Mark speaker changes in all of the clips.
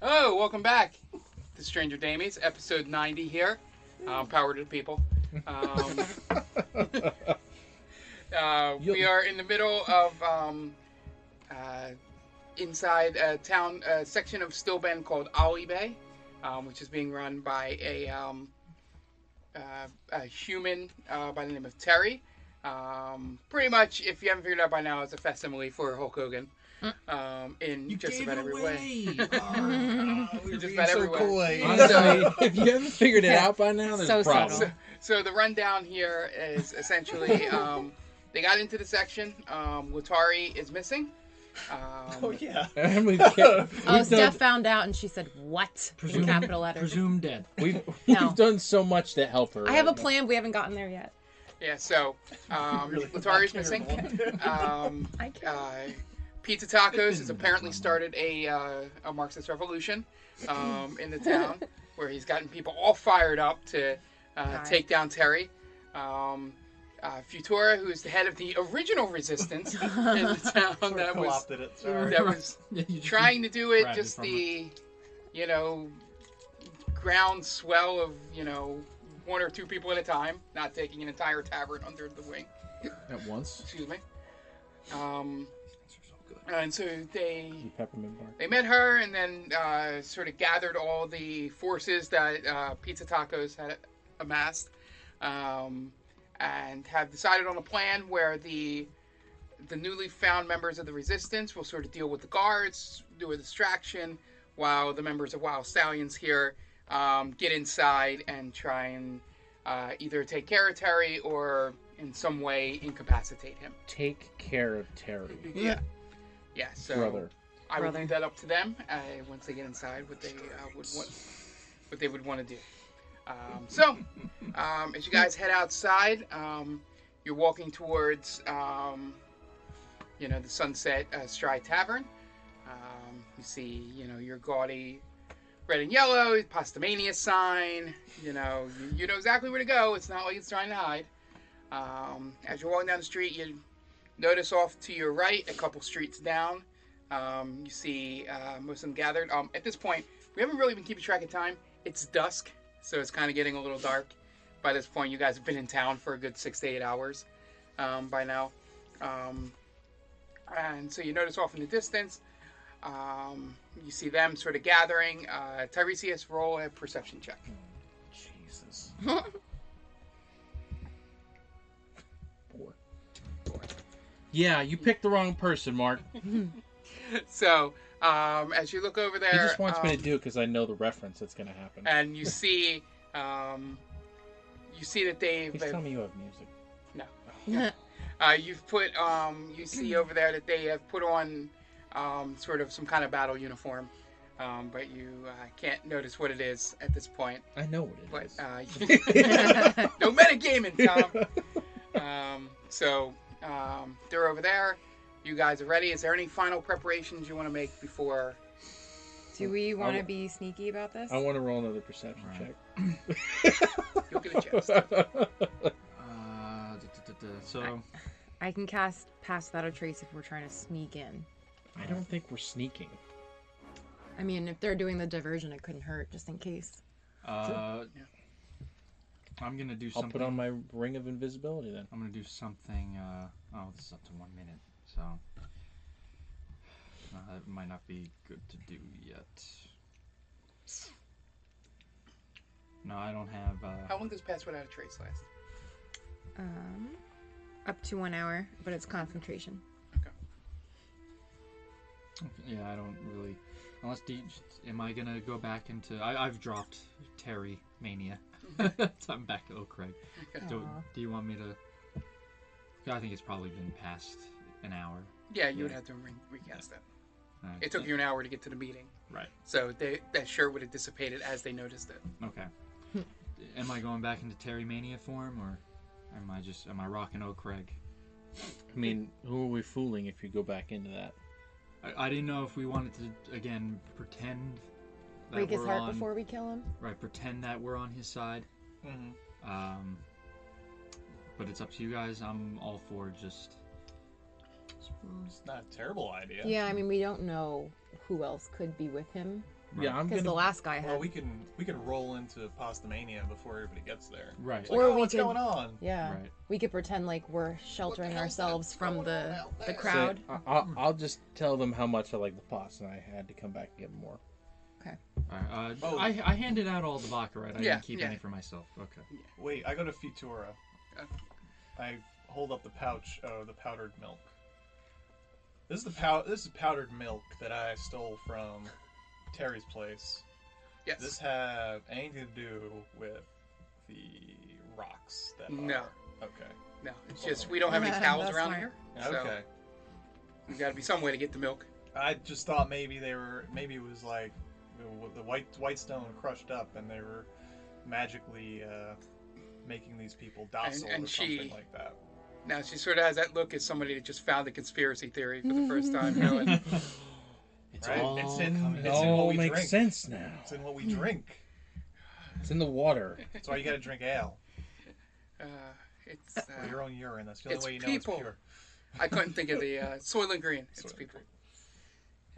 Speaker 1: Oh, welcome back to Stranger Damies, episode 90 here. Um, power to the people. Um, uh, we are in the middle of um, uh, inside a town, a section of Still Bend called Ollie Bay, um, which is being run by a, um, uh, a human uh, by the name of Terry. Um, pretty much, if you haven't figured it out by now, it's a facsimile for Hulk Hogan. Um, in just about every way.
Speaker 2: We're
Speaker 1: Just
Speaker 2: being
Speaker 1: about
Speaker 2: so
Speaker 1: everywhere.
Speaker 2: coy.
Speaker 3: Honestly, if you haven't figured it out by now, there's
Speaker 4: So
Speaker 3: a problem.
Speaker 4: subtle.
Speaker 1: So the rundown here is essentially um, they got into the section. Um, Watari is missing. Um,
Speaker 2: Oh, yeah.
Speaker 3: And we can't- we've,
Speaker 5: Uh,
Speaker 4: Oh,
Speaker 3: done,
Speaker 4: Steph found out and she said, What?
Speaker 3: Presume-
Speaker 4: in capital letters.
Speaker 6: Presumed dead.
Speaker 3: we've,
Speaker 4: No.
Speaker 3: we've done so much to help her.
Speaker 4: I have a
Speaker 3: right now.
Speaker 4: plan. We haven't gotten there yet.
Speaker 1: Yeah, so um, Latari is missing. um,
Speaker 4: I can't.
Speaker 1: uh, Pizza Tacos has apparently started a, uh, a Marxist revolution um, in the town where he's gotten people all fired up to uh, take down Terry. Um, uh, Futura, who is the head of the original resistance in the town that was
Speaker 2: Co-opted it. Sorry.
Speaker 1: that was
Speaker 6: Yeah, you just-
Speaker 1: trying to do it
Speaker 6: Grabbing
Speaker 1: just
Speaker 6: from
Speaker 1: the you know groundswell of you know one or two people at a time not taking an entire tavern under the wing
Speaker 3: at once.
Speaker 1: excuse me um and so they
Speaker 3: Peppermint bark.
Speaker 1: they met her and then uh, sort of gathered all the forces that uh, Pizza Tacos had amassed um, and have decided on a plan where the the newly found members of the resistance will sort of deal with the guards, do a distraction, while the members of Wild Stallions here um, get inside and try and uh, either take care of Terry or in some way incapacitate him.
Speaker 3: Take care of Terry,
Speaker 1: Yeah. Yeah, so.
Speaker 3: brother.
Speaker 1: I would
Speaker 4: Brother.
Speaker 1: leave that up to them uh, once they get inside what they uh, would want, what they would want to do. Um, so, um, as you guys head outside, um, you're walking towards, um, you know, the Sunset uh, Stry Tavern. Um, you see, you know, your gaudy red and yellow Pastamania sign. You know, you, you know exactly where to go. It's not like it's trying to hide. Um, as you're walking down the street, you notice off to your right, a couple streets down, um, you see uh, most of them gathered. Um, at this point, we haven't really been keeping track of time. It's dusk, so it's kind of getting a little dark. By this point, you guys have been in town for a good six to eight hours um, by now. Um, and so you notice off in the distance, um, you see them sort of gathering. Uh, Tiresias, roll a perception check.
Speaker 3: Jesus. Poor. Yeah, you picked the wrong person, Mark. He
Speaker 1: So um, as you look over there,
Speaker 3: just wants me
Speaker 1: um,
Speaker 3: to do it because I know the reference that's going to happen.
Speaker 4: uh,
Speaker 1: and you see, um, you see that they've
Speaker 3: Please tell me you have music.
Speaker 1: No. uh, you've put, um, you see over there that they have put on um, sort of some kind of battle uniform, um, but you uh, can't notice what it is at this point.
Speaker 3: I know what it
Speaker 1: But
Speaker 3: is.
Speaker 1: uh, no metagaming, Tom. Um, so um, they're over there. You guys are ready. Is there any final preparations you want to make before
Speaker 5: Do we want to
Speaker 7: w-
Speaker 5: be sneaky about this?
Speaker 7: I want to roll another perception
Speaker 6: Alright.
Speaker 1: You'll get a chance.
Speaker 7: check.
Speaker 6: Uh, duh, duh, duh, duh. So,
Speaker 5: I can cast Pass Without a Trace if we're trying to sneak in.
Speaker 7: I don't think we're sneaking.
Speaker 5: I mean, if they're doing the diversion, it couldn't hurt, just in case.
Speaker 6: uh, I'm gonna do
Speaker 7: I'll
Speaker 6: something.
Speaker 7: put on my ring of invisibility then.
Speaker 6: I'm gonna do something. Uh, oh, this is up to one minute, so uh, that might not be good to do yet. No, I don't have. Uh,
Speaker 1: How long does Pass Without a Trace last?
Speaker 5: Um, up to one hour, but it's concentration.
Speaker 6: yeah, I don't really. Unless, do am I gonna go back into? I, I've dropped Terry mania. So I'm back to Oak Craig. Do,
Speaker 5: Aw.
Speaker 6: do you want me to? I think it's probably been past an hour.
Speaker 1: Yeah, you would
Speaker 6: Yeah.
Speaker 1: have to re- recast that.
Speaker 6: Uh,
Speaker 1: It took you an hour to get to the meeting,
Speaker 6: right.
Speaker 1: so they, that sure would have dissipated as they noticed it.
Speaker 6: Okay. am I going back into Terry Mania form, or am I just am I rocking Oak Craig?
Speaker 7: I mean, who are we fooling if you go back into that?
Speaker 6: I, I didn't know if we wanted to again pretend that
Speaker 5: Break
Speaker 6: we're
Speaker 5: his heart
Speaker 6: on,
Speaker 5: before we kill him.
Speaker 6: right. Pretend that we're on his side.
Speaker 7: Mhm.
Speaker 2: Mm-hmm.
Speaker 6: Um, but it's up to you guys. I'm all for just
Speaker 2: It's not a terrible idea.
Speaker 5: Yeah. I mean, we don't know who else could be with him
Speaker 7: Yeah, I'm
Speaker 5: because
Speaker 7: gonna.
Speaker 5: the last guy had.
Speaker 2: Well, we can we can roll into Pastamania before everybody gets there.
Speaker 6: right.
Speaker 2: It's like,
Speaker 5: Or
Speaker 2: oh,
Speaker 5: we
Speaker 2: what's
Speaker 5: could-
Speaker 2: going on?
Speaker 5: Yeah,
Speaker 6: Right.
Speaker 5: we could pretend like we're sheltering
Speaker 2: hell's that
Speaker 5: ourselves from
Speaker 2: going on
Speaker 5: the
Speaker 2: out
Speaker 5: the
Speaker 2: there?
Speaker 7: say-
Speaker 5: crowd.
Speaker 7: I, I'll, I'll just tell them how much I like the pos, and I had to come back and get more.
Speaker 6: Alright, uh,
Speaker 2: Oh.
Speaker 6: I, I handed out all the Baccarat. I
Speaker 1: Yeah,
Speaker 6: didn't keep
Speaker 1: yeah.
Speaker 6: any for myself. Okay.
Speaker 2: Wait, I go to Futura.
Speaker 1: Uh.
Speaker 2: I hold up the pouch of the powdered milk. This is the pow- This is powdered milk that I stole from Terry's place.
Speaker 1: Yes.
Speaker 2: Does this have anything to do with the rocks that
Speaker 1: No.
Speaker 2: are- Okay.
Speaker 1: no, it's just we don't have any
Speaker 5: Yeah,
Speaker 1: cows
Speaker 5: that's
Speaker 1: around
Speaker 5: smart.
Speaker 1: here, so
Speaker 2: Okay.
Speaker 1: there's got to be some way to get the milk.
Speaker 2: I just thought maybe they were maybe it was like the- the white white stone crushed up and they were magically uh, making these people docile
Speaker 1: and
Speaker 2: or
Speaker 1: she-
Speaker 2: something like that.
Speaker 1: Now she sort of has that look as somebody that just found a conspiracy theory for the first time. You know, and
Speaker 6: It's
Speaker 2: Right?
Speaker 6: all
Speaker 2: It's in-
Speaker 6: coming
Speaker 7: It
Speaker 2: It's in what
Speaker 7: all
Speaker 2: we
Speaker 7: makes
Speaker 2: drink.
Speaker 7: sense now.
Speaker 2: It's in what we drink.
Speaker 7: It's in the water.
Speaker 2: That's why you got to drink ale
Speaker 1: uh, it's uh,
Speaker 2: or your own urine. That's the only
Speaker 1: It's
Speaker 2: way you know
Speaker 1: people.
Speaker 2: it's pure.
Speaker 1: I couldn't think of the uh, Soylent Green. It's
Speaker 2: Soylent
Speaker 1: people.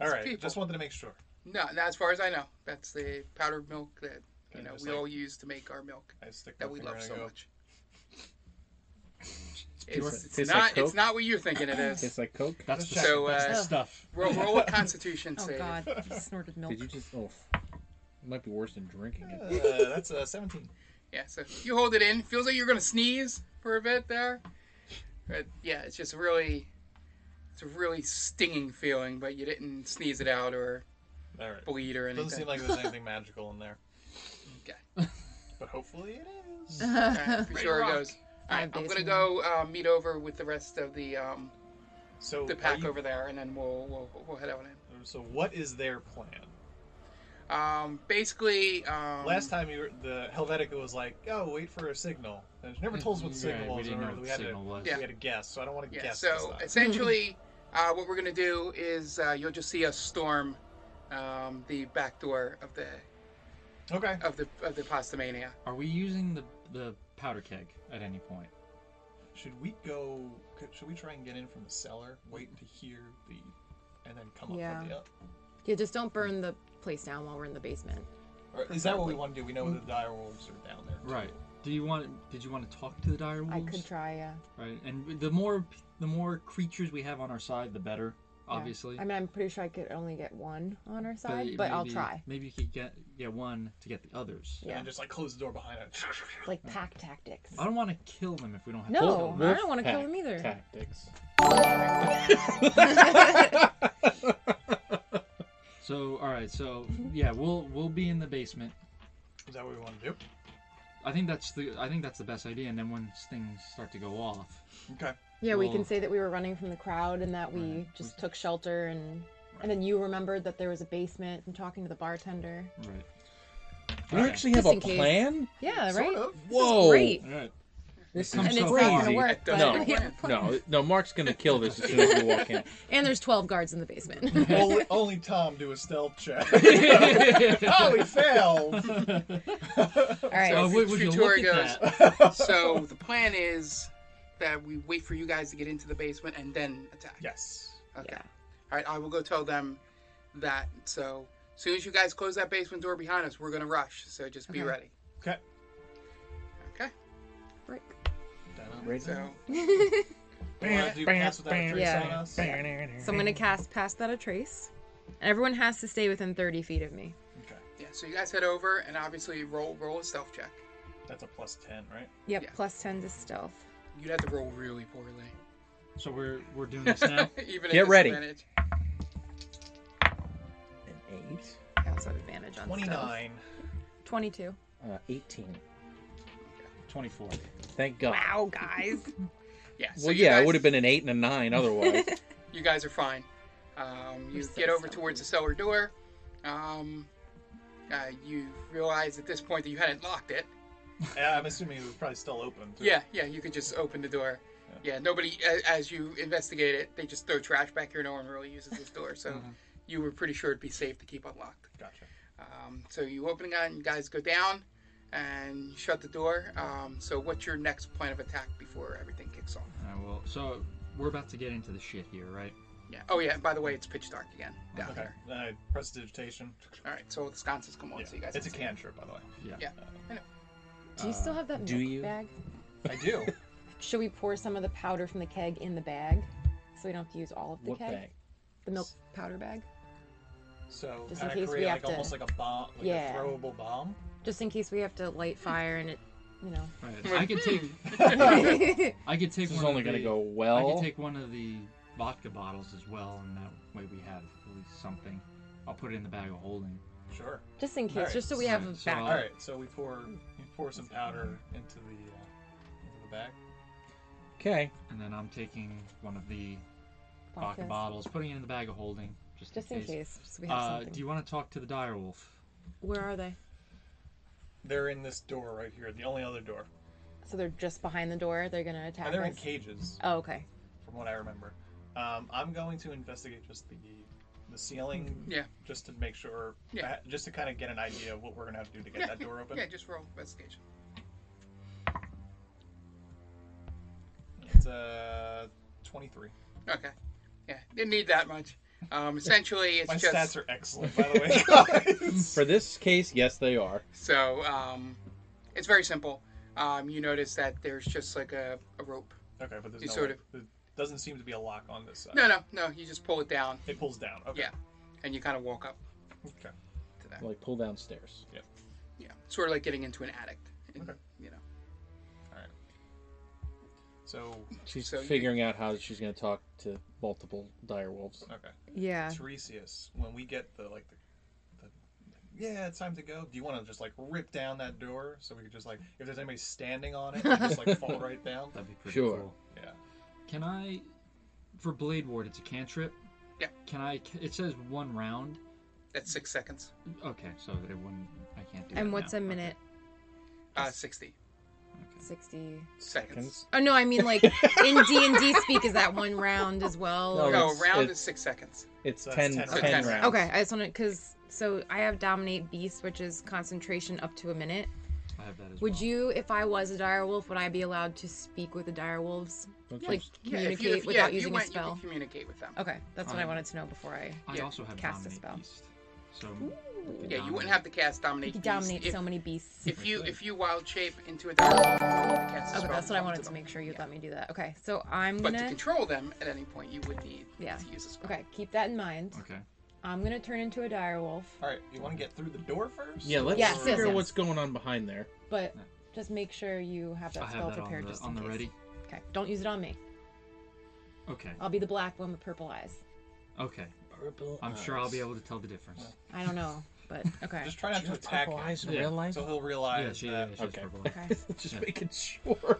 Speaker 2: All right,
Speaker 1: people.
Speaker 2: just wanted to make sure.
Speaker 1: No, not as far as I know, that's the powdered milk that you
Speaker 2: And
Speaker 1: know
Speaker 2: it's
Speaker 1: we
Speaker 2: like-
Speaker 1: all use to make our milk
Speaker 2: I stick my
Speaker 1: that we
Speaker 2: finger
Speaker 1: love
Speaker 2: in
Speaker 1: so
Speaker 2: and go,
Speaker 1: much. It's, it's
Speaker 7: Tastes
Speaker 1: not.
Speaker 7: like
Speaker 1: it's
Speaker 7: Coke.
Speaker 1: not what you're thinking it is.
Speaker 7: Tastes like Coke.
Speaker 6: That's the
Speaker 1: So,
Speaker 6: that's the
Speaker 1: uh,
Speaker 6: stuff.
Speaker 1: Roll, roll a Constitution
Speaker 5: Oh
Speaker 1: save.
Speaker 5: God, you snorted milk.
Speaker 7: Did you just? Oh, it might be worse than drinking it.
Speaker 2: Uh, that's uh, 17.
Speaker 1: Yeah, so you hold it in. Feels like you're gonna sneeze for a bit there. But yeah, it's just really, it's a really stinging feeling. But you didn't sneeze it out or
Speaker 2: All right.
Speaker 1: bleed or anything.
Speaker 2: Doesn't seem like there's anything magical in there,
Speaker 1: Okay.
Speaker 2: but hopefully it is.
Speaker 1: Alright, for sure it goes. All right,
Speaker 5: Five
Speaker 1: I'm
Speaker 5: days
Speaker 1: gonna
Speaker 5: from
Speaker 1: go uh, meet over with the rest of the um,
Speaker 2: So
Speaker 1: the
Speaker 2: are
Speaker 1: pack
Speaker 2: you-
Speaker 1: over there, and then we'll we'll, we'll head out in.
Speaker 2: So what is their plan?
Speaker 1: Um, basically, um,
Speaker 2: Last time you were, the Helvetica was like, "Oh, wait for a signal." And it never told us what the
Speaker 6: Yeah,
Speaker 2: signal
Speaker 6: we
Speaker 2: was.
Speaker 6: didn't know
Speaker 2: remember?
Speaker 6: what
Speaker 2: we
Speaker 6: the
Speaker 2: had
Speaker 6: signal
Speaker 2: to,
Speaker 6: was.
Speaker 2: We had to guess, so I don't want to
Speaker 1: yeah.
Speaker 2: guess.
Speaker 1: so
Speaker 2: this time.
Speaker 1: essentially, uh, what we're gonna do is uh, you'll just see us storm um, the back door of the
Speaker 2: okay.
Speaker 1: of the of the pasta mania.
Speaker 6: Are we using the the powder keg at any point?
Speaker 2: Should we go? could- Should we try and get in from the cellar? Wait to hear the, and then come up
Speaker 5: Yeah.
Speaker 2: with the. Up?
Speaker 5: Yeah, just don't burn the place down while we're in the basement.
Speaker 2: Or is that what we want to do? We know
Speaker 5: Mm.
Speaker 2: the dire wolves are down there. too.
Speaker 6: Right. Do you want? Did you want to talk to the dire wolves?
Speaker 5: I could try. Yeah.
Speaker 6: Right. And the more the more creatures we have on our side, the better. Obviously.
Speaker 5: I mean, I'm pretty sure I could only get one on our side, but, I'll
Speaker 6: maybe-
Speaker 5: try.
Speaker 6: Maybe you could get get one to get the others.
Speaker 2: And
Speaker 5: Yeah.
Speaker 2: then just like close the door behind us.
Speaker 5: Like pack tactics.
Speaker 6: I don't want to kill them if we don't have.
Speaker 5: No.
Speaker 6: to.
Speaker 5: Oh, I
Speaker 7: Wolf
Speaker 5: don't wanna kill
Speaker 7: pack
Speaker 5: him either.
Speaker 7: Tactics.
Speaker 6: So all right. So yeah, we'll we'll be in the basement.
Speaker 2: Is that what we want to do?
Speaker 6: I think that's the I think that's the best idea. And then once things start to go off,
Speaker 2: Okay.
Speaker 5: Yeah, we can
Speaker 6: Well-
Speaker 5: say that we were running from the crowd and that we
Speaker 6: Right.
Speaker 5: just took shelter and and then you remembered that there was a basement from talking to the bartender.
Speaker 6: right.
Speaker 7: Do you
Speaker 6: Okay.
Speaker 7: actually have a
Speaker 5: Just in case.
Speaker 7: plan?
Speaker 5: Yeah, right.
Speaker 2: of.
Speaker 5: This is
Speaker 7: Whoa!
Speaker 5: great.
Speaker 6: All right. This
Speaker 5: and
Speaker 6: comes
Speaker 5: it's
Speaker 6: so
Speaker 5: not going to
Speaker 6: easy.
Speaker 5: work. But
Speaker 7: No,
Speaker 5: Yeah.
Speaker 7: no, no. Mark's gonna kill this as soon as we walk in.
Speaker 5: And there's 12 guards in the basement.
Speaker 2: only, only Tom do a stealth check.
Speaker 6: oh,
Speaker 2: oh, he failed.
Speaker 5: All right.
Speaker 1: So-
Speaker 6: would, would you look at
Speaker 1: Futura goes-
Speaker 6: that?
Speaker 1: so the plan is that we wait for you guys to get into the basement and then attack.
Speaker 2: yes.
Speaker 1: Okay.
Speaker 5: Yeah.
Speaker 1: All right, I will go tell them that. So as soon as you guys close that basement door behind us, we're gonna rush. So just be
Speaker 5: Okay.
Speaker 1: ready.
Speaker 2: Okay.
Speaker 1: Okay.
Speaker 5: Break.
Speaker 1: So
Speaker 2: Wanna do pass without a trace
Speaker 5: Yeah.
Speaker 2: on us?
Speaker 5: So I'm going to cast Pass That a Trace. And everyone has to stay within 30 feet of me.
Speaker 2: Okay.
Speaker 1: yeah, so you guys head over and obviously roll roll a stealth check.
Speaker 2: That's a plus ten, right?
Speaker 5: Yep,
Speaker 1: Yeah.
Speaker 5: plus 10 to stealth.
Speaker 1: You'd have to roll really poorly.
Speaker 6: So we're we're doing this now.
Speaker 1: Even at
Speaker 7: Get ready.
Speaker 1: disadvantage.
Speaker 8: An eight,
Speaker 5: I also have advantage on stealth.
Speaker 2: Twenty-nine.
Speaker 5: 22.
Speaker 8: uh, eighteen.
Speaker 6: Twenty four.
Speaker 7: Thank God.
Speaker 5: Wow, guys.
Speaker 1: Yeah. so
Speaker 7: Well,
Speaker 1: you
Speaker 7: yeah,
Speaker 1: guys-
Speaker 7: it would have been an eight and a nine otherwise.
Speaker 1: You guys are fine. Um, you
Speaker 5: We're so
Speaker 1: get over
Speaker 5: stealthy.
Speaker 1: towards the cellar door. Um, uh, you realize at this point that you hadn't locked it.
Speaker 2: Yeah, I'm assuming it was probably still open. Too.
Speaker 1: Yeah, yeah, you could just open the door. Yeah, nobody, a- as you investigate it, they just throw trash back here. No one really uses this door, so
Speaker 2: Mm-hmm.
Speaker 1: you were pretty sure it'd be safe to keep unlocked.
Speaker 2: Gotcha.
Speaker 1: Um, so you open it and you guys go down and you shut the door. Um, so what's your next plan of attack before everything kicks off?
Speaker 6: All right, well, so we're about to get into the shit here, right?
Speaker 1: Yeah. Oh yeah. By the way, it's pitch dark again down
Speaker 2: Okay.
Speaker 1: there.
Speaker 2: Then I press digitation.
Speaker 1: All right. So the sconces come on.
Speaker 2: Yeah.
Speaker 1: So you guys.
Speaker 2: it's a
Speaker 1: can see.
Speaker 2: cantrip, by the way.
Speaker 5: Do you still have that
Speaker 8: do
Speaker 5: milk
Speaker 8: you?
Speaker 5: bag?
Speaker 2: I do.
Speaker 5: Should we pour some of the powder from the keg in the bag so we don't have to use all of the
Speaker 8: What
Speaker 5: keg?
Speaker 8: bag?
Speaker 5: The milk powder bag?
Speaker 2: So
Speaker 5: Just in
Speaker 2: kind
Speaker 5: case
Speaker 2: of
Speaker 5: we
Speaker 2: create
Speaker 5: have
Speaker 2: like almost
Speaker 5: to-
Speaker 2: like a bomb, like
Speaker 5: Yeah.
Speaker 2: a throwable bomb.
Speaker 5: Just in case we have to light fire and it, you know.
Speaker 6: All right, I could take
Speaker 5: Hmm.
Speaker 6: I could take
Speaker 7: this is
Speaker 6: one
Speaker 7: only
Speaker 6: of the,
Speaker 7: gonna go
Speaker 6: I
Speaker 7: well.
Speaker 6: could take one of the vodka bottles as well, and that way we have at least something. I'll put it in the bag of holding.
Speaker 2: Sure.
Speaker 5: Just in case,
Speaker 2: Alright,
Speaker 5: just so we have a
Speaker 6: alright, so
Speaker 5: backup.
Speaker 2: All right. So we pour we pour some powder into the uh, into the bag.
Speaker 7: Okay.
Speaker 6: And then I'm taking one of the vodka
Speaker 5: Vodkas.
Speaker 6: bottles, putting it in the bag of holding, just,
Speaker 5: Just in case, so we have
Speaker 6: Uh,
Speaker 5: something.
Speaker 6: do you want to talk to the dire wolf?
Speaker 5: Where are they?
Speaker 2: They're in this door right here, the only other door.
Speaker 5: So they're just behind the door. They're gonna attack
Speaker 2: And they're in
Speaker 5: us.
Speaker 2: cages,
Speaker 5: oh, okay.
Speaker 2: from what I remember. Um, I'm going to investigate just the the ceiling,
Speaker 1: Yeah.
Speaker 2: just to make sure,
Speaker 1: Yeah.
Speaker 2: uh, just to kind of get an idea of what we're gonna have to do to get that door open.
Speaker 1: Yeah, just roll investigation.
Speaker 2: It's uh, 23.
Speaker 1: Okay. Yeah, didn't need that much. Um, essentially, it's
Speaker 2: My
Speaker 1: just
Speaker 2: stats are excellent, by the way. guys.
Speaker 7: For this case, yes, they are.
Speaker 1: so um, it's very simple. Um, you notice that there's just like a, a rope.
Speaker 2: okay, but there's
Speaker 1: You
Speaker 2: no
Speaker 1: sort
Speaker 2: way- there doesn't seem to be a lock on this side.
Speaker 1: No, no, no. You just pull it down.
Speaker 2: It pulls down. Okay.
Speaker 1: Yeah, and you kind of walk up
Speaker 2: Okay.
Speaker 1: to that.
Speaker 7: Like pull downstairs.
Speaker 1: Yeah, sort of like getting into an attic. And,
Speaker 2: Okay.
Speaker 1: You know.
Speaker 2: So
Speaker 7: She's
Speaker 1: So you-
Speaker 7: figuring out how she's gonna talk to multiple dire wolves.
Speaker 2: okay,
Speaker 5: Yeah.
Speaker 2: Tiresias, when we get the like the, the yeah, it's time to go. Do you want to just like rip down that door so we could just like if there's anybody standing on it, we just like fall right down?
Speaker 6: That'd be pretty
Speaker 7: Sure.
Speaker 6: cool.
Speaker 2: Yeah.
Speaker 6: Can I, for Blade Ward, it's a cantrip.
Speaker 1: Yeah.
Speaker 6: Can I? It says one round.
Speaker 1: That's six seconds.
Speaker 6: Okay, so it wouldn't. I can't do.
Speaker 5: And
Speaker 6: that
Speaker 5: what's
Speaker 6: now.
Speaker 5: a minute?
Speaker 1: Uh, sixty
Speaker 5: Sixty.
Speaker 1: seconds.
Speaker 5: Oh no, I mean like in D and D speak is that one round as well?
Speaker 7: No,
Speaker 5: or-
Speaker 1: No, a
Speaker 7: it's-
Speaker 1: round
Speaker 7: it's-
Speaker 1: is six seconds.
Speaker 7: It's
Speaker 2: So
Speaker 7: ten,
Speaker 2: that's
Speaker 7: ten
Speaker 2: 10
Speaker 1: rounds.
Speaker 7: rounds.
Speaker 5: Okay, I just want to because so I have dominate beast, which is concentration up to a minute.
Speaker 6: I have that as
Speaker 5: Would
Speaker 6: well.
Speaker 5: you, if I was a dire wolf, would I be allowed to speak with the dire wolves?
Speaker 7: Don't
Speaker 5: Like
Speaker 7: you-
Speaker 5: communicate
Speaker 1: if you, if, yeah,
Speaker 5: without
Speaker 1: if you
Speaker 5: using
Speaker 1: went,
Speaker 5: a
Speaker 1: You
Speaker 5: spell?
Speaker 1: could communicate with them.
Speaker 5: Okay, that's what I
Speaker 6: Um,
Speaker 5: wanted to know before I.
Speaker 6: I
Speaker 1: yeah,
Speaker 6: also have
Speaker 5: cast a
Speaker 6: dominate
Speaker 5: spell.
Speaker 6: beast. So
Speaker 1: Yeah, you wouldn't have to cast
Speaker 5: You
Speaker 1: dominate.
Speaker 5: could
Speaker 1: Beast
Speaker 5: dominate
Speaker 1: if,
Speaker 5: so many beasts.
Speaker 1: If you if you wild shape into a dire wolf, you can cast a
Speaker 5: Okay,
Speaker 1: spell
Speaker 5: that's what I
Speaker 1: onto
Speaker 5: wanted to
Speaker 1: them.
Speaker 5: make sure you'd
Speaker 1: Yeah.
Speaker 5: let me do that. Okay, so I'm
Speaker 1: But to
Speaker 5: gonna.
Speaker 1: control them at any point, you would need
Speaker 5: Yeah.
Speaker 1: to use a spell.
Speaker 5: Okay, keep that in mind.
Speaker 6: Okay.
Speaker 5: I'm gonna turn into a dire wolf,
Speaker 2: All right, you want to get through the door first?
Speaker 7: Yeah, let's
Speaker 5: Yes, yes,
Speaker 7: figure out
Speaker 5: yes.
Speaker 7: what's going on behind there.
Speaker 5: but just make sure you have
Speaker 6: I
Speaker 5: that spell
Speaker 6: have that on
Speaker 5: prepared
Speaker 6: the,
Speaker 5: just in
Speaker 6: on the
Speaker 5: case.
Speaker 6: ready.
Speaker 5: Okay, don't use it on me.
Speaker 6: Okay.
Speaker 5: I'll be the black one with purple eyes. Oh.
Speaker 6: Okay.
Speaker 8: Purple.
Speaker 6: I'm sure I'll be able to tell the difference.
Speaker 5: I don't know, but okay.
Speaker 2: Just try not to attack
Speaker 8: Purple
Speaker 2: him,
Speaker 8: eyes in
Speaker 6: Yeah.
Speaker 8: real life.
Speaker 2: so he'll
Speaker 6: Yeah,
Speaker 2: realize
Speaker 6: she,
Speaker 2: that.
Speaker 6: yeah, she has
Speaker 7: okay.
Speaker 6: purple.
Speaker 5: Okay.
Speaker 7: Just
Speaker 6: Yeah.
Speaker 7: making sure.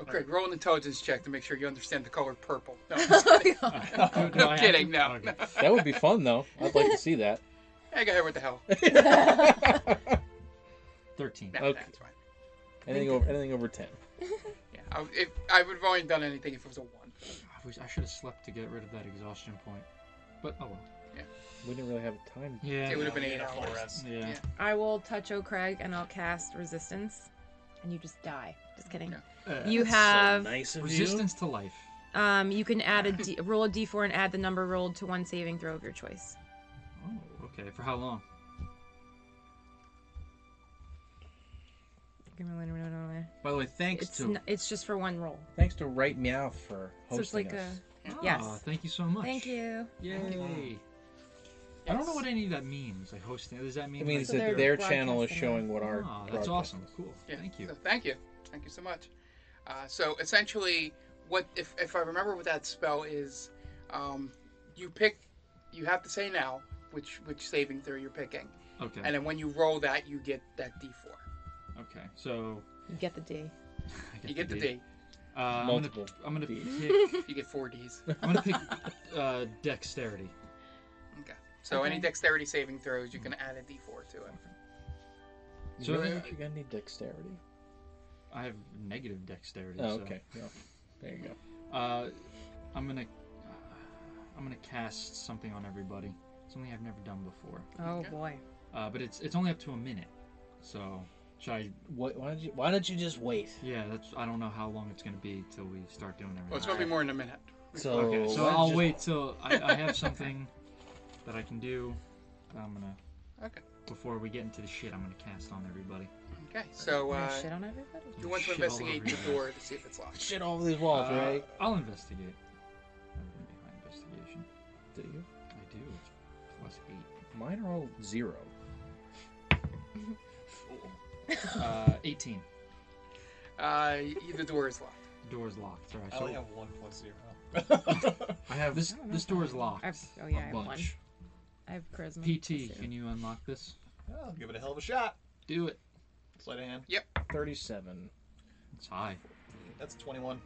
Speaker 1: Okay, Oh, roll an intelligence check to make sure you understand the color purple. No,
Speaker 6: no,
Speaker 1: No
Speaker 6: I have
Speaker 1: kidding,
Speaker 6: to-
Speaker 1: no.
Speaker 6: okay.
Speaker 7: That would be fun though. I'd like to see that.
Speaker 1: I got hit with the hell.
Speaker 6: Thirteen.
Speaker 1: No,
Speaker 7: Okay.
Speaker 1: that's fine.
Speaker 9: Anything over anything over ten.
Speaker 1: Yeah, I, if I would have only done anything if it was a one.
Speaker 6: I, wish, I should have slept to get rid of that exhaustion point. But oh well.
Speaker 9: We didn't really have time.
Speaker 6: Yeah.
Speaker 1: It would have been
Speaker 2: Yeah,
Speaker 1: eight
Speaker 2: we had a full
Speaker 1: hours.
Speaker 2: rest.
Speaker 6: yeah.
Speaker 1: yeah.
Speaker 5: I will touch O'Craig and I'll cast resistance, and you just die. Just kidding.
Speaker 6: Uh,
Speaker 5: You
Speaker 9: So
Speaker 5: have
Speaker 9: nice of
Speaker 6: resistance to life.
Speaker 5: um, you can add a D, roll a d4 and add the number rolled to one saving throw of your choice.
Speaker 6: Oh, okay. For how long? By the way, thanks
Speaker 5: It's
Speaker 6: to
Speaker 5: n- it's just for one roll.
Speaker 9: you. Thanks to Right Meow for
Speaker 5: So it's
Speaker 9: hosting
Speaker 5: like
Speaker 9: us.
Speaker 5: yes.
Speaker 6: Ah, thank you so much.
Speaker 5: Thank you.
Speaker 6: Yay. I don't know what any of that means. Like hosting. Does that mean?
Speaker 9: It means
Speaker 4: So
Speaker 9: that
Speaker 4: they're
Speaker 9: their channel is
Speaker 4: broadcasting
Speaker 9: showing what our.
Speaker 6: Ah, that's
Speaker 9: broadcast
Speaker 6: awesome.
Speaker 9: is.
Speaker 6: Cool.
Speaker 1: Yeah,
Speaker 6: Thank
Speaker 1: So
Speaker 6: you.
Speaker 1: thank you. Thank you so much. Uh, so essentially, what if, if I remember what that spell is? Um, you pick. You have to say now which which saving throw you're picking,
Speaker 6: Okay.
Speaker 1: and then when you roll that, you get that D4.
Speaker 6: Okay. So
Speaker 4: You get the D.
Speaker 6: I
Speaker 1: You get the D.
Speaker 6: Uh, I'm gonna-
Speaker 9: Multiple
Speaker 6: I'm gonna
Speaker 9: Ds.
Speaker 6: pick.
Speaker 1: You get four Ds.
Speaker 6: I'm gonna pick uh, dexterity.
Speaker 1: Okay. So any dexterity saving throws, you can
Speaker 6: Mm-hmm.
Speaker 1: add a D4 to it.
Speaker 9: You
Speaker 6: So,
Speaker 9: really
Speaker 6: uh,
Speaker 9: think you're gonna need dexterity.
Speaker 6: I have negative dexterity.
Speaker 9: Oh,
Speaker 6: so-
Speaker 9: okay. Yeah. There you go.
Speaker 6: Uh, I'm gonna, uh, I'm gonna cast something on everybody. Something I've never done before.
Speaker 5: Oh boy.
Speaker 6: Uh, but it's it's only up to a minute. So should I?
Speaker 9: Why, why don't you? Why don't you just wait?
Speaker 6: Yeah, that's. I don't know how long it's gonna be till we start doing everything.
Speaker 1: Well, it's gonna be more in a minute.
Speaker 9: So,
Speaker 6: Okay, so
Speaker 9: why don't
Speaker 6: I'll
Speaker 9: you
Speaker 6: wait till I, I have something that I can do. that I'm gonna
Speaker 1: Okay.
Speaker 6: before we get into the shit. I'm gonna cast on everybody.
Speaker 1: Okay. So
Speaker 5: Wanna
Speaker 1: uh,
Speaker 5: shit on everybody.
Speaker 1: you want to
Speaker 6: Shit all
Speaker 1: investigate
Speaker 6: over
Speaker 1: the
Speaker 6: you.
Speaker 1: door to see if it's locked.
Speaker 9: Just shit all over these walls,
Speaker 6: Uh,
Speaker 9: right?
Speaker 6: I'll investigate. I'm gonna make my investigation.
Speaker 9: Do you?
Speaker 6: I do. It's plus eight.
Speaker 9: Mine are all zero.
Speaker 6: Uh, eighteen.
Speaker 1: Uh, either door is locked.
Speaker 6: The door is locked. Sorry.
Speaker 2: I
Speaker 6: so
Speaker 2: only have one plus zero.
Speaker 6: I have this.
Speaker 5: don't know
Speaker 6: This
Speaker 5: if Oh, I
Speaker 6: door is
Speaker 5: have-
Speaker 6: locked.
Speaker 5: I've- oh, yeah, I
Speaker 6: a
Speaker 5: have one.
Speaker 6: bunch.
Speaker 5: I have charisma.
Speaker 6: PT,
Speaker 5: Let's see.
Speaker 6: can you unlock this?
Speaker 2: I'll give it a hell of a shot.
Speaker 6: Do it.
Speaker 2: Sleight of hand.
Speaker 9: Thirty-seven.
Speaker 6: It's high.
Speaker 2: That's twenty-one.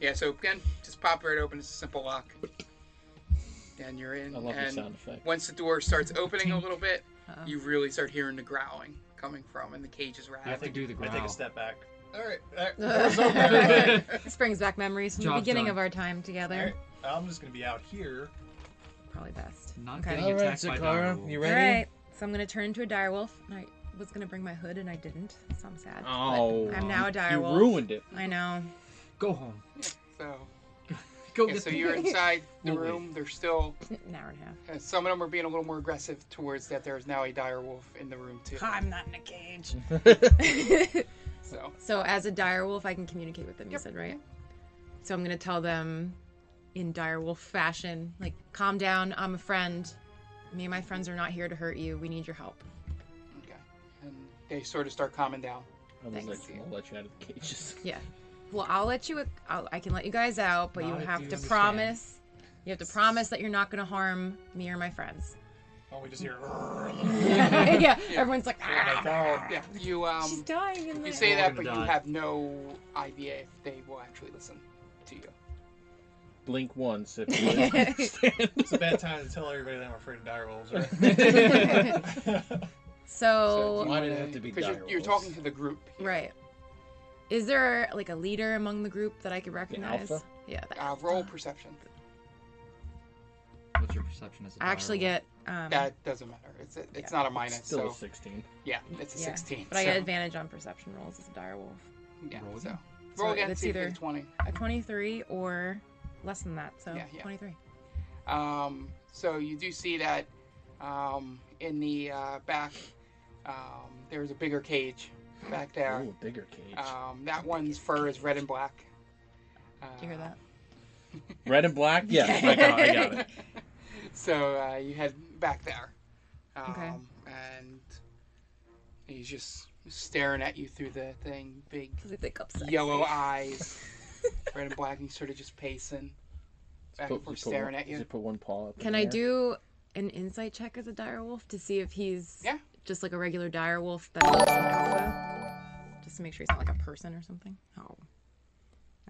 Speaker 1: Yeah, so again, just pop right open. It's a simple lock. And you're in.
Speaker 9: I love the
Speaker 1: and
Speaker 9: sound effect.
Speaker 1: once the door starts opening a little bit,
Speaker 5: Uh-oh.
Speaker 1: you really start hearing the growling coming from, and the cage is
Speaker 6: You have to
Speaker 1: rattling.
Speaker 6: do the
Speaker 2: I
Speaker 6: growl.
Speaker 2: take a step back. All right. That was over.
Speaker 5: this brings back memories from the
Speaker 6: Job
Speaker 5: beginning
Speaker 6: done.
Speaker 5: of our time together.
Speaker 2: Alright, I'm just gonna be out here.
Speaker 5: Probably best.
Speaker 6: Not
Speaker 5: Okay.
Speaker 6: getting
Speaker 9: All right,
Speaker 6: attacked by
Speaker 9: Zakara,
Speaker 6: dire
Speaker 9: you
Speaker 6: wolves.
Speaker 5: All
Speaker 9: Ready?
Speaker 5: right. So I'm gonna turn into a direwolf. And I was gonna bring my hood and I didn't, so I'm sad.
Speaker 9: Oh.
Speaker 5: but I'm now a
Speaker 9: You
Speaker 5: direwolf.
Speaker 9: ruined it.
Speaker 5: I know.
Speaker 6: Go home.
Speaker 1: So,
Speaker 6: Go
Speaker 1: yeah,
Speaker 6: get
Speaker 1: so
Speaker 6: Oh, the-
Speaker 1: you're inside the
Speaker 6: We'll wait.
Speaker 1: room. They're still.
Speaker 5: An hour and a half.
Speaker 1: uh, some of them are being a little more aggressive towards that. There's now a dire wolf in the room too.
Speaker 5: I'm not in a cage.
Speaker 1: So,
Speaker 5: so as a direwolf, I can communicate with them. You said right. So I'm gonna tell them, in direwolf fashion, like, calm down. I'm a friend. Me and my friends are not here to hurt you. We need your help.
Speaker 1: okay. And they sort of start calming down.
Speaker 9: I was like,
Speaker 5: Thanks.
Speaker 9: I'll let you out of the cages.
Speaker 5: Yeah. Well, I'll let you. I'll, I can let you guys out, but you
Speaker 6: Not if
Speaker 5: have
Speaker 6: you
Speaker 5: to
Speaker 6: understand.
Speaker 5: promise. You have to promise that you're not going to harm me or my friends.
Speaker 2: Oh, we just hear.
Speaker 5: yeah, everyone's like,
Speaker 9: Oh
Speaker 5: ah,
Speaker 1: Yeah, you
Speaker 5: she's
Speaker 1: um,
Speaker 5: dying in
Speaker 1: you
Speaker 5: there.
Speaker 1: say
Speaker 6: We're
Speaker 1: that,
Speaker 6: gonna
Speaker 1: but you
Speaker 6: die.
Speaker 1: have no idea if they will actually listen to you.
Speaker 9: Blink once if you understand.
Speaker 2: It's a bad time to tell everybody that I'm afraid of dire wolves, right?
Speaker 5: so,
Speaker 1: do you
Speaker 9: Why did it
Speaker 1: wanna-
Speaker 9: have to be
Speaker 1: Because
Speaker 9: dire
Speaker 1: you're, you're
Speaker 9: wolves?
Speaker 1: talking to the group.
Speaker 5: Oh. right. Is there like a leader among the group that I could recognize?
Speaker 9: alpha?
Speaker 5: Yeah. the
Speaker 1: Uh,
Speaker 5: alpha.
Speaker 1: roll perception.
Speaker 6: What's your perception as a
Speaker 5: I actually
Speaker 6: dire
Speaker 5: get um,
Speaker 1: That doesn't matter. It's a, it's not a minus.
Speaker 9: Still
Speaker 1: so
Speaker 9: a 16.
Speaker 1: yeah, it's a
Speaker 5: yeah,
Speaker 1: sixteen.
Speaker 5: but I get
Speaker 1: so-
Speaker 5: advantage on perception rolls as a direwolf.
Speaker 1: Yeah,
Speaker 6: Roll
Speaker 1: so
Speaker 6: again.
Speaker 5: So
Speaker 1: roll again.
Speaker 5: that's
Speaker 1: See if
Speaker 5: either-
Speaker 1: it's twenty.
Speaker 5: A 23 or less than that, so
Speaker 1: Yeah, yeah.
Speaker 5: 23.
Speaker 1: Um, so you do see that um, in the uh, back. Um, there's a bigger cage back there.
Speaker 9: Ooh, bigger cage.
Speaker 1: Um, that one's fur is red and black. Uh,
Speaker 5: Do you hear that?
Speaker 9: Red and black? Yes, I got, I got it.
Speaker 1: So uh, you head back there. Um,
Speaker 5: Okay.
Speaker 1: And he's just staring at you through the thing, big
Speaker 5: They think I'm sexy.
Speaker 1: yellow eyes, red and black, and he's sort of just pacing back and
Speaker 9: Put-
Speaker 1: forth,
Speaker 9: just put one-
Speaker 1: staring at you.
Speaker 9: Just put one paw up. in
Speaker 5: Can I
Speaker 9: there.
Speaker 5: do an insight check as a direwolf to see if he's
Speaker 1: Yeah.
Speaker 5: just like a regular direwolf that is an alpha? Just to make sure he's not like a person or something. Oh.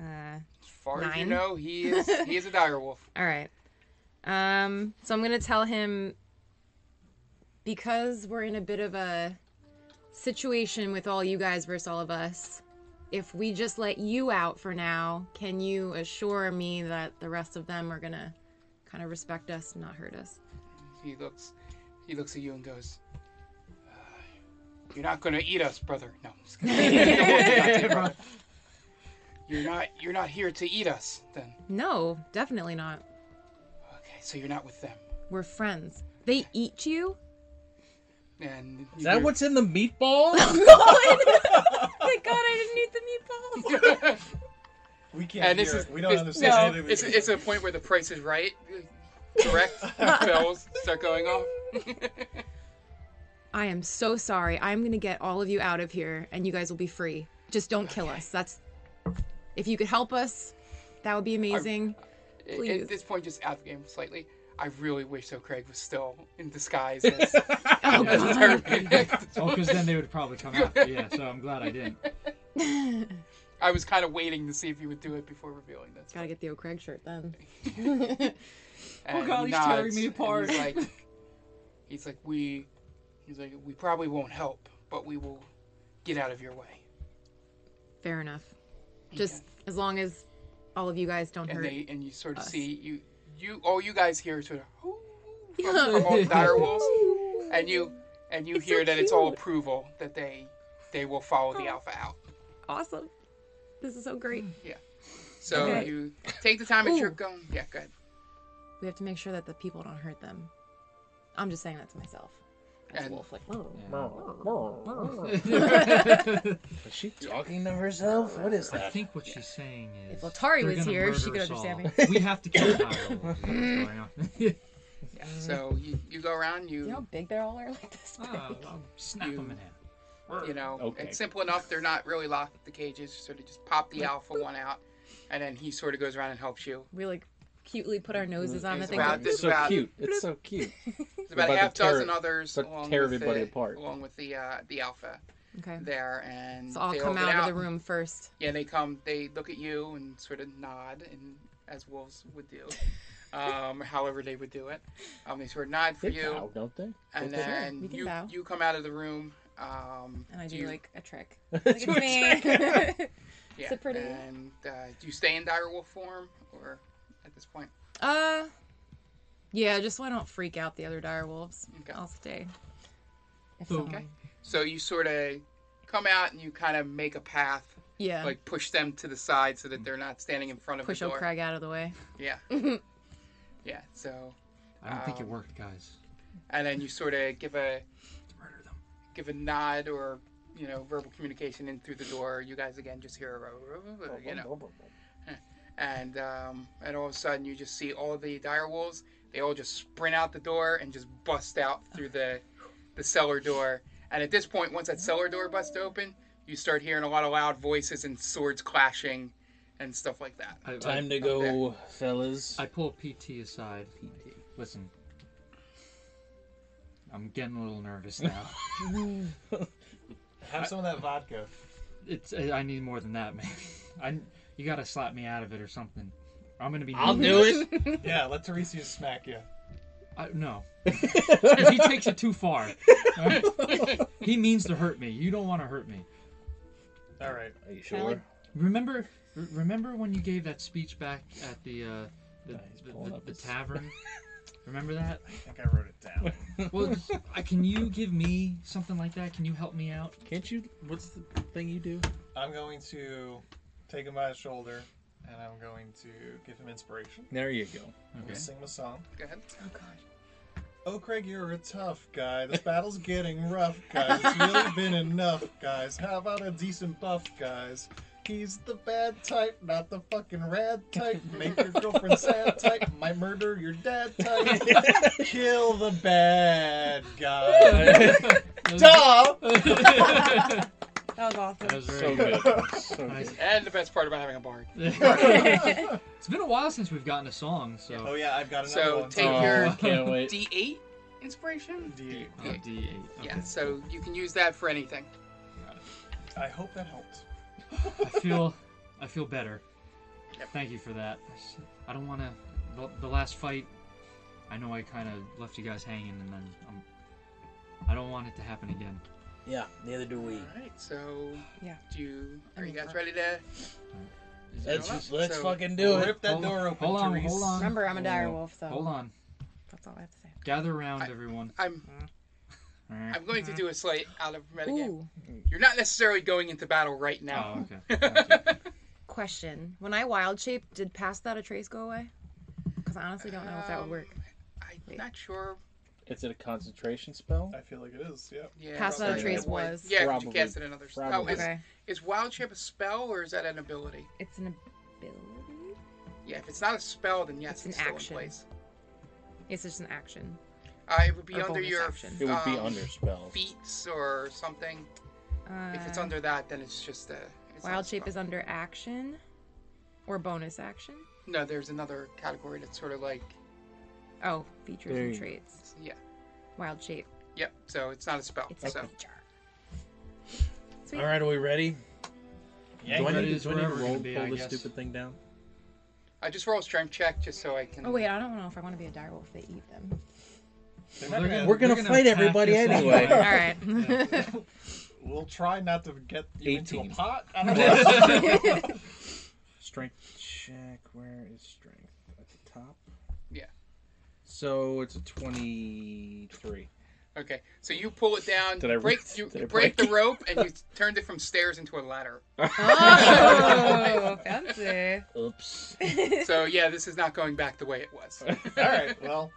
Speaker 5: Uh,
Speaker 1: As far as you
Speaker 5: Nine.
Speaker 1: know, he is he is a dire wolf.
Speaker 5: all right. Um, so I'm gonna tell him because we're in a bit of a situation with all you guys versus all of us. If we just let you out for now, can you assure me that the rest of them are gonna kind of respect us and not hurt us?
Speaker 1: He looks, he looks at you and goes, "Uh, "You're not gonna eat us, brother. No, I'm just kidding. you're not. You're not here to eat us. Then
Speaker 5: No, definitely not.
Speaker 1: okay, so you're not with them.
Speaker 5: We're friends. They eat you?
Speaker 1: And
Speaker 9: Is that what's in the meatball?
Speaker 5: Thank God I didn't eat the meatballs.
Speaker 2: We can't
Speaker 1: And this
Speaker 2: hear
Speaker 1: is
Speaker 2: it. We don't
Speaker 1: this- this-
Speaker 2: understand anything.
Speaker 1: It's, it's a point where the price is right, correct? Bells start going off.
Speaker 5: I am so sorry. I'm gonna get all of you out of here, and you guys will be free. Just don't kill us. That's if you could help us, that would be amazing.
Speaker 1: At-
Speaker 5: Please.
Speaker 1: At this point, just out of game slightly. I really wish so Craig was still in disguise as,
Speaker 5: Oh
Speaker 1: as a
Speaker 5: God.
Speaker 1: terrorist.
Speaker 6: Oh, because then they would probably come after. Yeah, so I'm glad I didn't.
Speaker 1: I was kind of waiting to see if you would do it before revealing this.
Speaker 5: Gotta get the O'Craig shirt then.
Speaker 1: And
Speaker 6: Oh, God,
Speaker 1: he
Speaker 6: he's tearing
Speaker 1: nods,
Speaker 6: me
Speaker 1: and
Speaker 6: apart.
Speaker 1: He's like, he's like, we, he's like, we probably won't help, but we will get out of your way.
Speaker 5: Fair enough. Just as long as all of you guys don't
Speaker 1: And
Speaker 5: hurt.
Speaker 1: they and you sort of
Speaker 5: us.
Speaker 1: see you, you, all you guys hear sort of "Hoo," from, from all the dire wolves, and you and you
Speaker 5: It's so
Speaker 1: hear that it's all
Speaker 5: cute.
Speaker 1: approval that they they will follow the alpha out.
Speaker 5: Awesome. This is so great.
Speaker 1: Mm. So
Speaker 5: Okay.
Speaker 1: you take the time that you're
Speaker 5: Ooh.
Speaker 1: going. Yeah, good.
Speaker 5: We have to make sure that the people don't hurt them. I'm just saying that to myself. As a
Speaker 1: And-
Speaker 5: wolf, like,
Speaker 9: Is she talking to herself? What is
Speaker 6: I
Speaker 9: that?
Speaker 6: think what she's saying is.
Speaker 5: If Latari
Speaker 6: they're
Speaker 5: was
Speaker 6: gonna
Speaker 5: here, she
Speaker 6: murder
Speaker 5: could
Speaker 6: us
Speaker 5: understand
Speaker 6: all. We have to kill Tyler. Is what's going on.
Speaker 1: Mm-hmm. So you, you go around. You
Speaker 4: You know how big they all are like this? big?
Speaker 6: Ah, I'll snap him in half.
Speaker 1: you know
Speaker 9: Okay.
Speaker 1: it's simple enough they're not really locked the cages sort of just pop the alpha one out and then he sort of goes around and helps you
Speaker 5: we like cutely put our noses on the
Speaker 1: It's
Speaker 5: thing.
Speaker 1: about
Speaker 9: It's
Speaker 1: this
Speaker 9: so
Speaker 1: about-
Speaker 9: cute. It's so cute.
Speaker 1: there's about a
Speaker 9: About to
Speaker 1: half dozen
Speaker 9: tear-
Speaker 1: others
Speaker 9: about to
Speaker 1: along
Speaker 9: tear
Speaker 1: with
Speaker 9: everybody
Speaker 1: the,
Speaker 9: apart.
Speaker 1: along with the uh, the alpha
Speaker 5: Okay.
Speaker 1: there and
Speaker 5: So I'll
Speaker 1: they
Speaker 5: come
Speaker 1: all Mm, get
Speaker 5: out of the room first.
Speaker 1: yeah they come they look at you and sort of nod and as wolves would do um, however they would do it um, they sort of nod for
Speaker 9: They
Speaker 1: you
Speaker 9: bow, don't they?
Speaker 1: and
Speaker 9: Don't they?
Speaker 1: then
Speaker 4: we can
Speaker 1: you
Speaker 4: bow.
Speaker 1: you come out of the room um,
Speaker 4: And I do
Speaker 1: you-
Speaker 4: like a trick. Like, it's me.
Speaker 1: yeah,
Speaker 4: so pretty.
Speaker 1: and uh, do you stay in dire wolf form or at this point
Speaker 5: Uh, yeah, just so I don't freak out the other dire wolves.
Speaker 1: Okay.
Speaker 5: I'll stay.
Speaker 4: If
Speaker 6: So-
Speaker 4: someone-
Speaker 1: So you sort of come out and you kind of make a path,
Speaker 5: Yeah.
Speaker 1: like push them to the side so that they're not standing in front of
Speaker 5: push
Speaker 1: the door.
Speaker 5: O'Craig out of the way.
Speaker 1: Yeah. yeah. So
Speaker 6: I don't think it
Speaker 1: Um,
Speaker 6: worked, guys.
Speaker 1: and then you sort of give a
Speaker 6: Let's murder them.
Speaker 1: give a nod or you know verbal communication in through the door. You guys again just hear a you know, and um, and all of a sudden you just see all the dire wolves. They all just sprint out the door and just bust out through the the cellar door. And at this point, once that cellar door busts open, you start hearing a lot of loud voices and swords clashing and stuff like that.
Speaker 6: I,
Speaker 9: Time to go, fellas.
Speaker 6: I, I pull PT aside. Listen, I'm getting a little nervous now.
Speaker 2: Have some of that vodka.
Speaker 6: it's I I need more than that, man. I you gotta slap me out of it or something. I'm gonna be.
Speaker 9: I'll do
Speaker 6: nervous.
Speaker 9: it.
Speaker 2: Yeah, let Teresius smack you.
Speaker 6: I, no, 'Cause he takes it too far. he means to hurt me. You don't want to hurt me.
Speaker 2: All right.
Speaker 9: Are you sure?
Speaker 6: Remember, re- remember when you gave that speech back at the uh, the,
Speaker 9: he's
Speaker 6: the,
Speaker 9: pulling
Speaker 6: the-
Speaker 9: up
Speaker 6: the
Speaker 9: his-
Speaker 6: tavern? remember that?
Speaker 2: I think I wrote it down.
Speaker 6: Well, just- I, can you give me something like that? Can you help me out?
Speaker 9: Can't you? What's the thing you do?
Speaker 2: I'm going to take him by his shoulder, and I'm going to give him inspiration.
Speaker 9: There you go.
Speaker 2: I'm going
Speaker 6: Okay.
Speaker 2: to sing him a song.
Speaker 1: Go ahead.
Speaker 2: Oh, Craig, you're a tough guy. This battle's getting rough, guys. It's really been enough, guys. How about a decent buff, guys? He's the bad type, not the fucking rad type. Make your girlfriend sad type. Might murder your dad type. Kill the bad guy. Duh!
Speaker 4: That was awesome.
Speaker 6: That was very
Speaker 9: So
Speaker 6: good.
Speaker 9: good. So
Speaker 6: Nice.
Speaker 9: good.
Speaker 1: And the best part about having a bard.
Speaker 6: it's been a while since we've gotten a song, so
Speaker 2: Oh, yeah, I've got another
Speaker 1: So,
Speaker 2: one.
Speaker 1: take
Speaker 9: oh,
Speaker 1: your-
Speaker 9: Can't wait.
Speaker 1: D8 inspiration.
Speaker 2: D8.
Speaker 6: Oh, D8.
Speaker 1: Yeah.
Speaker 6: Okay.
Speaker 1: So you can use that for anything.
Speaker 2: I hope that helped.
Speaker 6: I feel, I feel better.
Speaker 1: Yep.
Speaker 6: Thank you for that. I don't want to. The, the last fight, I know I kind of left you guys hanging, and then I'm, I don't want it to happen again.
Speaker 7: Yeah, neither do we.
Speaker 1: All right, so
Speaker 5: Yeah.
Speaker 1: do you,
Speaker 5: I
Speaker 1: are you
Speaker 5: mean,
Speaker 1: guys
Speaker 5: uh,
Speaker 1: ready to?
Speaker 7: Let's
Speaker 1: Well,
Speaker 7: just, let's
Speaker 1: so-
Speaker 7: fucking do it.
Speaker 2: Rip that
Speaker 6: Hold on,
Speaker 2: door open,
Speaker 6: hold on,
Speaker 2: Therese.
Speaker 6: hold on.
Speaker 5: Remember, I'm a
Speaker 6: hold
Speaker 5: dire
Speaker 6: on,
Speaker 5: wolf, so-
Speaker 6: Hold on.
Speaker 5: That's all I have to say.
Speaker 6: Gather around,
Speaker 1: I-
Speaker 6: everyone.
Speaker 1: I'm I'm going to do a slight out of metagame.
Speaker 5: Ooh,
Speaker 1: You're not necessarily going into battle right
Speaker 6: Oh,
Speaker 1: now.
Speaker 6: okay. Gotcha.
Speaker 5: question. When I wild shape, did past that a trace go away? Because I honestly don't know if that would work.
Speaker 1: I'm not sure.
Speaker 9: Is it a concentration spell?
Speaker 2: I feel like it is. Yep.
Speaker 1: Yeah,
Speaker 5: Cast out a
Speaker 1: probably
Speaker 5: trace
Speaker 1: it would.
Speaker 5: was.
Speaker 1: Yeah, but you
Speaker 9: Probably.
Speaker 1: cast it another. spell. Oh,
Speaker 9: Probably.
Speaker 1: is,
Speaker 5: Okay.
Speaker 1: is wild shape a spell or is that an ability?
Speaker 5: It's an ability?
Speaker 1: Yeah, if it's not a spell, then yes,
Speaker 5: It's
Speaker 1: it's,
Speaker 5: an
Speaker 1: still
Speaker 5: action.
Speaker 1: in place.
Speaker 5: It's just an action.
Speaker 1: Uh, it would be
Speaker 5: Or
Speaker 1: under
Speaker 5: bonus
Speaker 1: your
Speaker 5: action.
Speaker 9: It would be
Speaker 1: um,
Speaker 9: under spells.
Speaker 1: feats or something.
Speaker 5: Uh,
Speaker 1: if it's under that, then it's just a it's not
Speaker 5: wild
Speaker 1: a
Speaker 5: shape
Speaker 1: spell.
Speaker 5: is under action or bonus action.
Speaker 1: No, there's another category that's sort of like
Speaker 5: Oh, features
Speaker 7: There
Speaker 5: and
Speaker 7: you go.
Speaker 5: traits.
Speaker 1: yeah,
Speaker 5: Wild shape.
Speaker 1: yep. So it's not a spell.
Speaker 5: It's
Speaker 1: so
Speaker 5: a feature. Sweet.
Speaker 7: All right, are we ready?
Speaker 9: Yeah,
Speaker 6: Do I
Speaker 9: you
Speaker 6: need
Speaker 9: do-
Speaker 6: to-
Speaker 9: do I need
Speaker 6: wherever
Speaker 9: to
Speaker 6: we're
Speaker 9: roll
Speaker 6: gonna be, I
Speaker 9: pull this
Speaker 6: guess.
Speaker 9: stupid thing down?
Speaker 1: I just roll a strength check just so I can.
Speaker 5: Oh wait, I don't know if I want to be a dire wolf. They eat them.
Speaker 2: They're
Speaker 6: Well,
Speaker 2: not
Speaker 6: they're
Speaker 2: gonna-
Speaker 7: We're gonna
Speaker 6: They're
Speaker 7: fight
Speaker 6: attack
Speaker 7: everybody
Speaker 6: us
Speaker 7: anyway.
Speaker 5: All right.
Speaker 2: We'll try not to get you into
Speaker 9: 18.
Speaker 2: a pot. I don't know.
Speaker 9: Strength check. Where is strength? At the top.
Speaker 1: Yeah.
Speaker 9: So it's a twenty-three.
Speaker 1: Okay, so you pull it down,
Speaker 9: Did I
Speaker 1: break
Speaker 9: re-
Speaker 1: you
Speaker 9: did I
Speaker 1: break the
Speaker 9: break?
Speaker 1: rope, and you turned it from stairs into a ladder.
Speaker 5: oh, fancy.
Speaker 7: Oops.
Speaker 1: So yeah, this is not going back the way it was.
Speaker 2: All right. Well,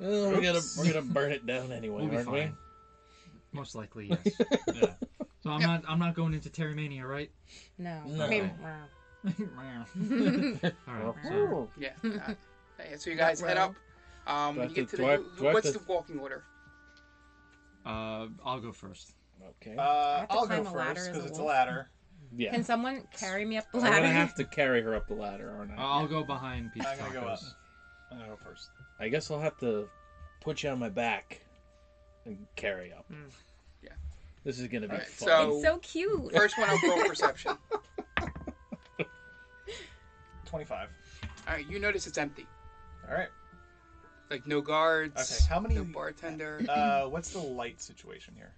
Speaker 7: Oh, we're gonna
Speaker 6: Oops.
Speaker 7: we're gonna burn it down anyway,
Speaker 6: We'll be
Speaker 7: aren't we?
Speaker 6: fine. Most likely, yes. yeah. So I'm not. I'm not going into Terramania, right?
Speaker 5: No.
Speaker 7: No.
Speaker 5: I mean,
Speaker 6: All right.
Speaker 9: Oh,
Speaker 6: So,
Speaker 7: Ooh.
Speaker 1: Yeah. uh, yeah, so you guys head up. Um,
Speaker 9: Do I
Speaker 1: when you get
Speaker 9: have to-
Speaker 1: to the
Speaker 9: do I-
Speaker 1: who-
Speaker 9: do I have
Speaker 1: what's
Speaker 9: to-
Speaker 1: the walking order?
Speaker 6: uh, I'll go first.
Speaker 9: Okay.
Speaker 2: uh,
Speaker 5: have to
Speaker 2: I'll go
Speaker 5: climb a ladder
Speaker 2: first
Speaker 5: as a
Speaker 2: because it's a
Speaker 5: wolf.
Speaker 2: ladder.
Speaker 9: yeah.
Speaker 5: can someone carry me up the
Speaker 9: I'm
Speaker 5: ladder?
Speaker 9: gonna have to carry her up the ladder, aren't
Speaker 1: Oh.
Speaker 9: I?
Speaker 6: I'll go behind Pizza
Speaker 2: I'm gonna go
Speaker 6: Tacos.
Speaker 2: up. I'm gonna go first.
Speaker 9: I guess I'll have to put you on my back and carry up.
Speaker 1: Mm. Yeah.
Speaker 9: This is gonna be
Speaker 1: Alright,
Speaker 9: fun.
Speaker 1: so-
Speaker 5: It's so cute.
Speaker 1: First one, I'll roll perception.
Speaker 2: Twenty-five.
Speaker 1: All right, you notice it's empty.
Speaker 2: All right.
Speaker 1: Like no guards.
Speaker 2: Okay, how many-
Speaker 1: No bartender.
Speaker 2: Uh, what's the light situation here?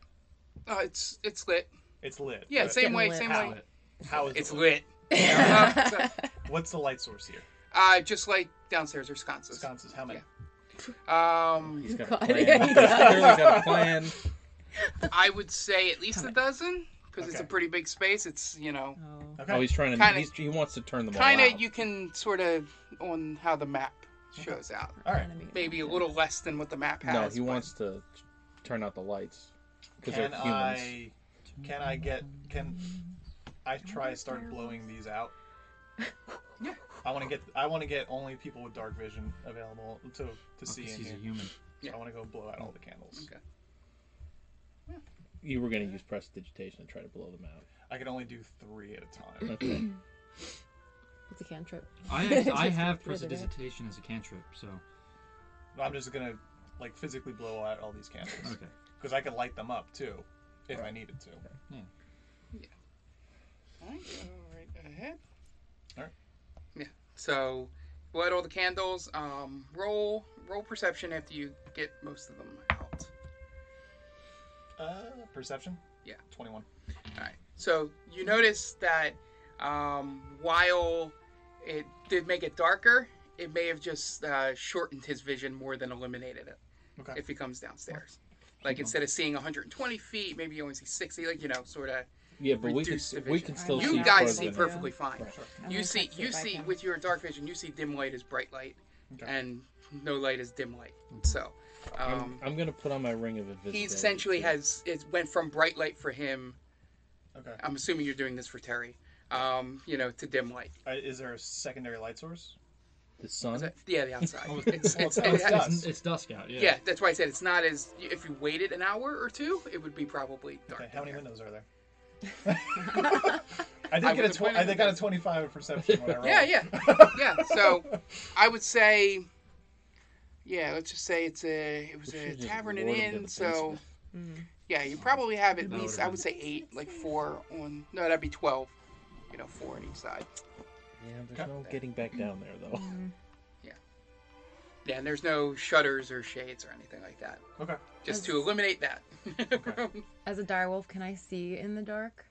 Speaker 1: Oh, it's it's lit.
Speaker 2: It's lit.
Speaker 1: Yeah,
Speaker 2: but
Speaker 1: same
Speaker 5: getting
Speaker 1: way,
Speaker 5: lit.
Speaker 1: same
Speaker 2: How?
Speaker 1: way.
Speaker 2: How is
Speaker 1: It's
Speaker 2: it
Speaker 1: lit. Uh, so-
Speaker 2: What's the light source here?
Speaker 1: uh, just like downstairs are sconces.
Speaker 2: Sconces. How many?
Speaker 1: Yeah. Um,
Speaker 9: He's got a
Speaker 5: God,
Speaker 9: plan.
Speaker 5: yeah, he
Speaker 9: He's
Speaker 5: does.
Speaker 9: clearly got a plan.
Speaker 1: I would say at least a dozen because it's a
Speaker 2: Okay.
Speaker 1: pretty big space. It's you know,
Speaker 2: Okay.
Speaker 9: Oh, he's trying to.
Speaker 1: Kinda-
Speaker 9: he's, he wants to turn them all
Speaker 1: kind
Speaker 9: out.
Speaker 1: of you can sort of on how the map shows out.
Speaker 2: All right.
Speaker 5: Enemy.
Speaker 1: Maybe a little less than what the map has.
Speaker 9: No, he
Speaker 1: but-
Speaker 9: wants to turn out the lights because they're
Speaker 2: Can
Speaker 9: humans.
Speaker 2: I? Can I get? Can I try to start blowing these out? I want to get. I want to get only people with dark vision available to to see
Speaker 6: Because Oh,
Speaker 2: in
Speaker 6: he's a
Speaker 2: here.
Speaker 6: human.
Speaker 2: So I want to go blow out all the candles.
Speaker 1: Okay.
Speaker 9: You were going to use prestidigitation to try to blow them out.
Speaker 2: I can only do three at a time.
Speaker 9: Okay.
Speaker 4: It's a cantrip.
Speaker 6: I I
Speaker 4: Just further
Speaker 6: have
Speaker 4: back.
Speaker 6: prestidigitation as a cantrip, so
Speaker 2: I'm just gonna like physically blow out all these candles
Speaker 6: okay.
Speaker 2: because I could light them up too if I needed to.
Speaker 1: All right, go right ahead.
Speaker 2: All right.
Speaker 1: Yeah. So, light all the candles. Um, roll roll perception after you get most of them out.
Speaker 2: Uh, perception.
Speaker 1: Yeah.
Speaker 2: Twenty-one.
Speaker 1: All right. So you notice that um, while it did make it darker, it may have just uh, shortened his vision more than eliminated it.
Speaker 2: Okay.
Speaker 1: If he comes downstairs, like instead of seeing 120 feet, maybe you only see 60. Like you know, sort of.
Speaker 9: Yeah, but we can,
Speaker 1: Reduced
Speaker 9: we
Speaker 1: division.
Speaker 9: can still
Speaker 1: You
Speaker 9: see
Speaker 1: guys
Speaker 9: further
Speaker 1: see
Speaker 9: than-
Speaker 1: perfectly fine.
Speaker 5: I'm
Speaker 1: You
Speaker 5: gonna try
Speaker 1: see,
Speaker 5: to
Speaker 1: you
Speaker 5: if I
Speaker 1: see
Speaker 5: can.
Speaker 1: with your dark vision, you see dim light as bright light,
Speaker 2: Okay.
Speaker 1: and no light is dim light. So,
Speaker 9: I'm,
Speaker 1: um,
Speaker 9: I'm going to put on my ring of invisibility.
Speaker 1: he essentially
Speaker 9: too.
Speaker 1: has it went from bright light for him.
Speaker 2: Okay.
Speaker 1: I'm assuming you're doing this for Terry. Um, you know, to dim light.
Speaker 2: Uh, is there a secondary light source?
Speaker 9: the sun.
Speaker 1: Is that- yeah, the outside.
Speaker 6: Oh,
Speaker 1: It's-
Speaker 2: well,
Speaker 1: it's-
Speaker 2: it's
Speaker 1: it has-
Speaker 2: outside.
Speaker 6: It's, it's dusk out. Yeah.
Speaker 1: yeah, that's why I said it's not as if you waited an hour or two, it would be probably dark.
Speaker 2: Okay, how
Speaker 1: down there.
Speaker 2: many windows are there? I did
Speaker 1: I
Speaker 2: get a
Speaker 1: would've
Speaker 2: tw- I
Speaker 1: pointed
Speaker 2: think got a
Speaker 1: at-
Speaker 2: twenty-five of perception when I rolled.
Speaker 1: Yeah, yeah, yeah. So, I would say, yeah, let's just say it's a it was
Speaker 9: We
Speaker 1: a
Speaker 9: should've just
Speaker 1: tavern and
Speaker 9: lured him to
Speaker 1: inn.
Speaker 9: the
Speaker 1: So,
Speaker 9: basement.
Speaker 1: yeah, you probably have at
Speaker 6: That
Speaker 1: least
Speaker 6: would've
Speaker 1: I would say eight, like four on. No, that'd be twelve. You know, four on each side.
Speaker 9: Yeah, there's no getting back down there though.
Speaker 1: Yeah, and there's no shutters or shades or anything like that.
Speaker 2: Okay.
Speaker 1: Just to eliminate that.
Speaker 5: As a direwolf, can I see in the dark?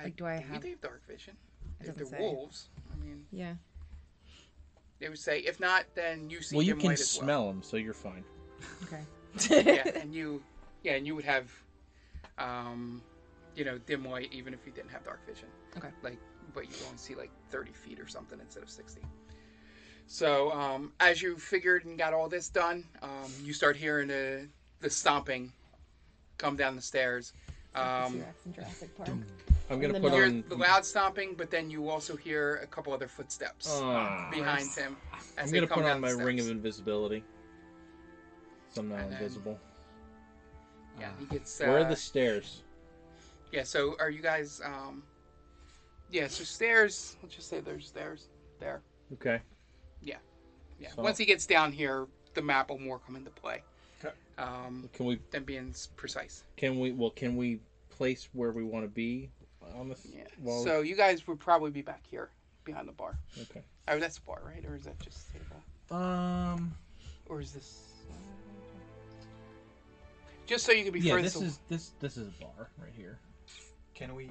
Speaker 5: Like, do I
Speaker 1: believe
Speaker 5: have-
Speaker 1: they have dark vision?
Speaker 5: It
Speaker 1: If they're
Speaker 5: doesn't say.
Speaker 1: wolves, I mean,
Speaker 5: Yeah.
Speaker 1: they would say if not, then you see
Speaker 7: Well, you
Speaker 1: dim
Speaker 7: can
Speaker 1: light as well.
Speaker 7: smell them, so you're fine.
Speaker 5: Okay.
Speaker 1: yeah, and you, yeah, and you would have, um, you know, dim light even if you didn't have dark vision.
Speaker 5: Okay.
Speaker 1: Like, but you only see like 30 feet or something instead of 60. So um, as you figured and got all this done, um, you start hearing the the stomping come down the stairs. Um,
Speaker 4: T-Rex in Jurassic Park.
Speaker 7: I'm gonna
Speaker 4: And
Speaker 7: put
Speaker 4: then
Speaker 1: hear
Speaker 7: on.
Speaker 1: the loud stomping, but then you also hear a couple other footsteps
Speaker 7: Ah.
Speaker 1: behind him as
Speaker 7: I'm
Speaker 1: they
Speaker 7: gonna
Speaker 1: come
Speaker 7: put
Speaker 1: down
Speaker 7: on
Speaker 1: the
Speaker 7: my ring of
Speaker 1: steps.
Speaker 7: invisibility. So I'm not
Speaker 1: And then-
Speaker 7: invisible.
Speaker 1: Yeah, he gets.
Speaker 7: Where are
Speaker 1: uh,
Speaker 7: the stairs?
Speaker 1: Yeah, so are you guys um Yeah, so stairs, let's just say there's stairs there.
Speaker 7: Okay.
Speaker 1: Yeah.
Speaker 7: So-
Speaker 1: Once he gets down here, the map will more come into play.
Speaker 2: Okay.
Speaker 1: Um
Speaker 7: Can we?
Speaker 1: than being s- precise.
Speaker 7: Can we? Well, can we place where we want to be on the?
Speaker 1: Yeah.
Speaker 7: Well,
Speaker 1: so you guys would probably be back here behind the bar.
Speaker 7: okay.
Speaker 1: Oh, that's the bar, right? Or is that just a table?
Speaker 3: Um.
Speaker 1: Or is this just so you can be
Speaker 6: Yeah,
Speaker 1: furthest
Speaker 6: this is this this is a bar right here.
Speaker 2: Can we?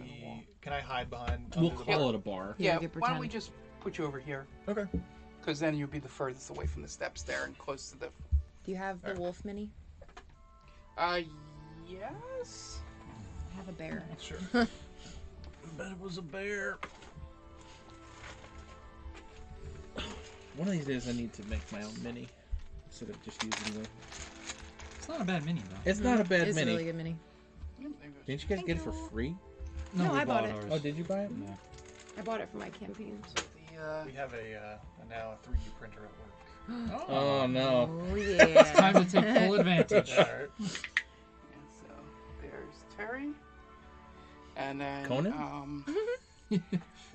Speaker 2: Can I hide behind?
Speaker 6: We'll
Speaker 2: under the
Speaker 6: call
Speaker 2: bar?
Speaker 6: it a bar.
Speaker 5: Yeah,
Speaker 1: Yeah,
Speaker 5: we could
Speaker 1: why don't we
Speaker 5: pretend.
Speaker 1: just put you over here?
Speaker 2: Okay.
Speaker 1: Because then you'll be the furthest away from the steps there and close to the
Speaker 5: Do you have the
Speaker 2: Alright.
Speaker 5: wolf mini?
Speaker 1: uh yes.
Speaker 5: I have a bear.
Speaker 2: Sure.
Speaker 7: But it was a bear. One of these days, I need to make my own mini instead of just using the.
Speaker 6: It's not a bad mini though.
Speaker 1: Mm-hmm.
Speaker 7: It's not a bad
Speaker 5: It's a
Speaker 7: mini.
Speaker 5: really good mini.
Speaker 7: Didn't you guys get it for free?
Speaker 5: No,
Speaker 6: we
Speaker 5: I bought it.
Speaker 6: ours.
Speaker 7: Oh, did you buy it?
Speaker 6: Yeah.
Speaker 4: I bought it for my campaign.
Speaker 1: The, uh,
Speaker 2: We have a uh, now a 3D printer at work.
Speaker 7: Oh no.
Speaker 5: Oh yeah.
Speaker 6: Time to take full advantage.
Speaker 2: All right.
Speaker 1: And so there's Terry. And then
Speaker 7: Conan?
Speaker 1: um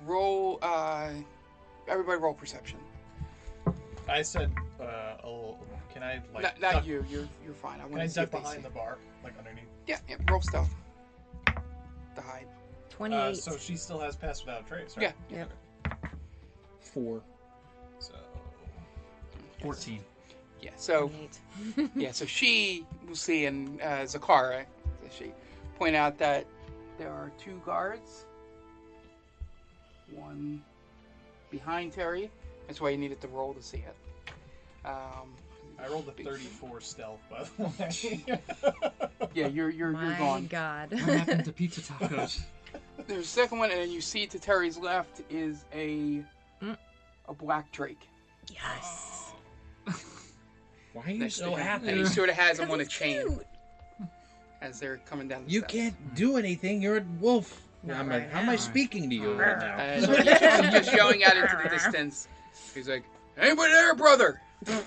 Speaker 1: roll uh everybody roll perception.
Speaker 2: I said, uh, oh, can I like?
Speaker 1: not not
Speaker 2: duck-
Speaker 1: you, you're you're fine. I
Speaker 2: Can
Speaker 1: want
Speaker 2: I
Speaker 1: to see
Speaker 2: duck
Speaker 1: if they see.
Speaker 2: behind the bar, like underneath?
Speaker 1: Yeah, yeah, roll stealth. To hide.
Speaker 5: Twenty-eight.
Speaker 2: Uh, so she still has pass without a trace, right?
Speaker 5: Yeah. Yep.
Speaker 7: Four.
Speaker 2: So
Speaker 6: Fourteen.
Speaker 1: Yeah, so
Speaker 5: Twenty-eight.
Speaker 1: yeah, so she will see and uh Zakara she point out that there are two guards. One behind Terry. That's why you needed to roll to see it. Um
Speaker 2: I rolled a
Speaker 1: Big-
Speaker 2: 34 stealth, by the way.
Speaker 1: Yeah, you're you're
Speaker 5: My
Speaker 1: you're gone.
Speaker 5: God.
Speaker 6: What happened to pizza tacos?
Speaker 1: There's a second one, and then you see to Terry's left is a
Speaker 5: Mm.
Speaker 1: a black drake.
Speaker 5: yes.
Speaker 7: Why are you
Speaker 1: Next to
Speaker 7: so
Speaker 1: him.
Speaker 7: happy?
Speaker 1: And he sort of has them
Speaker 5: 'Cause
Speaker 1: on a
Speaker 5: he's
Speaker 1: chain
Speaker 5: cute.
Speaker 1: as they're coming down the
Speaker 7: You
Speaker 1: steps.
Speaker 7: can't do anything. You're a wolf.
Speaker 5: Not
Speaker 7: I'm
Speaker 5: right
Speaker 7: like, how am I
Speaker 5: now.
Speaker 7: speaking to you right now?
Speaker 1: And Uh, he's just- just yelling out into the distance. He's like, "Anybody there, brother?"
Speaker 5: I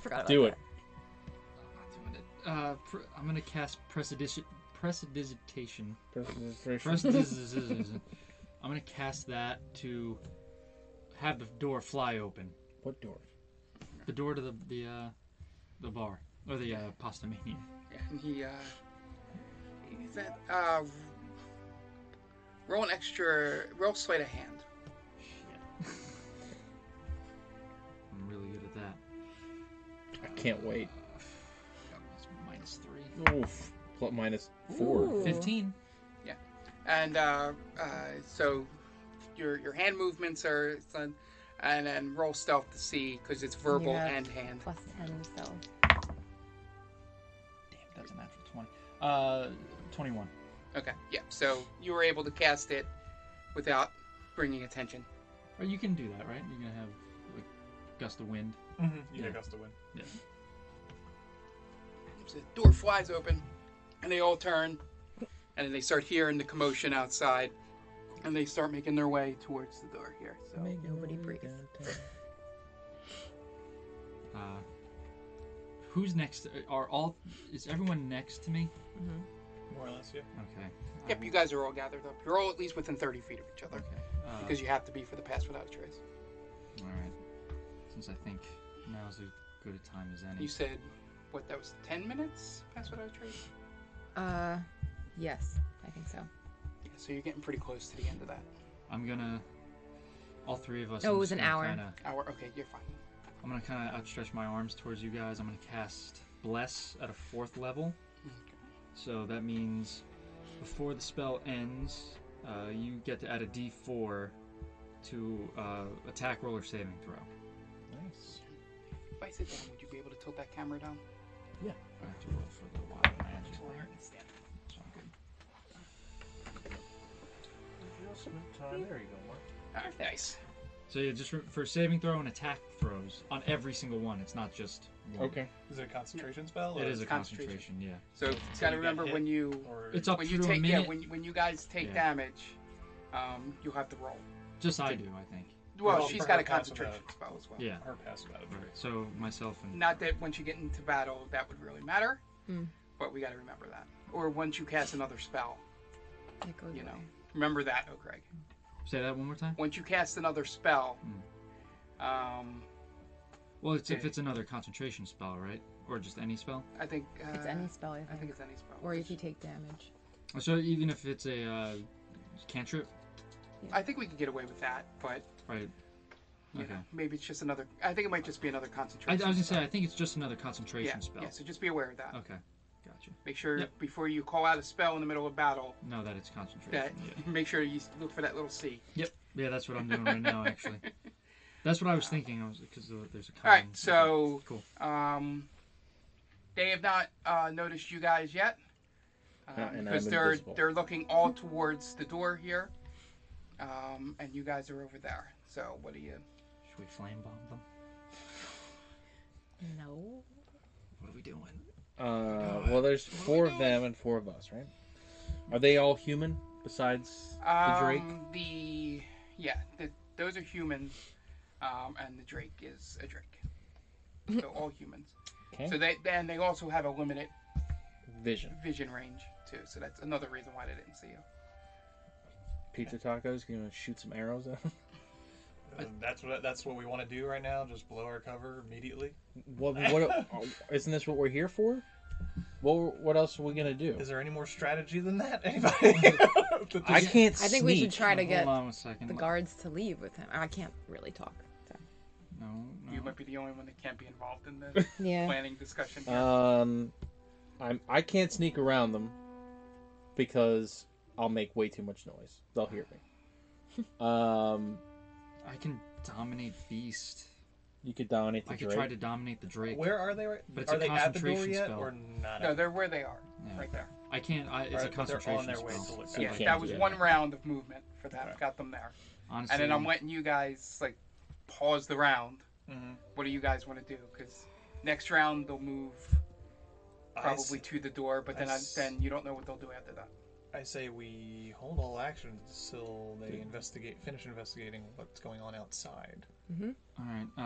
Speaker 5: forgot about
Speaker 7: do it.
Speaker 6: I'm not doing it. Uh, pre- I'm gonna cast prestidigitation. Prestidigitation. Prestidigitation. I'm gonna cast that to have the door fly open.
Speaker 7: What door?
Speaker 6: The door to the the uh, the bar or the uh, pasta mania.
Speaker 1: And he uh, he's at uh, roll an extra, roll sleight of hand.
Speaker 6: I'm really good at that.
Speaker 7: I can't wait.
Speaker 6: That was minus three.
Speaker 7: Oof. Plus minus four.
Speaker 5: Ooh.
Speaker 6: Fifteen.
Speaker 1: And uh, uh, so your your hand movements are, and then roll stealth to see because it's verbal
Speaker 4: have
Speaker 1: and hand.
Speaker 4: Plus 10, so.
Speaker 6: Damn, that's a natural twenty. Uh, twenty-one.
Speaker 1: Okay. Yeah. So you were able to cast it without bringing attention.
Speaker 6: Or you can do that, right? You're gonna have like gust of wind.
Speaker 2: Mhm, you
Speaker 6: Yeah.
Speaker 2: yeah. us to win.
Speaker 6: Yeah.
Speaker 1: So the door flies open, and they all turn, and then they start hearing the commotion outside, and they start making their way towards the door here. So
Speaker 5: Nobody breathes.
Speaker 6: Uh, who's next? Uh, Are all? Is everyone next to me?
Speaker 2: More or less, yeah.
Speaker 6: Okay.
Speaker 1: yep, you guys are all gathered up. You're all at least within 30 feet of each other
Speaker 6: Okay. Uh,
Speaker 1: because you have to be for the pass without a trace.
Speaker 6: all right. Since I think now's as good a time as any.
Speaker 1: You said what? That was 10 minutes pass without a trace.
Speaker 5: Uh, yes, I think so.
Speaker 1: Yeah. So you're getting pretty close to the end of that
Speaker 6: I'm gonna. All three of us.
Speaker 5: No, it
Speaker 6: I'm
Speaker 5: was
Speaker 6: just
Speaker 5: an
Speaker 6: gonna
Speaker 5: hour.
Speaker 6: Kinda,
Speaker 1: hour. Okay, you're fine.
Speaker 6: I'm gonna kind of outstretch my arms towards you guys. I'm gonna cast Bless at a fourth level. So that means before the spell ends, uh, you get to add a D4 to uh, attack roll or saving throw.
Speaker 1: Nice. If I sit down, would you be able to tilt that camera down?
Speaker 7: Yeah. I have to roll for the wild magic. So I'm good. If you also have time- There you go, Mark.
Speaker 1: All right, nice.
Speaker 6: So yeah, just for- for saving throw and attack throws on every single one. It's not just one.
Speaker 2: Is it a concentration spell?
Speaker 6: It
Speaker 2: or-
Speaker 6: is a concentration. yeah.
Speaker 1: So you gotta remember when you
Speaker 2: or-
Speaker 6: It's up
Speaker 1: when you
Speaker 6: through a
Speaker 1: take yeah
Speaker 6: minute.
Speaker 1: when when you guys take
Speaker 6: Yeah.
Speaker 1: damage, um, you have to roll.
Speaker 6: Just I do, I think.
Speaker 1: Well,
Speaker 2: Well,
Speaker 1: she's
Speaker 2: for
Speaker 1: got
Speaker 2: her
Speaker 1: a
Speaker 2: passive
Speaker 1: concentration
Speaker 2: out.
Speaker 1: spell as well.
Speaker 6: Yeah.
Speaker 2: Her passive out.
Speaker 6: Right, So myself and
Speaker 1: Not that once you get into battle that would really matter,
Speaker 5: Hmm.
Speaker 1: but we gotta remember that. Or once you cast another spell,
Speaker 5: That goes
Speaker 1: you know,
Speaker 5: away.
Speaker 1: remember that, oh Craig.
Speaker 6: say that one more time.
Speaker 1: Once you cast another spell,
Speaker 6: Hmm.
Speaker 1: um,
Speaker 6: Well, it's if
Speaker 1: Okay.
Speaker 6: it's another concentration spell, right? Or just any spell.
Speaker 1: I think uh,
Speaker 4: It's any spell, I
Speaker 1: I think
Speaker 4: think.
Speaker 1: it's any spell.
Speaker 4: Or if you take damage.
Speaker 6: So even if it's a uh, cantrip,
Speaker 1: I think we could get away with that, but
Speaker 6: right?
Speaker 1: you
Speaker 6: Okay.
Speaker 1: know, maybe it's just another. I think it might just be another
Speaker 6: I, I was
Speaker 1: concentration.
Speaker 6: gonna
Speaker 1: spell.
Speaker 6: say I think it's just another concentration
Speaker 1: yeah,
Speaker 6: spell.
Speaker 1: yeah. So just be aware of that.
Speaker 6: Okay, gotcha.
Speaker 1: Make sure
Speaker 6: Yep.
Speaker 1: before you call out a spell in the middle of battle
Speaker 6: No, that it's concentration.
Speaker 1: that
Speaker 6: Yeah.
Speaker 1: make sure you look for that little C.
Speaker 6: Yep. Yeah, that's what I'm doing right now. Actually, that's what I was thinking. I was because there's a.
Speaker 1: All right,
Speaker 6: common-
Speaker 1: so
Speaker 6: okay, cool.
Speaker 1: Um, they have not uh, noticed you guys yet um,
Speaker 7: and
Speaker 1: because
Speaker 7: I'm
Speaker 1: they're
Speaker 7: invisible.
Speaker 1: they're looking all towards the door here, um, and you guys are over there. So what do you?
Speaker 6: Should we flame bomb them?
Speaker 5: No.
Speaker 6: What are we doing?
Speaker 7: Uh, well, there's four of them and four of us, right? Are they all human besides the Drake?
Speaker 1: Um, the yeah, the, those are humans, um, and the Drake is a Drake. So all humans.
Speaker 7: Okay.
Speaker 1: So they and they also have a limited
Speaker 7: Vision.
Speaker 1: vision range too. So that's another reason why they didn't see you.
Speaker 7: Pizza tacos. You gonna shoot some arrows at 'em?
Speaker 2: Um, that's what that's what we want to do right now. Just blow our cover immediately.
Speaker 7: What? What? isn't this what we're here for? What? What else are we gonna do?
Speaker 2: Is there any more strategy than that? Anybody?
Speaker 7: I can't.
Speaker 5: I think we should
Speaker 7: sneak.
Speaker 5: try to
Speaker 6: Hold
Speaker 5: get
Speaker 6: on a second.
Speaker 5: the guards to leave with him. I can't really talk. So.
Speaker 6: No, no.
Speaker 1: You
Speaker 7: Mm-hmm.
Speaker 1: might be the only one that can't be involved in the
Speaker 5: Yeah.
Speaker 1: planning discussion. Here.
Speaker 7: Um, I'm. I can't sneak around them because I'll make way too much noise. They'll hear me. Um,
Speaker 6: I can dominate Beast.
Speaker 7: you could dominate the
Speaker 6: I could
Speaker 7: Drake.
Speaker 6: try to dominate the Drake.
Speaker 2: Where are they? Right?
Speaker 6: But it's
Speaker 2: are
Speaker 6: a
Speaker 2: they at the door
Speaker 6: concentration
Speaker 2: yet,
Speaker 6: spell.
Speaker 2: or not?
Speaker 1: no,
Speaker 2: at-
Speaker 1: they're where they are,
Speaker 6: Yeah.
Speaker 1: right there.
Speaker 6: I can't. I, it's
Speaker 2: Right,
Speaker 6: a
Speaker 2: but they're
Speaker 6: concentration
Speaker 2: on their way
Speaker 6: spell.
Speaker 2: to look
Speaker 6: so
Speaker 2: at
Speaker 6: I
Speaker 2: it.
Speaker 1: Yeah,
Speaker 6: can't
Speaker 1: that
Speaker 6: do
Speaker 1: was
Speaker 6: that.
Speaker 1: one round of movement for that.
Speaker 2: Okay.
Speaker 1: Got them there,
Speaker 6: Honestly,
Speaker 1: and then I'm letting you guys like pause the round.
Speaker 2: Mhm.
Speaker 1: What do you guys want to do? Because next round they'll move
Speaker 2: I
Speaker 1: probably
Speaker 2: s-
Speaker 1: to the door, but then
Speaker 2: I
Speaker 1: I,
Speaker 2: s-
Speaker 1: then you don't know what they'll do after that.
Speaker 2: I say we hold all actions till they investigate, finish investigating what's going on outside.
Speaker 6: All right. Uh,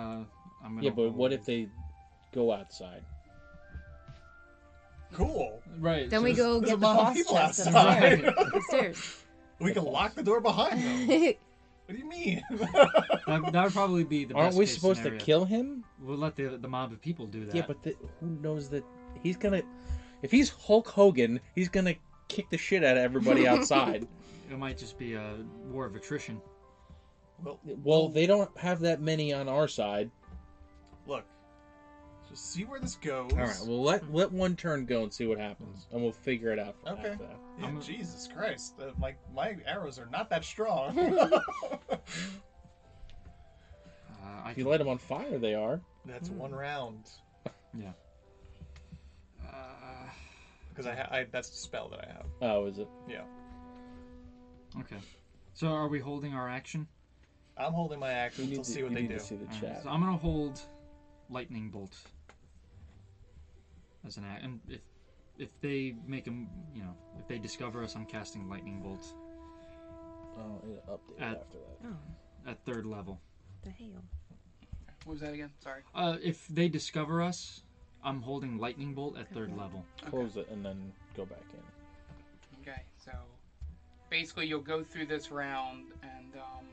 Speaker 6: I'm gonna
Speaker 7: Yeah, but what
Speaker 6: hold-
Speaker 7: if they go outside?
Speaker 2: Cool.
Speaker 6: Right.
Speaker 5: Then we
Speaker 6: so-
Speaker 5: go
Speaker 2: there's a
Speaker 5: get the
Speaker 2: lot of
Speaker 5: boss
Speaker 2: people
Speaker 5: chest
Speaker 2: outside.
Speaker 5: upstairs. upstairs.
Speaker 2: We can lock the door behind them. what do you mean?
Speaker 6: That, that would probably be the.
Speaker 7: Aren't
Speaker 6: best
Speaker 7: we
Speaker 6: case
Speaker 7: supposed
Speaker 6: scenario.
Speaker 7: to kill him?
Speaker 6: We'll let the the mob of people do that.
Speaker 7: Yeah, but the, who knows that he's gonna? If he's Hulk Hogan, he's gonna kick the shit out of everybody outside.
Speaker 6: it might just be a war of attrition.
Speaker 2: well,
Speaker 7: well, they don't have that many on our side.
Speaker 2: look. Just see where this goes.
Speaker 7: All right, well let let one turn go and see what happens, and we'll figure it out. From
Speaker 2: Okay.
Speaker 7: After that.
Speaker 2: Yeah,
Speaker 6: I'm-
Speaker 2: Jesus Christ! Uh, my my arrows are not that strong.
Speaker 6: Uh, I
Speaker 7: If you
Speaker 6: can-
Speaker 7: light them on fire, they are.
Speaker 2: That's one round
Speaker 6: Yeah. Uh,
Speaker 2: because I, ha- I that's the spell that I have.
Speaker 7: Oh, is it?
Speaker 2: Yeah,
Speaker 6: okay. So are we holding our action?
Speaker 2: I'm holding my
Speaker 7: You
Speaker 2: action.
Speaker 7: need
Speaker 2: We'll
Speaker 7: to,
Speaker 2: see what
Speaker 7: you
Speaker 2: they
Speaker 7: need
Speaker 2: do.
Speaker 7: to see the
Speaker 6: All right,
Speaker 7: chat.
Speaker 6: so I'm gonna hold lightning bolt as an act, and if if they make them, you know, if they discover us, I'm casting lightning bolt
Speaker 7: Oh, it'll update
Speaker 6: At-
Speaker 7: after that.
Speaker 5: Oh,
Speaker 6: at third level.
Speaker 5: the hell.
Speaker 1: What was that again? Sorry.
Speaker 6: Uh, if they discover us, I'm holding lightning bolt at third level.
Speaker 7: Close it and then go back in.
Speaker 1: Okay, so basically you'll go through this round, and um,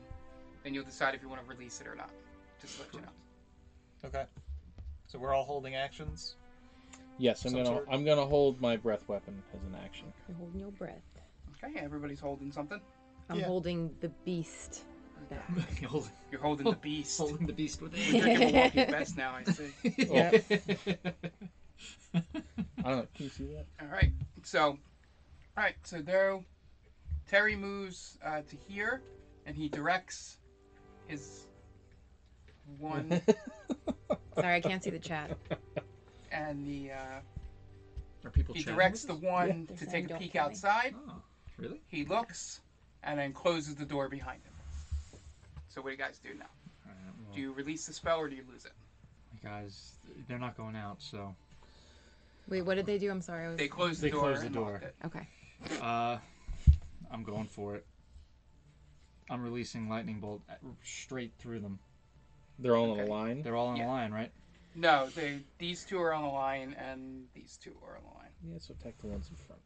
Speaker 1: then you'll decide if you want to release it or not. Just to let you know.
Speaker 2: Okay. So we're all holding actions.
Speaker 7: Yes, I'm
Speaker 2: Some
Speaker 7: gonna
Speaker 2: sort.
Speaker 7: I'm gonna hold my breath weapon as an action.
Speaker 5: You're holding your breath.
Speaker 1: Okay, everybody's holding something.
Speaker 5: I'm
Speaker 2: Yeah.
Speaker 5: holding the beast.
Speaker 4: back.
Speaker 1: You're holding the beast.
Speaker 6: Holding the beast with
Speaker 1: We're drinking Milwaukee Best now, I see.
Speaker 7: Yeah. I Oh, don't know. Can you see that?
Speaker 1: All right. So, all right. So there, Terry moves uh, to here, and he directs his one
Speaker 5: Sorry, I can't see the chat.
Speaker 1: and the uh,
Speaker 6: Are people
Speaker 1: he
Speaker 6: chatting
Speaker 1: directs
Speaker 6: with
Speaker 1: the
Speaker 6: us?
Speaker 1: one to
Speaker 5: They're saying
Speaker 1: take a
Speaker 5: don't
Speaker 1: peek
Speaker 5: play.
Speaker 1: outside.
Speaker 6: Really?
Speaker 1: He looks, and then closes the door behind him. So what do you guys do now?
Speaker 6: Alright, well,
Speaker 1: Do you release the spell or do you lose it?
Speaker 6: guys, they're not going out, so.
Speaker 5: Wait, what did they do? I'm sorry. I was...
Speaker 1: They close the
Speaker 6: They
Speaker 1: door.
Speaker 6: close the
Speaker 1: and lock
Speaker 6: door.
Speaker 1: it.
Speaker 5: Okay.
Speaker 6: Uh, I'm going for it. I'm releasing lightning bolt at- straight through them.
Speaker 7: They're all
Speaker 1: Okay.
Speaker 7: on a line.
Speaker 6: They're all in
Speaker 1: Yeah.
Speaker 6: a line, right?
Speaker 1: No, they these two are on the line, and these two are on the line.
Speaker 7: Yeah, so take the ones in front.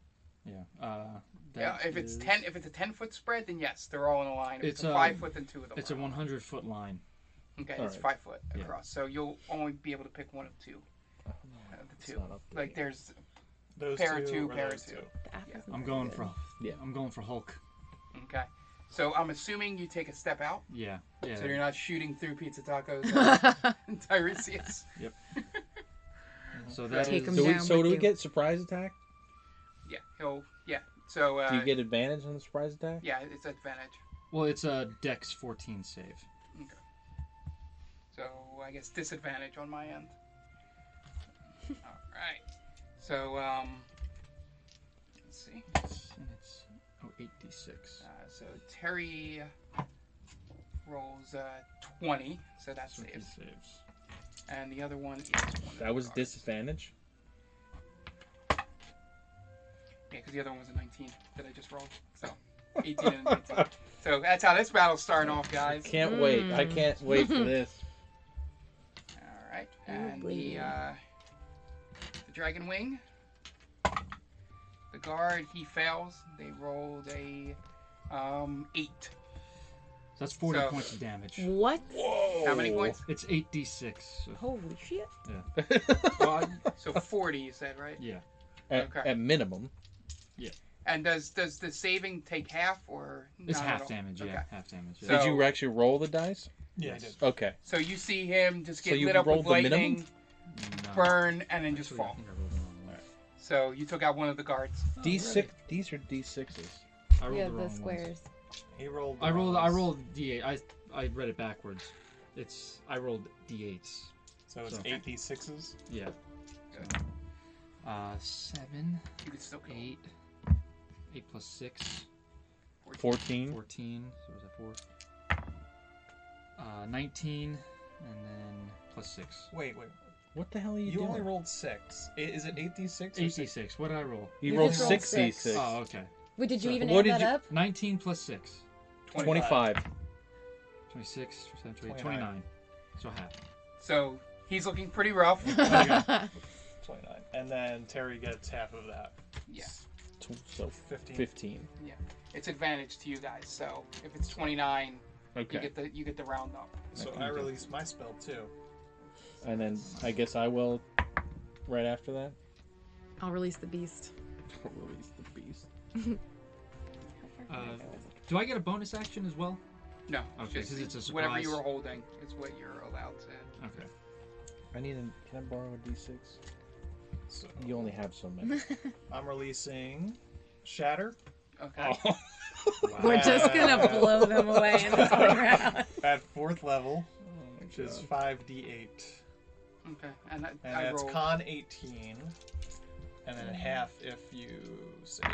Speaker 6: Yeah. Uh,
Speaker 1: Yeah,
Speaker 6: that
Speaker 1: if it's
Speaker 6: is-
Speaker 1: ten, if it's a ten foot spread, then yes, they're all in a line. If it's,
Speaker 6: It's,
Speaker 1: a
Speaker 6: um,
Speaker 1: five foot, then two of them.
Speaker 6: It's
Speaker 1: are
Speaker 6: a
Speaker 1: on the
Speaker 6: 100 foot line.
Speaker 1: line. Okay,
Speaker 7: All
Speaker 1: it's
Speaker 7: right.
Speaker 1: five foot
Speaker 6: Yeah.
Speaker 1: across, so you'll only be able to pick one of two. Uh, the
Speaker 7: Uh-huh. it's
Speaker 1: two,
Speaker 7: not up there
Speaker 1: like
Speaker 7: yet.
Speaker 1: there's
Speaker 2: Those
Speaker 1: pair
Speaker 2: two,
Speaker 1: two,
Speaker 2: or
Speaker 1: pair
Speaker 2: those
Speaker 1: two.
Speaker 5: The apple's not
Speaker 6: I'm
Speaker 5: very
Speaker 6: going
Speaker 5: good.
Speaker 6: for.
Speaker 7: Yeah.
Speaker 6: I'm going for Hulk.
Speaker 1: okay. So I'm assuming you take a step out,
Speaker 6: Yeah. Yeah.
Speaker 1: so you're not shooting through pizza tacos uh, and Tiresias.
Speaker 6: so that
Speaker 5: Take
Speaker 6: is-
Speaker 5: 'em
Speaker 7: Do we,
Speaker 5: down
Speaker 7: so
Speaker 5: with
Speaker 7: do we
Speaker 5: you.
Speaker 7: get surprise attack?
Speaker 1: Yeah, he'll. Yeah. So uh,
Speaker 7: Do you get advantage on the surprise attack?
Speaker 1: yeah, it's advantage.
Speaker 6: Well, it's a Dex 14 save.
Speaker 1: Okay. So I guess disadvantage on my end. All right. So um, let's see.
Speaker 6: It's, and it's oh, 8d6.
Speaker 1: Uh, so Terry rolls uh, 20, so that
Speaker 6: So he
Speaker 1: saves.
Speaker 6: saves.
Speaker 1: And the other one is one of
Speaker 7: That was
Speaker 1: the guards.
Speaker 7: disadvantage.
Speaker 1: Yeah, because the other one was a 19 that I just rolled. So 18 and 19. So that's how this battle's starting off, guys.
Speaker 7: Can't wait. I can't wait for this.
Speaker 1: All right. And the uh, the dragon wing. The guard he fails. They rolled a um eight.
Speaker 6: So that's 40
Speaker 1: So-
Speaker 6: points of damage.
Speaker 4: What?
Speaker 1: How
Speaker 7: Oh.
Speaker 1: many points?
Speaker 6: It's 8d6. So,
Speaker 4: Holy shit.
Speaker 1: Well, so 40, you said, right?
Speaker 6: yeah.
Speaker 7: At,
Speaker 1: Okay.
Speaker 7: at minimum.
Speaker 1: And does does the saving take half or
Speaker 6: It's
Speaker 1: not at
Speaker 6: half
Speaker 1: all?
Speaker 6: damage, yeah.
Speaker 1: Okay.
Speaker 6: Half damage. Yeah.
Speaker 1: So-
Speaker 7: Did you actually roll the dice?
Speaker 2: Yeah, I did.
Speaker 7: Okay.
Speaker 1: So you see him just
Speaker 7: So
Speaker 1: get
Speaker 7: you
Speaker 1: lit up
Speaker 7: rolled
Speaker 1: with
Speaker 7: the minimum?
Speaker 1: lightning,
Speaker 6: No.
Speaker 1: burn, and then just
Speaker 6: Actually, I
Speaker 1: fall.
Speaker 6: think I rolled the wrong one.
Speaker 1: So you took out one of the guards.
Speaker 7: D six. These are D sixes.
Speaker 6: I rolled
Speaker 4: Yeah,
Speaker 6: the, wrong
Speaker 4: the
Speaker 6: ones.
Speaker 4: squares.
Speaker 2: He rolled.
Speaker 6: I rolled. I
Speaker 2: ones,
Speaker 6: rolled d8. I I read it backwards. It's I rolled d8s.
Speaker 2: So it's
Speaker 6: so-
Speaker 2: eight d sixes.
Speaker 6: Yeah. Uh, seven,
Speaker 1: You could still kill him.
Speaker 6: eight, eight plus six,
Speaker 7: Fourteen.
Speaker 6: 14. So was that four? Uh, 19, and then plus six.
Speaker 9: Wait, wait.
Speaker 7: What the hell are you,
Speaker 9: You
Speaker 7: doing?
Speaker 9: only rolled six. I- Is it eight d six?
Speaker 6: Eight d six. What did I roll?
Speaker 7: you
Speaker 4: You
Speaker 7: rolled
Speaker 4: just rolled
Speaker 7: six D
Speaker 4: six.
Speaker 7: six.
Speaker 6: Oh, okay.
Speaker 4: Wait, did you
Speaker 6: So
Speaker 4: even
Speaker 7: what
Speaker 4: add
Speaker 7: did
Speaker 4: that
Speaker 7: you-
Speaker 4: up?
Speaker 6: 19 plus six.
Speaker 7: 25.
Speaker 6: 26, 27, 28,
Speaker 9: 29.
Speaker 6: 29. So half.
Speaker 1: So he's looking pretty rough.
Speaker 2: Twenty nine. And then Terry gets half of that.
Speaker 1: yeah,
Speaker 7: Tw- So
Speaker 2: Fifteen.
Speaker 7: 15.
Speaker 1: yeah. It's advantage to you guys. So if it's 29, you
Speaker 7: Okay.
Speaker 1: get the you get the round up.
Speaker 2: So I release my spell too.
Speaker 7: And then I guess I will right after that.
Speaker 5: I'll release the beast.
Speaker 7: Release the beast.
Speaker 6: Uh, do I get a bonus action as well?
Speaker 1: No,
Speaker 6: Okay,
Speaker 1: just
Speaker 6: since it's a
Speaker 1: whatever you were
Speaker 6: surprise.
Speaker 1: holding is what you're allowed to.
Speaker 6: Okay.
Speaker 7: I need a. Can I borrow a D6?
Speaker 2: So
Speaker 7: You only have so many.
Speaker 2: I'm releasing Shatter
Speaker 1: Okay.
Speaker 5: We're just gonna
Speaker 2: Uh,
Speaker 5: blow them away in this one round.
Speaker 2: at fourth level,
Speaker 6: Oh
Speaker 2: which is five d eight,
Speaker 1: Okay. And, that,
Speaker 2: and
Speaker 1: I
Speaker 2: that's
Speaker 1: rolled. Mm.
Speaker 2: con eighteen, and then half if you save.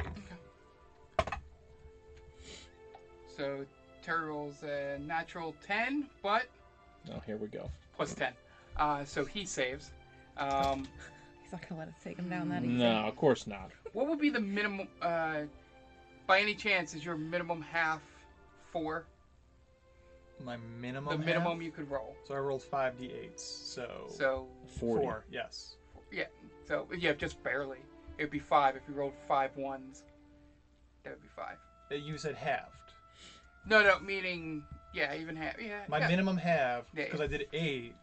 Speaker 1: so Terry rolls a natural 10, but
Speaker 7: Oh, here we go.
Speaker 1: plus 10. Uh, so he saves. Um,
Speaker 5: He's not gonna let us take him down that easy.
Speaker 7: No, of course not.
Speaker 1: What would be the minimum? Uh, by any chance, is your minimum half four?
Speaker 2: My minimum.
Speaker 1: the
Speaker 2: half?
Speaker 1: minimum you could roll.
Speaker 2: So I rolled five d eights. So,
Speaker 1: So
Speaker 7: 40.
Speaker 2: four. Yes.
Speaker 1: yeah, so yeah, just barely. It'd be five if you rolled five ones. That would be five.
Speaker 2: Uh, You said halved.
Speaker 1: No, no, meaning yeah, even half. Yeah,
Speaker 2: My
Speaker 1: yeah.
Speaker 2: minimum half
Speaker 1: Yeah.
Speaker 2: because I did eight.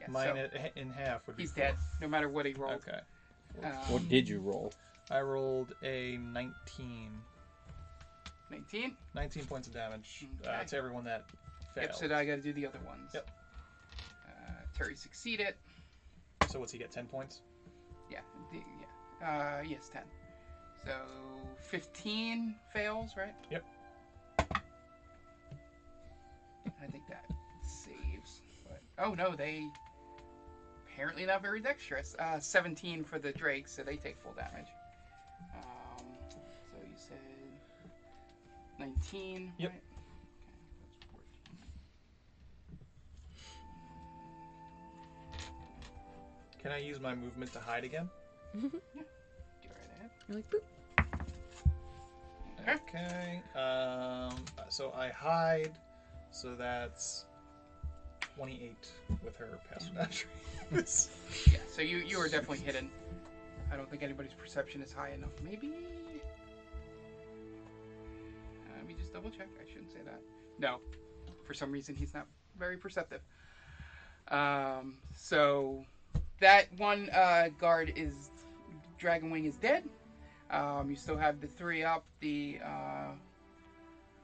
Speaker 1: Yeah,
Speaker 2: Mine
Speaker 1: so
Speaker 2: at- in half would be.
Speaker 1: he's
Speaker 2: four.
Speaker 1: dead, no matter what he rolled.
Speaker 2: Okay.
Speaker 1: Um,
Speaker 7: What did you roll?
Speaker 2: I rolled a nineteen.
Speaker 1: 19.
Speaker 2: 19 points of damage uh,
Speaker 1: Okay.
Speaker 2: to everyone that failed.
Speaker 1: Yep, so now I got to do the other ones.
Speaker 2: Yep.
Speaker 1: Uh, Terry succeeded.
Speaker 2: So what's he get? 10 points?
Speaker 1: Yeah, the- yeah. Uh, yes, 10. So 15 fails, right?
Speaker 2: Yep.
Speaker 1: I think that saves. But, oh no, they apparently not very dexterous. Uh, 17 for the Drake, so they take full damage. Um, so you said 19.
Speaker 2: Yep.
Speaker 1: Right? Okay, that's 14.
Speaker 2: Can I use my movement to hide again?
Speaker 1: Get right ahead.
Speaker 5: You're like, boop.
Speaker 2: Okay. Um, so I hide, so that's 28 with her passive
Speaker 1: Mm.
Speaker 2: Yes.
Speaker 1: Yeah, so you you are definitely hidden. I don't think anybody's perception is high enough. Maybe. Uh, Let me just double check. I shouldn't say that. No, for some reason he's not very perceptive. Um, so that one uh, guard is Dragon Wing is dead. Um, you still have the three up. The uh,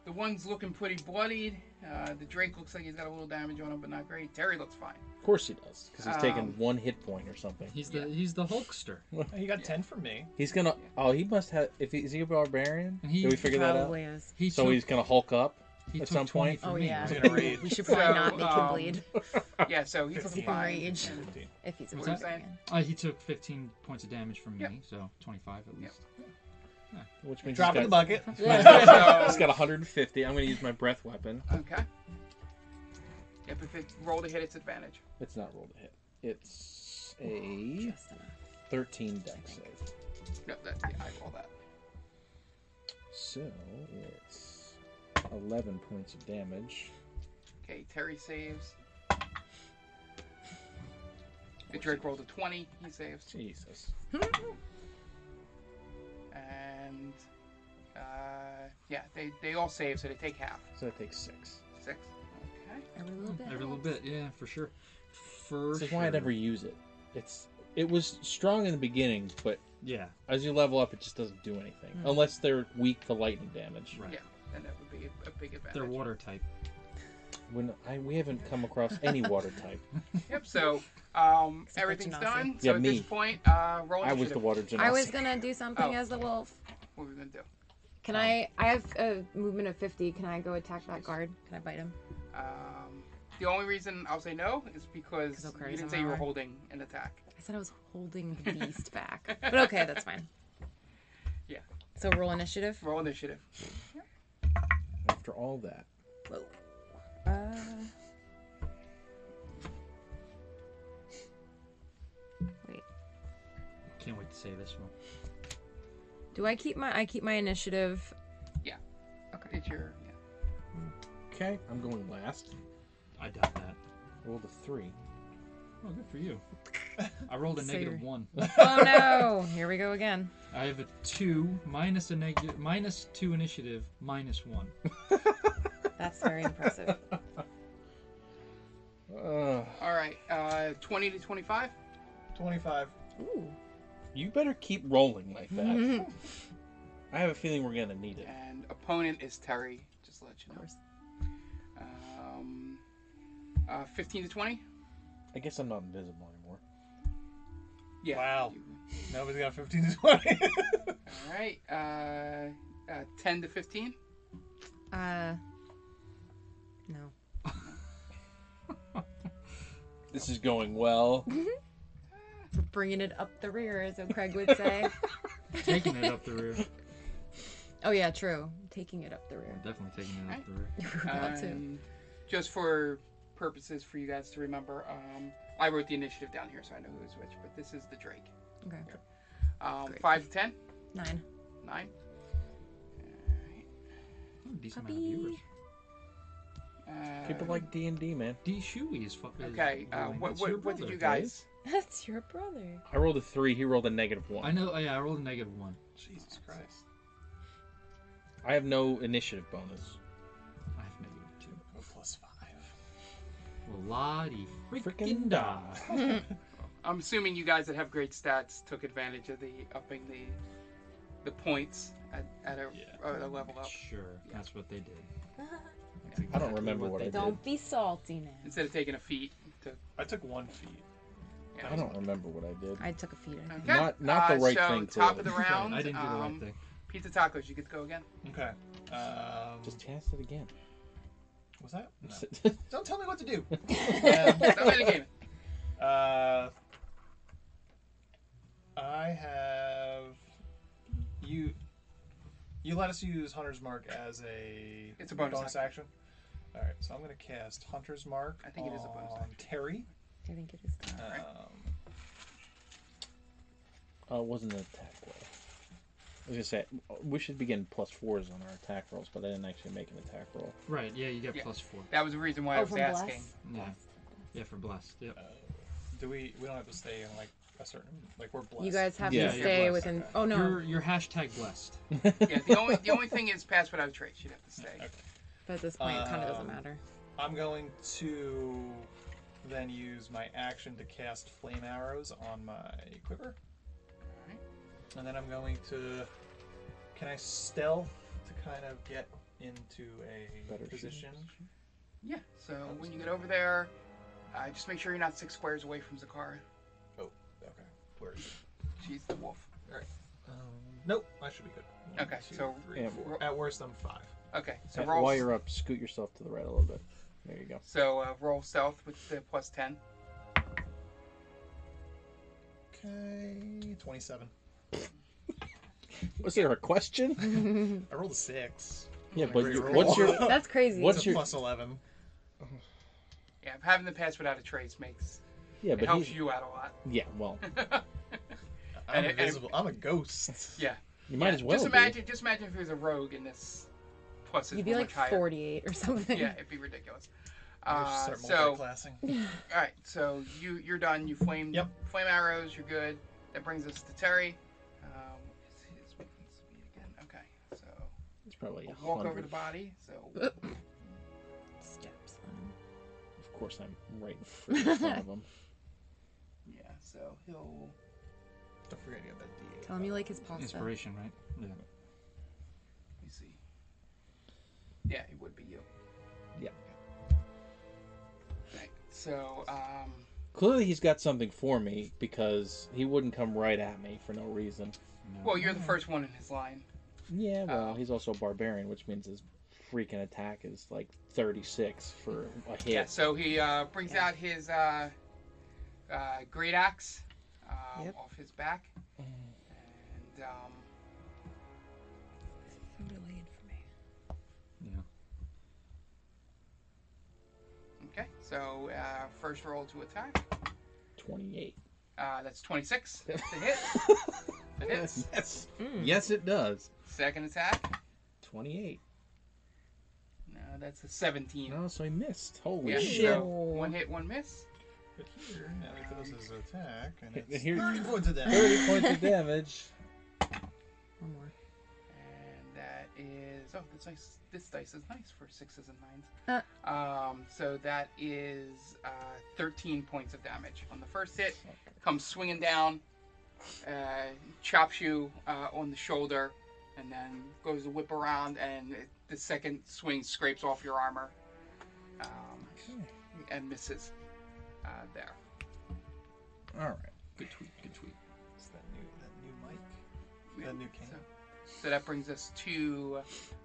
Speaker 1: the one's looking pretty bloodied. Uh, the Drake looks like he's got a little damage on him, but not great. Terry looks fine.
Speaker 7: Of course he does, because he's taken
Speaker 1: Um,
Speaker 7: one hit point or something.
Speaker 6: He's the he's the Hulkster.
Speaker 2: He got 10 from me.
Speaker 7: He's gonna. Oh, he must have. If he, is he a barbarian?
Speaker 6: He
Speaker 7: Did we figure that out?
Speaker 5: Probably is.
Speaker 6: He
Speaker 7: so
Speaker 6: took-
Speaker 7: he's gonna Hulk up
Speaker 6: He
Speaker 7: at
Speaker 6: took
Speaker 7: some
Speaker 6: 20
Speaker 7: point.
Speaker 6: from
Speaker 5: Oh,
Speaker 6: me.
Speaker 5: yeah.
Speaker 2: He's gonna rage.
Speaker 5: We should probably
Speaker 1: So,
Speaker 5: not make
Speaker 1: um,
Speaker 5: him bleed
Speaker 1: Yeah, so he's looking
Speaker 5: He can
Speaker 1: fine.
Speaker 5: rage
Speaker 2: Fifteen.
Speaker 5: if he's a
Speaker 1: What was I
Speaker 5: barbarian.
Speaker 1: saying?
Speaker 6: Uh, he took 15 points of damage from
Speaker 1: Yep.
Speaker 6: me, so 25 at least.
Speaker 7: Which means
Speaker 2: Drop
Speaker 7: he's
Speaker 2: in the
Speaker 7: got-
Speaker 2: bucket.
Speaker 7: He's got 150. I'm gonna use my breath weapon.
Speaker 1: Okay. Yep, if it roll to hit, it's advantage.
Speaker 7: It's not rolled a hit. It's a
Speaker 5: Just enough.
Speaker 7: 13 dex save.
Speaker 1: No, that yeah, I roll that.
Speaker 7: So it's 11 points of damage.
Speaker 1: Okay, Terry saves. The Drake rolled a twenty. He saves,
Speaker 7: Jesus.
Speaker 1: and uh, yeah, they they all save, so they take half.
Speaker 7: So that takes six.
Speaker 1: Six. Okay.
Speaker 5: Every little bit.
Speaker 6: Every little bit, yeah, for sure. For
Speaker 7: This is why I
Speaker 6: sure.
Speaker 7: never use it. It's it was strong in the beginning, but
Speaker 6: Yeah,
Speaker 7: as you level up, it just doesn't do anything
Speaker 5: Hmm.
Speaker 7: unless they're weak to lightning damage.
Speaker 6: right.
Speaker 1: Yeah, then that would be a, a big advantage.
Speaker 6: They're water type.
Speaker 7: When I, we haven't come across any water type.
Speaker 1: Yep. So um,
Speaker 5: Except for
Speaker 1: everything's
Speaker 5: Janassi.
Speaker 1: done. So
Speaker 7: Yeah,
Speaker 1: at
Speaker 7: me.
Speaker 1: this point, uh, roll
Speaker 7: I was
Speaker 1: initiative.
Speaker 7: the water
Speaker 5: I
Speaker 7: genasi.
Speaker 5: was gonna do something
Speaker 1: Oh.
Speaker 5: as the wolf.
Speaker 1: What are we gonna do?
Speaker 4: Can I? I have a movement of 50. Can I go attack that guard?
Speaker 5: Can I bite him?
Speaker 1: Um, the only reason I'll say no is because
Speaker 5: Because Okari's
Speaker 1: you
Speaker 5: on
Speaker 1: didn't say
Speaker 5: my
Speaker 1: you were
Speaker 5: arm.
Speaker 1: holding an attack.
Speaker 5: I said I was holding the beast back, but okay, that's fine.
Speaker 1: Yeah.
Speaker 5: So roll initiative.
Speaker 1: Roll initiative.
Speaker 7: After all that,
Speaker 5: Whoa. Uh, wait.
Speaker 6: Can't wait to say this one.
Speaker 5: Do I keep my I keep my initiative?
Speaker 1: It's your yeah.
Speaker 7: okay, I'm going last.
Speaker 6: I doubt that.
Speaker 7: I rolled a three.
Speaker 6: Oh, good for you. I rolled a
Speaker 5: So
Speaker 6: negative
Speaker 5: you're-
Speaker 6: one.
Speaker 5: Oh no! Here we go again.
Speaker 6: I have a two minus a negative minus two initiative minus one.
Speaker 5: That's very impressive.
Speaker 7: Ugh.
Speaker 1: All right, uh, 20 to 25.
Speaker 2: 25.
Speaker 5: Ooh.
Speaker 7: you better keep rolling like that. I have a feeling we're gonna need it.
Speaker 1: And opponent is Terry, just to let you
Speaker 5: Of course.
Speaker 1: know. Um, uh, 15 to 20?
Speaker 7: I guess I'm not invisible anymore.
Speaker 1: Yeah.
Speaker 2: Wow.
Speaker 1: you-
Speaker 2: Nobody's got 15 to 20.
Speaker 1: All right, uh, uh, 10 to 15.
Speaker 5: Uh. No.
Speaker 7: This is going well.
Speaker 5: We're bringing it up the rear, as Craig would say.
Speaker 6: Taking it up the rear.
Speaker 5: oh yeah, true. Taking it up the rear.
Speaker 6: Definitely taking it up the rear.
Speaker 5: You were about to.
Speaker 1: Um, just for purposes for you guys to remember, um, I wrote the initiative down here so I know who's which, but this is the Drake.
Speaker 5: Okay.
Speaker 1: Um,
Speaker 5: Great.
Speaker 1: 5 to 10,
Speaker 5: Nine.
Speaker 1: 9.
Speaker 6: Oh, decent amount of viewers.
Speaker 5: Puppy.
Speaker 1: Uh,
Speaker 7: Keep it like D and D, man.
Speaker 6: D Shuey is fucking.
Speaker 1: Okay, uh, what, what, what did you guys?
Speaker 5: That's your brother.
Speaker 7: I rolled a three. He rolled a negative one.
Speaker 6: I know. oh, Yeah, I rolled a negative one.
Speaker 2: Jesus Christ.
Speaker 7: I have no initiative bonus.
Speaker 6: I have negative two.
Speaker 2: Go plus 5.
Speaker 6: Lottie
Speaker 7: Frickin'
Speaker 6: freaking da.
Speaker 1: I'm assuming you guys that have great stats took advantage of the upping the the points at, at a, at a level up.
Speaker 6: Sure, that's what they did.
Speaker 7: I don't remember what I did.
Speaker 4: Don't be salty now.
Speaker 1: Instead of taking a feat, took,
Speaker 2: I took one feat.
Speaker 7: I don't remember what I did.
Speaker 5: I took a feeder.
Speaker 1: Okay.
Speaker 7: Not not the
Speaker 1: Uh,
Speaker 7: right
Speaker 1: so
Speaker 7: thing to.
Speaker 1: top of the round.
Speaker 6: I didn't do the right
Speaker 1: um,
Speaker 6: thing.
Speaker 1: Pizza tacos. You get to go again.
Speaker 2: Okay. Um,
Speaker 7: Just cast it again. Uh,
Speaker 2: was that? No.
Speaker 7: Sit-
Speaker 2: Don't tell me what to do.
Speaker 1: Tell me the game.
Speaker 2: Uh, I have you. You let us use Hunter's Mark as a
Speaker 1: It's a bonus
Speaker 2: action. All right, so I'm gonna cast Hunter's Mark.
Speaker 1: I think it is a bonus
Speaker 2: on
Speaker 1: action.
Speaker 2: Terry.
Speaker 5: I think it is.
Speaker 2: Um,
Speaker 1: Alright.
Speaker 7: Oh, it wasn't an attack roll. I was gonna say we should be getting plus fours on our attack rolls, but I didn't actually make an attack roll.
Speaker 6: Right, yeah, you get
Speaker 1: Yeah.
Speaker 6: plus four.
Speaker 1: That was the reason why I
Speaker 4: Oh,
Speaker 1: was
Speaker 4: from
Speaker 1: asking.
Speaker 4: Bless?
Speaker 6: Yeah, yeah, for blessed. Yep.
Speaker 2: Do we? We don't have to stay in like a certain like we're blessed.
Speaker 5: You guys have
Speaker 7: Yeah,
Speaker 5: to
Speaker 7: you're
Speaker 5: stay
Speaker 6: blessed.
Speaker 5: within. Oh no,
Speaker 6: You're, you're hashtag blessed.
Speaker 1: Yeah, the only the only thing is pass without a trace. You'd have to stay.
Speaker 5: but at this point, it kind of doesn't
Speaker 2: Um,
Speaker 5: matter.
Speaker 2: I'm going to then use my action to cast flame arrows on my quiver.
Speaker 1: Alright.
Speaker 2: And then I'm going to. Can I stealth to kind of get into a
Speaker 7: Better shooting
Speaker 2: position?
Speaker 1: Yeah. So when you get over there, uh, just make sure you're not six squares away from Zakara.
Speaker 2: Oh, okay. Where is it?
Speaker 1: She's the wolf.
Speaker 2: Um, nope, I should be good. One,
Speaker 1: Okay,
Speaker 2: two,
Speaker 1: so-
Speaker 2: three,
Speaker 7: Yeah.
Speaker 2: four. At worst, I'm five.
Speaker 1: Okay. So
Speaker 7: And
Speaker 1: roll.
Speaker 7: While you're up, scoot yourself to the right a little bit. There you go.
Speaker 1: So uh, roll stealth with the plus ten.
Speaker 2: Okay, 27.
Speaker 7: Was there a question?
Speaker 2: I rolled a six.
Speaker 7: yeah, but
Speaker 2: Great
Speaker 7: you,
Speaker 2: roll.
Speaker 7: what's your?
Speaker 5: That's crazy.
Speaker 7: What's
Speaker 2: It's a
Speaker 7: your-
Speaker 2: plus 11.
Speaker 1: Yeah, having the pass without a trace makes
Speaker 7: Yeah,
Speaker 1: it
Speaker 7: but
Speaker 1: helps
Speaker 7: he's,
Speaker 1: you out a lot.
Speaker 7: yeah. Well,
Speaker 2: I'm
Speaker 1: And- and-
Speaker 2: invisible. I'm a ghost.
Speaker 1: Yeah.
Speaker 7: you might
Speaker 1: Yeah,
Speaker 7: as well.
Speaker 1: Just
Speaker 7: be.
Speaker 1: imagine, just imagine if he was a rogue in this plus is
Speaker 5: You'd be
Speaker 1: much
Speaker 5: like
Speaker 1: higher.
Speaker 5: 48 or something.
Speaker 1: Yeah, it'd be ridiculous.
Speaker 2: I should
Speaker 1: Uh,
Speaker 2: start
Speaker 1: so, all
Speaker 2: multi-classing.
Speaker 1: right, so you you're done. You flame
Speaker 2: Yep.
Speaker 1: flame arrows. You're good. That brings us to Terry. Um, is his movement speed again? Okay, so
Speaker 7: It's probably
Speaker 1: we'll
Speaker 7: a
Speaker 1: walk over
Speaker 7: hundred.
Speaker 1: the body. So
Speaker 5: Steps on
Speaker 7: Of course, I'm right in front of him.
Speaker 1: yeah, so he'll
Speaker 2: Don't forget to get that D8.
Speaker 5: Tell him you like his pasta.
Speaker 6: Inspiration, right? Yeah.
Speaker 1: let me see. Yeah, it would be you.
Speaker 7: Yeah.
Speaker 1: Right. So um,
Speaker 7: Clearly, he's got something for me because he wouldn't come right at me for no reason.
Speaker 6: No.
Speaker 1: well, you're the first one in his line.
Speaker 7: Yeah, well,
Speaker 1: Oh.
Speaker 7: he's also a barbarian, which means his freaking attack is like 36 for a hit.
Speaker 1: Yeah, so he uh, brings out his uh, uh, great axe um,
Speaker 5: Yep.
Speaker 1: off his back. And um,
Speaker 5: Some delayed for me.
Speaker 6: yeah.
Speaker 1: okay, so uh, first roll to attack.
Speaker 7: 28.
Speaker 1: Uh, that's 26. That's a hit. That hits.
Speaker 7: yes.
Speaker 1: Hmm.
Speaker 7: Yes, it does.
Speaker 1: Second attack.
Speaker 7: 28.
Speaker 1: No, that's a 17.
Speaker 7: No, so he missed. Holy
Speaker 1: yeah,
Speaker 7: Oh, shit.
Speaker 1: so one hit, one miss.
Speaker 2: But here, now he throws his attack, and
Speaker 7: Here-
Speaker 2: it's
Speaker 7: here-
Speaker 2: 30 points of damage.
Speaker 7: 30 points of damage.
Speaker 5: One more.
Speaker 1: And that is. Oh, that's nice. This dice is nice for sixes and nines.
Speaker 5: Uh.
Speaker 1: Um, so that is uh, 13 points of damage on the first hit. Comes swinging down, uh, chops you uh, on the shoulder, and then goes to whip around, and it, the second swing scrapes off your armor um, and misses uh, there.
Speaker 7: All right.
Speaker 6: Good tweet. Good tweet.
Speaker 2: It's that new, that new mic. That new king.
Speaker 1: So, so that brings us to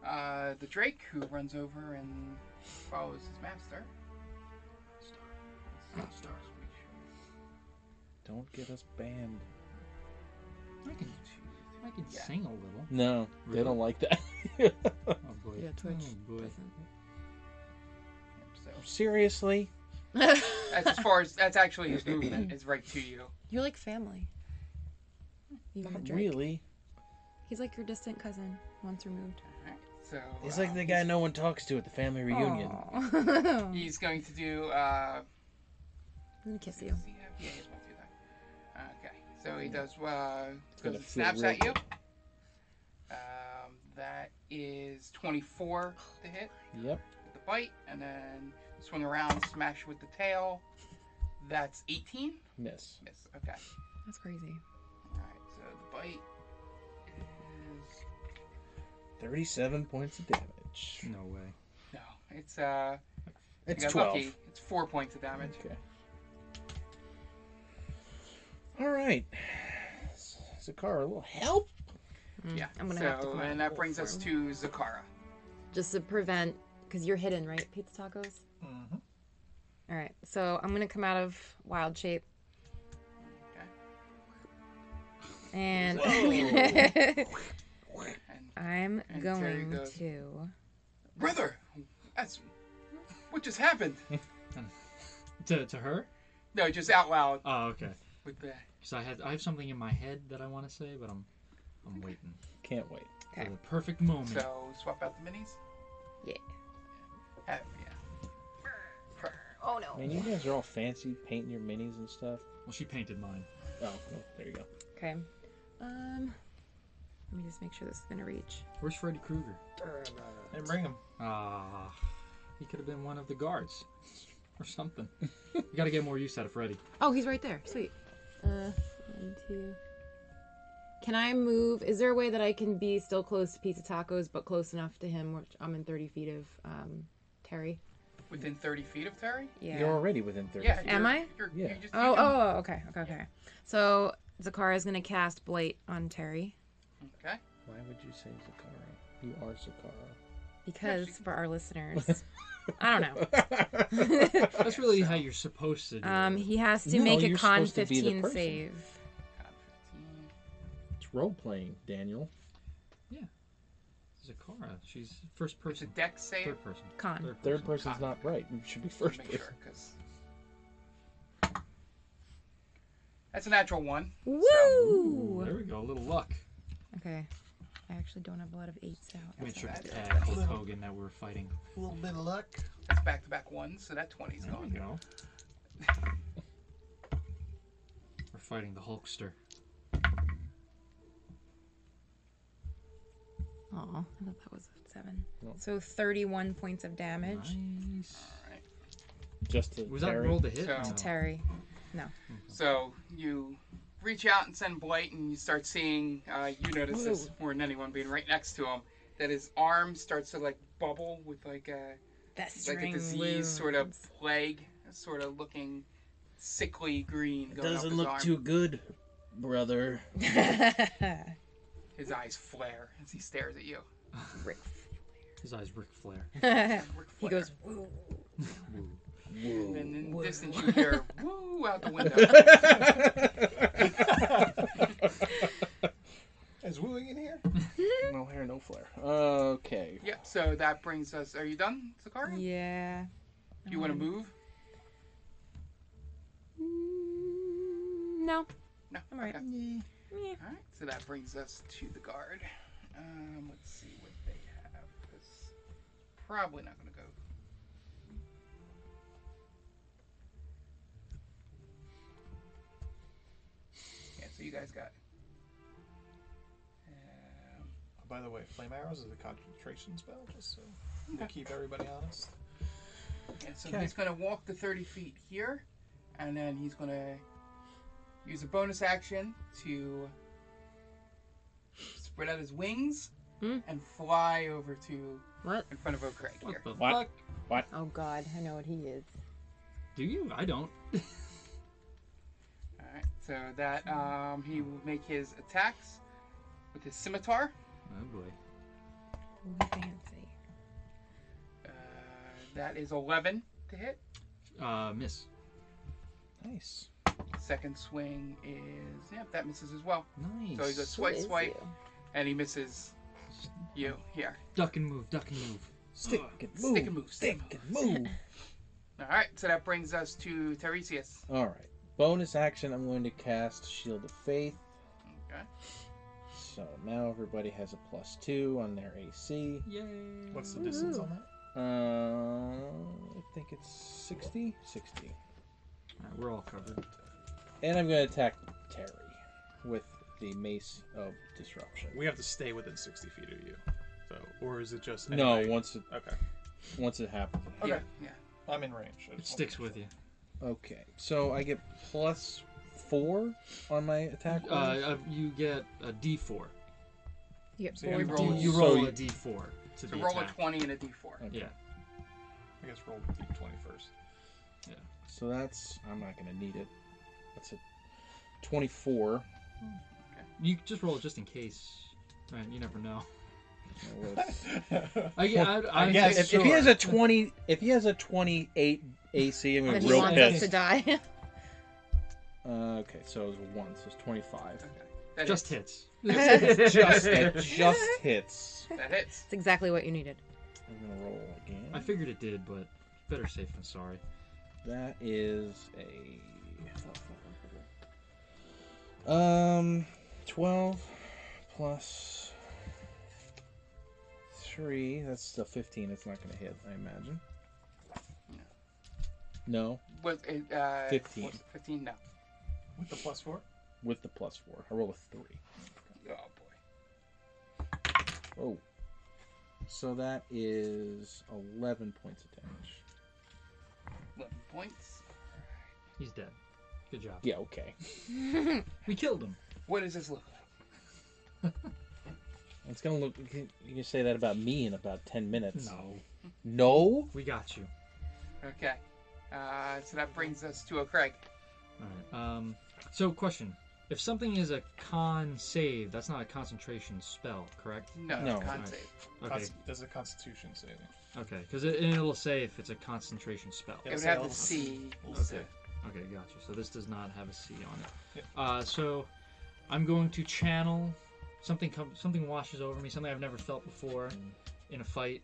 Speaker 1: uh, the Drake, who runs over and follows his master.
Speaker 7: Don't get us banned.
Speaker 6: I can, I can
Speaker 1: Yeah.
Speaker 6: sing a little.
Speaker 7: No, they
Speaker 6: Really?
Speaker 7: don't like that.
Speaker 6: Oh boy.
Speaker 5: Yeah, Twitch
Speaker 6: Oh boy.
Speaker 5: doesn't.
Speaker 1: So
Speaker 7: Seriously?
Speaker 1: that's as far as that's actually his movement is right to you.
Speaker 5: You're like family. Even the
Speaker 7: Not
Speaker 5: Drake.
Speaker 7: really.
Speaker 5: He's like your distant cousin, once removed.
Speaker 1: Alright, So
Speaker 7: He's
Speaker 1: uh,
Speaker 7: like the guy no one talks to at the family reunion.
Speaker 5: Aw.
Speaker 1: He's going to do. Uh,
Speaker 5: I'm gonna kiss you.
Speaker 1: does he have- yeah, he has one through that. Okay, so he does. Uh, goes
Speaker 7: gonna
Speaker 1: and
Speaker 7: feel
Speaker 1: snaps
Speaker 7: real
Speaker 1: at you.
Speaker 7: good.
Speaker 1: Um, that is 24 to hit
Speaker 7: Yep.
Speaker 1: with the bite, and then swing around, smash with the tail. That's 18.
Speaker 7: Miss.
Speaker 1: Miss. Okay.
Speaker 5: That's crazy.
Speaker 1: Alright, so the bite is
Speaker 10: Thirty-seven points of damage.
Speaker 6: No way.
Speaker 1: No, it's uh. you
Speaker 10: It's
Speaker 1: got
Speaker 10: 12.
Speaker 1: Lucky. It's four points of damage.
Speaker 10: Okay. All right. Zakara, a little help.
Speaker 1: Yeah.
Speaker 5: Mm, I'm gonna
Speaker 1: so,
Speaker 5: have to call
Speaker 1: and that brings us to Zakara.
Speaker 5: Just to prevent, because you're hidden, right? Pizza tacos. All right, so I'm gonna come out of wild shape. And I'm
Speaker 1: and Terry
Speaker 5: going
Speaker 1: goes-
Speaker 5: to.
Speaker 1: Brother, that's what just happened.
Speaker 6: To, to her?
Speaker 1: No, just out loud.
Speaker 6: Oh, okay.
Speaker 1: With the,
Speaker 6: Because I had I have something in my head that I want to say, but I'm I'm waiting
Speaker 7: Can't wait.
Speaker 6: for the perfect moment.
Speaker 1: so swap out the minis.
Speaker 5: Yeah.
Speaker 1: Uh, yeah.
Speaker 5: Oh no.
Speaker 7: Man, you guys are all fancy painting your minis and stuff.
Speaker 6: Well, she painted mine.
Speaker 7: Oh, well, there you go.
Speaker 5: Okay. Um, let me just make sure this is gonna reach.
Speaker 6: Where's Freddy Krueger?
Speaker 2: And bring him.
Speaker 6: Ah, he could have been one of the guards or something. you got to get more use out of Freddy.
Speaker 11: Oh, he's right there. Sweet.
Speaker 5: Uh, one, two. Can I move? Is there a way that I can be still close to Pizza Tacos, but close enough to him, which I'm in 30 feet of um, Terry?
Speaker 1: Within 30 feet of Terry?
Speaker 5: Yeah.
Speaker 7: You're already within 30
Speaker 1: Yeah.
Speaker 7: feet.
Speaker 5: Am
Speaker 1: you're-
Speaker 5: I?
Speaker 1: You're,
Speaker 7: Yeah.
Speaker 1: You just, you
Speaker 5: Oh,
Speaker 1: can-
Speaker 5: oh, okay, okay, okay. So Zakara is gonna cast Blight on Terry
Speaker 1: Okay.
Speaker 7: Why would you say Zakara? You are Zakara.
Speaker 5: because for our listeners, I don't know.
Speaker 6: That's really how you're supposed to do
Speaker 5: Um,
Speaker 6: it.
Speaker 5: he has to
Speaker 7: No,
Speaker 5: make a
Speaker 7: you're
Speaker 5: con
Speaker 7: supposed to be the
Speaker 5: 15
Speaker 7: person.
Speaker 5: save.
Speaker 7: It's role playing, Daniel.
Speaker 6: Zakara, she's first
Speaker 1: There's a
Speaker 6: person,
Speaker 1: deck save.
Speaker 6: third person,
Speaker 5: Con.
Speaker 7: Third person's
Speaker 1: Cock.
Speaker 7: not right. It should be first
Speaker 1: Make
Speaker 7: person.
Speaker 1: sure, 'cause- That's a natural one.
Speaker 5: Woo!
Speaker 6: There we go, a little luck.
Speaker 5: Okay. I actually don't have a lot of eights out.
Speaker 6: Make sure to add Hulk Hogan that we're fighting.
Speaker 2: A little bit of luck.
Speaker 1: That's back to back ones, so that 20's
Speaker 5: Mm.
Speaker 6: There we
Speaker 1: gone.
Speaker 6: go. We're fighting the Hulkster.
Speaker 5: Oh, I thought that was a seven. So 31 points of damage
Speaker 6: Nice.
Speaker 7: Just to
Speaker 6: Was that
Speaker 7: Terry.
Speaker 6: rolled a hit?
Speaker 1: So-
Speaker 6: No.
Speaker 5: to Terry.
Speaker 1: So you reach out and send Blight, and you start seeing, uh, you notice this more than anyone being right next to him, that his arm starts to like bubble with like a,
Speaker 5: That
Speaker 1: it's like a
Speaker 5: string
Speaker 1: disease
Speaker 5: wounds.
Speaker 1: sort of plague, sort of looking sickly green. Going up
Speaker 10: Doesn't
Speaker 1: his
Speaker 10: look
Speaker 1: arm.
Speaker 10: too good, brother.
Speaker 1: His eyes flare as he stares at you.
Speaker 6: His eyes Ric Flair.
Speaker 1: Ric
Speaker 5: he
Speaker 1: Flair.
Speaker 5: goes, woo.
Speaker 1: And then in the distance you hear woo out the window.
Speaker 2: Is wooing in here?
Speaker 7: No hair, no flair. Okay.
Speaker 1: yeah, so that brings us. Are you done, Sakari?
Speaker 5: Yeah. Um,
Speaker 1: Do you want to move?
Speaker 5: Mm, No.
Speaker 1: No.
Speaker 5: I'm right.
Speaker 1: Okay.
Speaker 5: Yeah.
Speaker 1: All right. So that brings us to the guard. Um, let's see what they have. 'cause probably not going to go. Yeah. So you guys got. Um,
Speaker 2: Oh, By the way, flame arrows is a concentration spell, just so we keep everybody honest.
Speaker 1: And so he's going to walk the 30 feet here, and then he's going to use a bonus action to spread out his wings
Speaker 5: Hmm.
Speaker 1: and fly over to
Speaker 5: What?
Speaker 1: in front of Oak Crag
Speaker 6: What
Speaker 1: here.
Speaker 6: the
Speaker 7: What?
Speaker 6: fuck?
Speaker 5: Oh, God. I know what he is.
Speaker 6: Do you? I don't.
Speaker 1: All right, so that um, he will make his attacks with his scimitar.
Speaker 6: Oh boy.
Speaker 5: Ooh, fancy.
Speaker 1: Uh, that is 11 to hit.
Speaker 6: Uh, miss.
Speaker 7: Nice.
Speaker 1: Second swing is yep, that misses as well.
Speaker 6: Nice.
Speaker 1: So he goes
Speaker 5: Who
Speaker 1: swipe,
Speaker 5: is
Speaker 1: swipe,
Speaker 5: you?
Speaker 1: and he misses you here.
Speaker 6: Duck and move. Duck and move.
Speaker 7: Stick and move.
Speaker 1: Stick and move, stick
Speaker 7: Stick and move.
Speaker 1: All right, so that brings us to Tiresias.
Speaker 7: all right. Bonus action. I'm going to cast Shield of Faith.
Speaker 1: Okay.
Speaker 7: So now everybody has a plus two on their AC.
Speaker 6: Yay.
Speaker 2: What's the distance on that?
Speaker 7: Uh, I think it's 60? 60.
Speaker 6: Alright, we're all covered.
Speaker 7: And I'm going to attack Terry with the Mace of Disruption.
Speaker 2: We have to stay within 60 feet of you. So, or is it just
Speaker 7: No,
Speaker 2: anybody-
Speaker 7: once it
Speaker 2: Okay.
Speaker 7: once it happens. it
Speaker 2: Okay.
Speaker 1: Yeah, yeah.
Speaker 2: I'm in range.
Speaker 6: It sticks with you.
Speaker 7: Okay, so I get plus four on my attack.
Speaker 6: Uh,
Speaker 7: rolls?
Speaker 6: uh, you get a D4.
Speaker 5: Yep.
Speaker 2: So
Speaker 6: roll,
Speaker 2: you roll-
Speaker 6: you
Speaker 2: so
Speaker 6: roll
Speaker 2: you-
Speaker 6: a d4 to
Speaker 1: So
Speaker 6: be
Speaker 1: roll a
Speaker 6: attacked.
Speaker 1: 20 and a d4.
Speaker 6: Yeah.
Speaker 2: I guess roll the d20 first.
Speaker 7: So that's I'm not gonna need it. That's a twenty-four.
Speaker 6: You could just roll it just in case. Man, you never know.
Speaker 7: Well, it's-
Speaker 6: I, I, I,
Speaker 7: I guess if, if he has a twenty, if he has a twenty-eight AC, I'm gonna
Speaker 5: But
Speaker 7: be
Speaker 5: he
Speaker 7: real
Speaker 5: wants us
Speaker 7: pissed.
Speaker 5: to die.
Speaker 7: Uh, okay, so it was one, so it's twenty-five.
Speaker 1: That
Speaker 6: just
Speaker 1: hits.
Speaker 6: hits.
Speaker 7: just it just hits.
Speaker 1: That hits.
Speaker 5: That's exactly what you needed.
Speaker 7: I'm gonna roll again.
Speaker 6: I figured it did, but better safe than sorry.
Speaker 7: That is a um twelve plus three. That's the fifteen. It's not going to hit, I imagine. No,
Speaker 1: With a, uh,
Speaker 7: 15.
Speaker 1: what's- 15, no.
Speaker 2: With the plus four?
Speaker 7: with the plus four. I roll a three.
Speaker 1: Oh, boy.
Speaker 7: Oh, so that is eleven points of damage.
Speaker 1: 11 points.
Speaker 6: He's dead. Good job.
Speaker 7: Yeah. Okay.
Speaker 6: We killed him.
Speaker 1: What does this look like?
Speaker 7: It's gonna look. You can, you can say that about me in about ten minutes.
Speaker 6: No.
Speaker 7: No.
Speaker 6: We got you.
Speaker 1: Okay. Uh, so that brings us to a Craig.
Speaker 6: All right. Um, so, question. If something is a con save, that's not a concentration spell, correct?
Speaker 1: No,
Speaker 7: No.
Speaker 1: no. con
Speaker 6: Alright.
Speaker 1: save.
Speaker 6: Okay.
Speaker 2: Const- There's a constitution saving.
Speaker 6: Okay. Because it, and it'll say if it's a concentration spell.
Speaker 1: It would have to see.
Speaker 2: Okay.
Speaker 6: Okay, gotcha. So this does not have a C on it. Uh, so I'm going to channel something. Com- something washes over me. Something I've never felt before in a fight,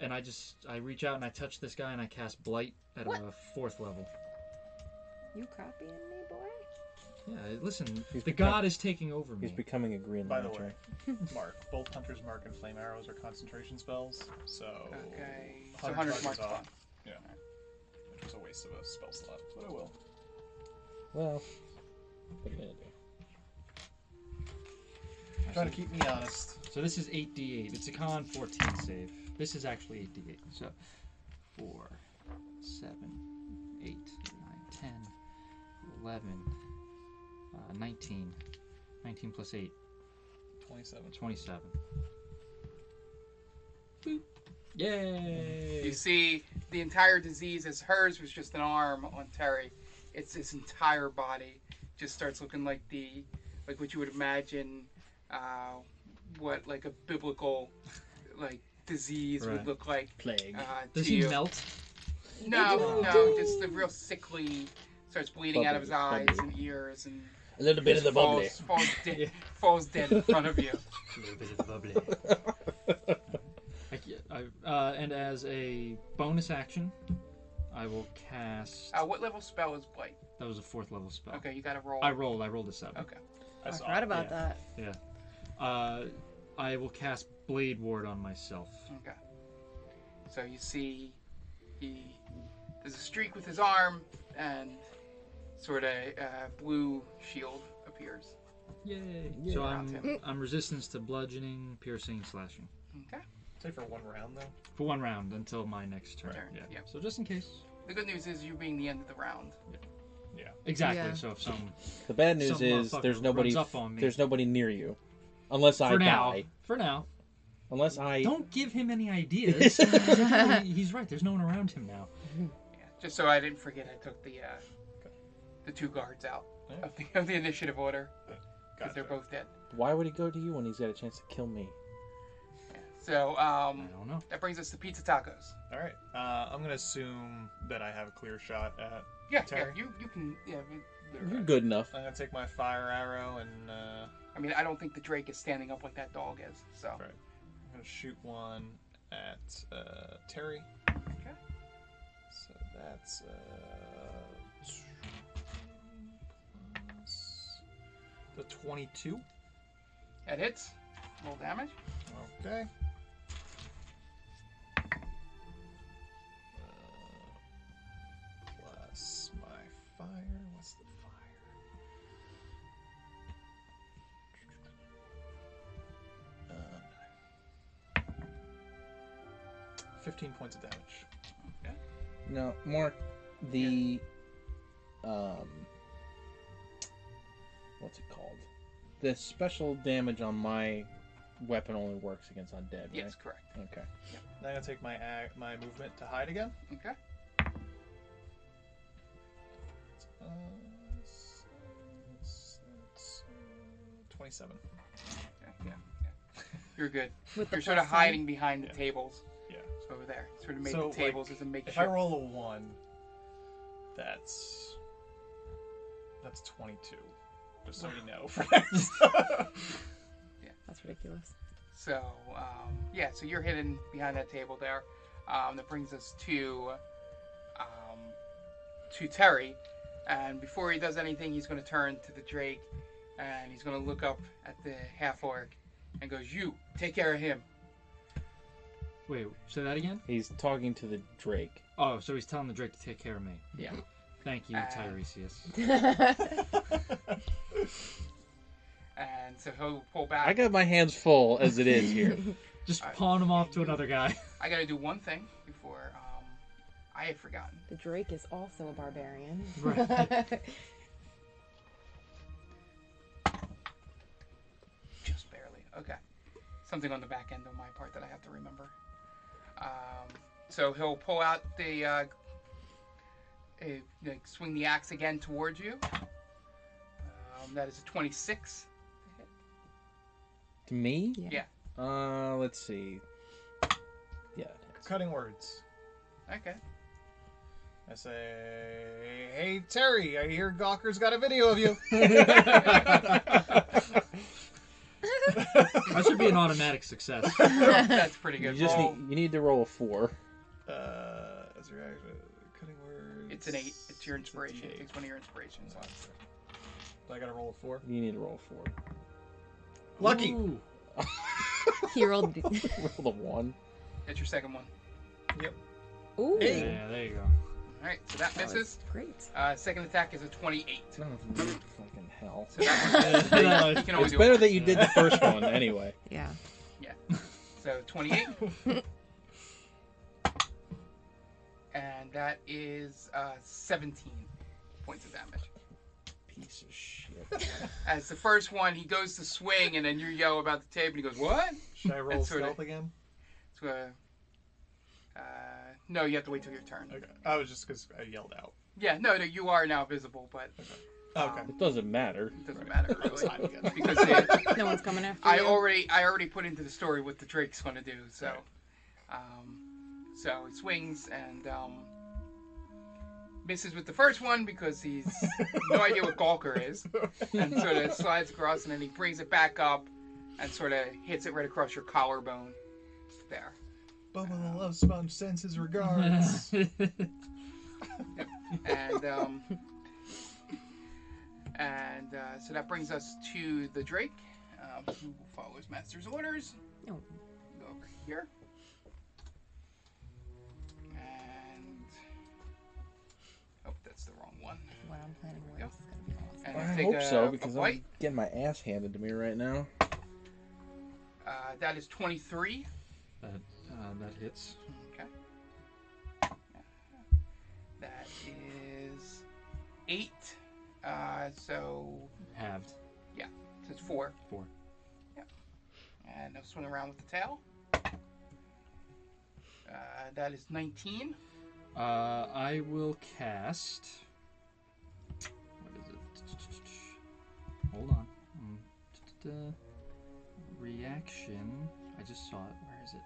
Speaker 6: and I just I reach out and I touch this guy and I cast blight at a fourth level.
Speaker 4: You copying me, boy?
Speaker 6: Yeah, listen,
Speaker 7: He's
Speaker 6: the
Speaker 7: become-
Speaker 6: god is taking over me.
Speaker 7: He's becoming a green
Speaker 2: By the
Speaker 7: lantern.
Speaker 2: way, Mark, both Hunter's Mark and Flame Arrows are concentration spells, so.
Speaker 1: Okay. So 100 marks on.
Speaker 2: off, Yeah. Which was a waste of a spell slot, but I will.
Speaker 7: Well, what are you gonna do?
Speaker 2: Try to keep me honest.
Speaker 6: so this is 8d8. It's a con 14 save. This is actually 8d8. So 4, 7, 8, 9, 10, 11, uh, 19. 19 plus 8.
Speaker 2: 27.
Speaker 6: 27. Yay!
Speaker 1: You see, the entire disease as hers was just an arm on Terry. It's his entire body just starts looking like the, like what you would imagine, uh, what like a biblical, like disease
Speaker 6: Right.
Speaker 1: would look like.
Speaker 7: Plague.
Speaker 1: Uh,
Speaker 6: Does
Speaker 1: to
Speaker 6: he
Speaker 1: you.
Speaker 6: melt?
Speaker 1: No, no, just the real sickly. Starts bleeding out of his
Speaker 7: Bubbly,
Speaker 1: eyes
Speaker 7: bubbly.
Speaker 1: and ears and
Speaker 7: A little bit of the bubbly.
Speaker 1: falls, falls, dead, falls dead in front of you.
Speaker 6: A little bit of bubbly. I, ca- I- uh, and as a bonus action, I will cast.
Speaker 1: Uh, what level spell is Blight?
Speaker 6: That was a fourth level spell.
Speaker 1: Okay, you got to roll.
Speaker 6: I rolled. I rolled a seven.
Speaker 1: Okay.
Speaker 2: I
Speaker 5: I
Speaker 2: saw.
Speaker 5: forgot about
Speaker 6: yeah.
Speaker 5: that.
Speaker 6: Yeah. Uh, I will cast Blade Ward on myself.
Speaker 1: Okay. So you see, he there's a streak with his arm, and sort of uh, blue shield appears.
Speaker 6: Yay! So
Speaker 1: Around
Speaker 6: I'm, I'm resistance to bludgeoning, piercing, and slashing
Speaker 1: Okay.
Speaker 2: Say for one round, though.
Speaker 6: for one round until my next turn.
Speaker 1: Turn,
Speaker 6: Yeah.
Speaker 1: yeah.
Speaker 6: So just in case.
Speaker 1: The good news is you being the end of the round.
Speaker 6: Exactly.
Speaker 5: Yeah.
Speaker 6: So if some
Speaker 7: The bad news
Speaker 6: Some
Speaker 7: is
Speaker 6: motherfucker
Speaker 7: there's nobody.
Speaker 6: runs up on me.
Speaker 7: There's nobody near you, unless I
Speaker 6: for now,
Speaker 7: die.
Speaker 6: for now,
Speaker 7: Unless I.
Speaker 6: Don't give him any ideas. He- He's right. There's no one around him now.
Speaker 1: Yeah. Just so I didn't forget, I took the uh, the two guards out of, the, of the initiative order because they're both dead.
Speaker 7: Why would he go to you when he's got a chance to kill me?
Speaker 1: So
Speaker 6: I
Speaker 1: um,
Speaker 6: don't know.
Speaker 1: that brings us to pizza tacos.
Speaker 2: All right. Uh, I'm gonna assume that I have a clear shot at.
Speaker 1: Yeah, yeah.
Speaker 2: Terry?
Speaker 1: You you can. Yeah. I mean,
Speaker 7: You're good enough.
Speaker 2: I'm gonna take my fire arrow and uh,
Speaker 1: I mean, I don't think the Drake is standing up like that dog is. So.
Speaker 2: Right. I'm gonna shoot one at uh, Terry.
Speaker 1: Okay.
Speaker 2: So that's uh, plus the 22.
Speaker 1: That hits. Roll damage.
Speaker 2: Okay. Uh, Plus my fire. What's the fire? Um, Fifteen points of damage.
Speaker 7: No, Mark. The, um, what's it called? The special damage on my weapon only works against undead. Right?
Speaker 1: Yes, correct.
Speaker 7: Okay.
Speaker 2: Now I'm gonna take my ac- my movement to hide again.
Speaker 1: Okay.
Speaker 2: Uh, s- s- s- Twenty-seven.
Speaker 1: Yeah, yeah. You're good.
Speaker 4: With the
Speaker 1: You're sort of
Speaker 4: plus sign?
Speaker 1: hiding behind the tables.
Speaker 2: Yeah.
Speaker 1: It's over there. Sort of made
Speaker 2: So,
Speaker 1: the tables
Speaker 2: like,
Speaker 1: as a makeshift.
Speaker 2: If I roll a one, that's that's twenty-two. Just so you know, friends.
Speaker 4: That's ridiculous.
Speaker 1: So, um, yeah, so you're hidden behind that table there. Um, that brings us to um, to Terry. And before he does anything, he's going to turn to the Drake and he's going to look up at the half orc and goes, You, take care of him.
Speaker 6: Wait, say that again?
Speaker 7: He's talking to the Drake.
Speaker 6: Oh, so he's telling the Drake to take care of me.
Speaker 1: Yeah.
Speaker 6: Thank you,
Speaker 1: Uh,
Speaker 6: Tiresias.
Speaker 1: And so he'll pull back.
Speaker 7: I got my hands full as it is here.
Speaker 6: Just pawn him off to another guy.
Speaker 1: I got to do one thing before um, I had forgotten.
Speaker 4: The Drake is also a barbarian.
Speaker 6: Right.
Speaker 1: Just barely. Okay. Something on the back end on my part that I have to remember. Um, so he'll pull out the, uh, a, like, swing the axe again towards you. Um, that is a 26.
Speaker 7: to me?
Speaker 4: Yeah.
Speaker 1: Yeah.
Speaker 7: Uh, let's see. Yeah.
Speaker 2: Cutting words.
Speaker 1: Okay.
Speaker 2: I say, "Hey Terry, I hear Gawker's got a video of you." Uh,
Speaker 6: That should be an automatic success.
Speaker 1: That's pretty
Speaker 7: You
Speaker 1: good.
Speaker 7: just
Speaker 1: roll.
Speaker 7: need, you need to roll a four.
Speaker 2: Uh, as a reaction, cutting words.
Speaker 1: It's an 8. It's your inspiration.
Speaker 2: D8.
Speaker 1: It's one of your inspirations.
Speaker 2: Do I gotta roll a four.
Speaker 7: You need to roll a four.
Speaker 2: Lucky.
Speaker 6: Ooh.
Speaker 5: He rolled. The...
Speaker 7: roll a one.
Speaker 1: That's your second one.
Speaker 5: Ooh,
Speaker 6: Yeah, there you go.
Speaker 1: Alright, so that
Speaker 5: that
Speaker 1: misses.
Speaker 5: was great.
Speaker 1: Uh, second attack is a 28.
Speaker 7: Oh, fucking hell.
Speaker 1: So
Speaker 6: Uh,
Speaker 1: that one, you can only
Speaker 7: It's
Speaker 1: do
Speaker 7: better
Speaker 1: it.
Speaker 7: that you did the first one anyway.
Speaker 5: Yeah.
Speaker 1: So 28. and that is uh, 17 points of damage.
Speaker 7: Piece of shit.
Speaker 1: As the first one, he goes to swing, and then you yell about the tape, and he goes, What?
Speaker 2: Should I roll
Speaker 1: That's sorta-
Speaker 2: stealth again?
Speaker 1: So, uh, uh, no, you have to wait till your turn.
Speaker 2: Okay. I was just because I yelled out.
Speaker 1: Yeah, no, no, you are now visible, but
Speaker 2: Okay.
Speaker 1: Um,
Speaker 7: It doesn't matter.
Speaker 1: it doesn't matter
Speaker 2: It's fine
Speaker 1: really.
Speaker 2: again.
Speaker 1: because they,
Speaker 5: No one's coming after
Speaker 1: I
Speaker 5: you.
Speaker 1: already I already put into the story what the Drake's gonna do. So, um, so he swings and um, misses with the first one because he's no idea what Gawker is, and sort of slides across and then he brings it back up and sort of hits it right across your collarbone. There.
Speaker 2: Bubba the Love Sponge sends his regards.
Speaker 1: and um, and uh, so that brings us to the Drake, um, who follows Master's orders.
Speaker 7: Oh.
Speaker 5: No.
Speaker 1: Go over here, and oh, that's the wrong one.
Speaker 5: What I'm planning
Speaker 1: Yeah.
Speaker 5: was gonna be awesome.
Speaker 1: And
Speaker 7: I
Speaker 1: take
Speaker 7: hope
Speaker 1: a,
Speaker 7: so
Speaker 1: a
Speaker 7: because I'm
Speaker 1: bite.
Speaker 7: getting my ass handed to me right now.
Speaker 1: Uh, that is twenty-three.
Speaker 6: That, uh, that hits.
Speaker 1: Okay. That is eight. Uh, so
Speaker 6: Halved.
Speaker 1: So it's four.
Speaker 6: Four.
Speaker 1: Yep. And I'll swing around with the tail. Uh, that is 19.
Speaker 6: Uh, I will cast. What is it? Hold on. Um, da-da-da. Reaction. I just saw it. Where is it?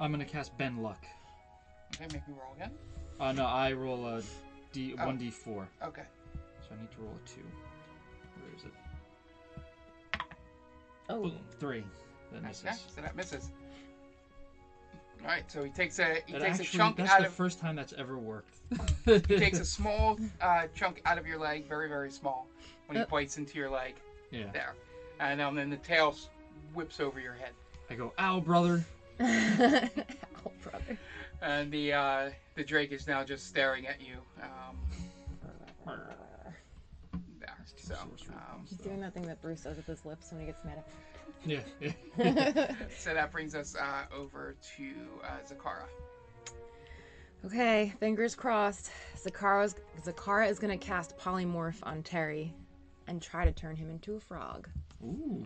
Speaker 6: I'm gonna cast Ben Luck.
Speaker 1: Okay, make me roll again.
Speaker 6: Uh, no, I roll a D
Speaker 1: Oh.
Speaker 6: one D four,
Speaker 1: Okay.
Speaker 6: so I need to roll a two. Where is it?
Speaker 5: Oh.
Speaker 6: Boom, three. That misses.
Speaker 1: Okay, so that misses. All right, so he takes a he
Speaker 6: That
Speaker 1: takes
Speaker 6: actually-
Speaker 1: a chunk
Speaker 6: that's
Speaker 1: out
Speaker 6: the
Speaker 1: of
Speaker 6: first time that's ever worked.
Speaker 1: he takes a small uh, chunk out of your leg, very very small, when he bites into your leg
Speaker 6: yeah.
Speaker 1: there, and um, then the tail s- whips over your head,
Speaker 6: I go, ow, brother.
Speaker 5: oh, brother.
Speaker 1: and the uh, the drake is now just staring at you. Um, there, so um,
Speaker 4: He's doing that thing that Bruce does with his lips when he gets mad
Speaker 6: Yeah. yeah.
Speaker 4: at
Speaker 1: So that brings us uh, over to uh, Zakara.
Speaker 5: Okay, fingers crossed. Zakara's, Zakara is gonna cast polymorph on Terry and try to turn him into a frog.
Speaker 6: Ooh.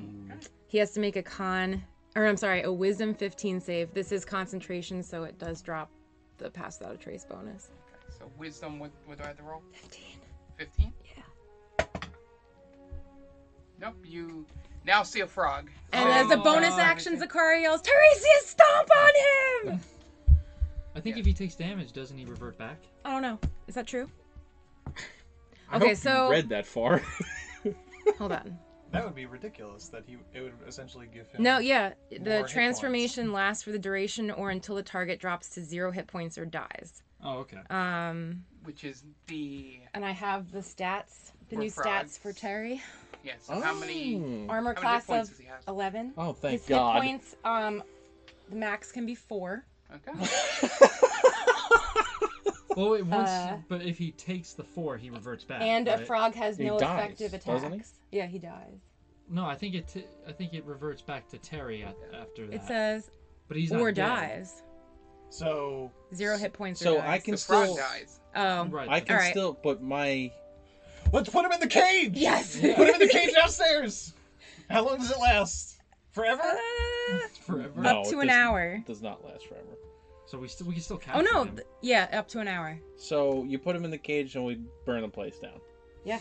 Speaker 5: He has to make a con, or I'm sorry, a wisdom 15 save. This is concentration, so it does drop the pass without a trace bonus.
Speaker 1: So wisdom, what, what do I have to roll? Fifteen. Fifteen? Yeah. Nope. You now see a frog. Oh,
Speaker 5: And
Speaker 1: So-
Speaker 5: as a bonus action, Zakari yells, Tiresias, stomp on him!
Speaker 6: I think if he takes damage, doesn't he revert back?
Speaker 5: I don't know. Is that true?
Speaker 6: I
Speaker 5: Okay,
Speaker 6: hope you
Speaker 5: so.
Speaker 6: read
Speaker 7: that far.
Speaker 5: Hold on.
Speaker 2: That would be ridiculous. That he it would essentially give him.
Speaker 5: No, yeah.
Speaker 2: more hit
Speaker 5: The
Speaker 2: points.
Speaker 5: transformation lasts for the duration or until the target drops to zero hit points or dies.
Speaker 6: Oh, okay.
Speaker 5: Um,
Speaker 1: Which is the
Speaker 5: and I have the stats, the
Speaker 1: For
Speaker 5: new
Speaker 1: frogs.
Speaker 5: stats for Terry.
Speaker 1: yeah. So how many
Speaker 5: Armor
Speaker 1: how many hit
Speaker 5: class
Speaker 1: points
Speaker 5: of
Speaker 1: does he have?
Speaker 5: 11.
Speaker 7: Oh, thank
Speaker 5: His
Speaker 7: God.
Speaker 5: Hit points, um, the max can be four.
Speaker 1: Okay.
Speaker 6: Well, wait, once,
Speaker 5: Uh,
Speaker 6: but if he takes the four, he reverts back.
Speaker 5: and a
Speaker 6: Ah, right?
Speaker 5: frog has no effective attacks.
Speaker 6: doesn't he?
Speaker 5: Yeah, he dies.
Speaker 6: No, I think it. T- I think it reverts back to Terry at, after that.
Speaker 5: It says,
Speaker 6: but he's
Speaker 5: or
Speaker 6: not dead.
Speaker 5: dies.
Speaker 2: So
Speaker 5: Zero hit points. or
Speaker 7: so
Speaker 5: dies.
Speaker 7: I can still.
Speaker 5: Oh,
Speaker 7: I can
Speaker 5: All right.
Speaker 7: still, but my.
Speaker 2: Let's put him in the cage.
Speaker 5: Yes.
Speaker 2: Put him in the cage downstairs. How long does it last? Forever.
Speaker 5: Uh,
Speaker 6: forever.
Speaker 7: No,
Speaker 5: Up
Speaker 7: it
Speaker 5: to an
Speaker 7: does-
Speaker 5: hour.
Speaker 7: Does not last forever.
Speaker 6: So we still we can still
Speaker 5: Oh
Speaker 6: capture
Speaker 5: no!
Speaker 6: him.
Speaker 5: th- Yeah, up to an hour.
Speaker 7: So you put him in the cage and we burn the place down.
Speaker 5: Yeah.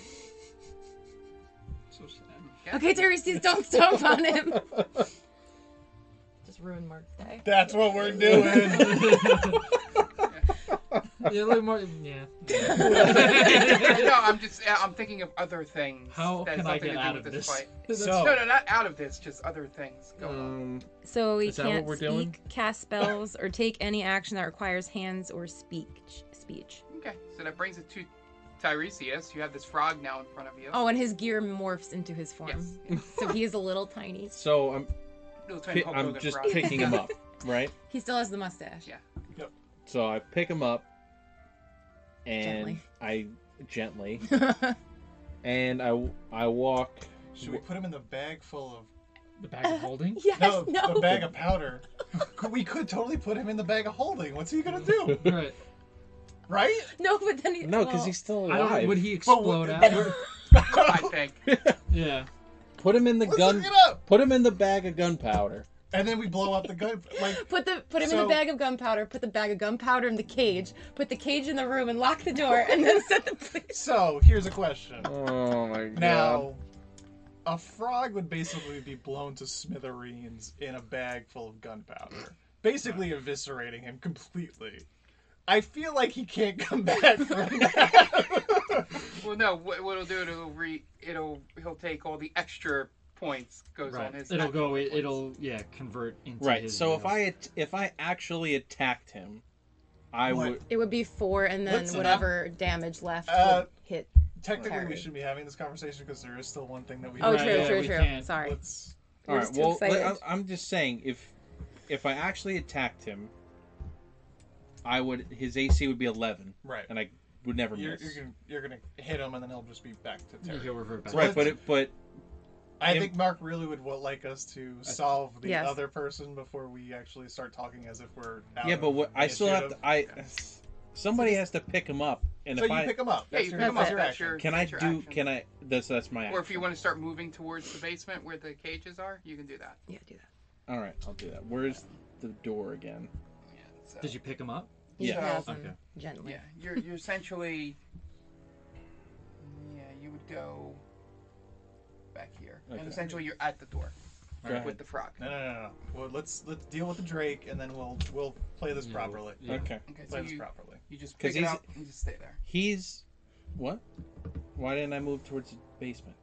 Speaker 6: So sad.
Speaker 5: Okay, Teresias, don't stomp on him. Just ruin Mark's day.
Speaker 2: That's what we're doing.
Speaker 6: yeah, a little more. Yeah.
Speaker 1: no, I'm just I'm thinking of other things.
Speaker 6: How
Speaker 1: that has
Speaker 6: can I
Speaker 1: nothing
Speaker 6: get
Speaker 1: to do
Speaker 6: out
Speaker 1: with
Speaker 6: of
Speaker 1: this,
Speaker 6: this?
Speaker 1: fight.
Speaker 6: That's-
Speaker 1: no, no, not out of this. Just other things going on.
Speaker 7: Um,
Speaker 5: So we
Speaker 7: Is that what
Speaker 5: can't
Speaker 7: we're
Speaker 5: speak,
Speaker 7: doing?
Speaker 5: cast spells, or take any action that requires hands or speech. Speech.
Speaker 1: Okay, so that brings it to Tiresias. You have this frog now in front of you.
Speaker 5: Oh, and his gear morphs into his form,
Speaker 1: Yes.
Speaker 5: so he is a little tiny.
Speaker 7: So I'm.
Speaker 1: Little tiny
Speaker 7: Pi-
Speaker 1: Hulk
Speaker 7: I'm
Speaker 1: Hogan
Speaker 7: just
Speaker 1: frog.
Speaker 7: picking him up, right?
Speaker 5: He still has the mustache.
Speaker 1: Yeah.
Speaker 7: So I pick him up, and
Speaker 5: Gently.
Speaker 7: I gently, and I I walk.
Speaker 2: Should we put him in the bag full of
Speaker 6: The bag of holding.
Speaker 5: Yes.
Speaker 2: no,
Speaker 5: No.
Speaker 2: the bag of powder? Could- we could totally put him in the bag of holding. What's he gonna do?
Speaker 6: Right.
Speaker 2: Right?
Speaker 5: No, but then he. oh.
Speaker 7: No, because
Speaker 5: well,
Speaker 7: he's still
Speaker 6: I don't.
Speaker 7: alive.
Speaker 6: Would he explode
Speaker 2: But-
Speaker 6: out?
Speaker 1: I think.
Speaker 6: yeah.
Speaker 7: Put him in the
Speaker 2: Let's
Speaker 7: gun.
Speaker 2: look it up.
Speaker 7: Put him in the bag of gunpowder.
Speaker 2: And then we blow up the gun. Like
Speaker 5: Put the put him in
Speaker 2: So-
Speaker 5: the bag of gunpowder. Put the bag of gunpowder in the cage. Put the cage in the room and lock the door, and then set the.
Speaker 2: so, here's a question.
Speaker 7: Oh my god!
Speaker 2: Now, a frog would basically be blown to smithereens in a bag full of gunpowder, basically eviscerating him completely. I feel like he can't come back from that.
Speaker 1: Well, no. What, what it'll do? It'll re. It'll. He'll take all the extra points. Goes on
Speaker 6: Right.
Speaker 1: his.
Speaker 6: It'll
Speaker 1: natural
Speaker 6: go. It,
Speaker 1: points.
Speaker 6: it'll yeah convert into
Speaker 7: right.
Speaker 6: His
Speaker 7: So if
Speaker 6: real-
Speaker 7: I at- if I actually attacked him, I
Speaker 2: What?
Speaker 7: would.
Speaker 5: It would be four, and then
Speaker 2: Listen up.
Speaker 5: whatever damage left
Speaker 2: Uh,
Speaker 5: would hit.
Speaker 2: Technically, we
Speaker 5: Sorry.
Speaker 2: shouldn't be having this conversation because there is still one thing that we.
Speaker 5: Oh,
Speaker 6: Right,
Speaker 5: true,
Speaker 6: yeah,
Speaker 5: true,
Speaker 6: we
Speaker 5: true.
Speaker 6: can't.
Speaker 5: Sorry.
Speaker 2: Let's.
Speaker 7: All
Speaker 5: We're
Speaker 7: right.
Speaker 5: just too
Speaker 7: Well, let-
Speaker 5: excited.
Speaker 7: I- I'm just saying if if I actually attacked him, I would his AC would be 11,
Speaker 2: Right.
Speaker 7: and I would never
Speaker 2: You're,
Speaker 7: miss.
Speaker 2: you're gonna you're gonna hit him and then he'll just be back to
Speaker 6: Yeah,
Speaker 2: terror.
Speaker 6: he'll revert back.
Speaker 7: Right, but it, but
Speaker 2: I
Speaker 7: Im-
Speaker 2: think Mark really would wa- like us to solve the
Speaker 5: Yes.
Speaker 2: other person before we actually start talking as if we're. Out
Speaker 7: yeah, but
Speaker 2: of
Speaker 7: what I still have to
Speaker 2: initiative.
Speaker 7: I somebody has to pick him up, and
Speaker 2: So
Speaker 7: if
Speaker 2: you
Speaker 7: I
Speaker 2: pick him up.
Speaker 1: Yeah,
Speaker 2: That's
Speaker 1: you
Speaker 2: your-
Speaker 1: pick him up.
Speaker 5: that's your
Speaker 1: That's your.
Speaker 7: can I
Speaker 1: that's your
Speaker 7: do
Speaker 1: action.
Speaker 7: can I that's that's my
Speaker 1: Or if you
Speaker 7: action.
Speaker 1: want to start moving towards the basement where the cages are, you can do that.
Speaker 5: Yeah, do that.
Speaker 7: All right, I'll do that. Where's the door again?
Speaker 1: Yeah. So,
Speaker 6: Did you pick him up?
Speaker 5: You
Speaker 7: Yeah.
Speaker 5: grab
Speaker 6: Okay.
Speaker 5: him gently.
Speaker 1: Yeah. You're you're essentially. Yeah, you would go. Back here,
Speaker 7: Okay.
Speaker 1: and essentially you're at the door
Speaker 7: Go ahead.
Speaker 1: with the frog.
Speaker 2: No, no, no, no. Well, let's let's deal with the Drake, and then we'll we'll play this
Speaker 6: Yeah, we'll-
Speaker 2: properly.
Speaker 6: yeah.
Speaker 7: Okay.
Speaker 1: Okay, so
Speaker 2: Play this
Speaker 1: you,
Speaker 2: properly.
Speaker 1: you just
Speaker 7: 'Cause
Speaker 1: pick it
Speaker 7: he's-
Speaker 1: up and just stay there.
Speaker 7: He's what? Why didn't I move towards the basement?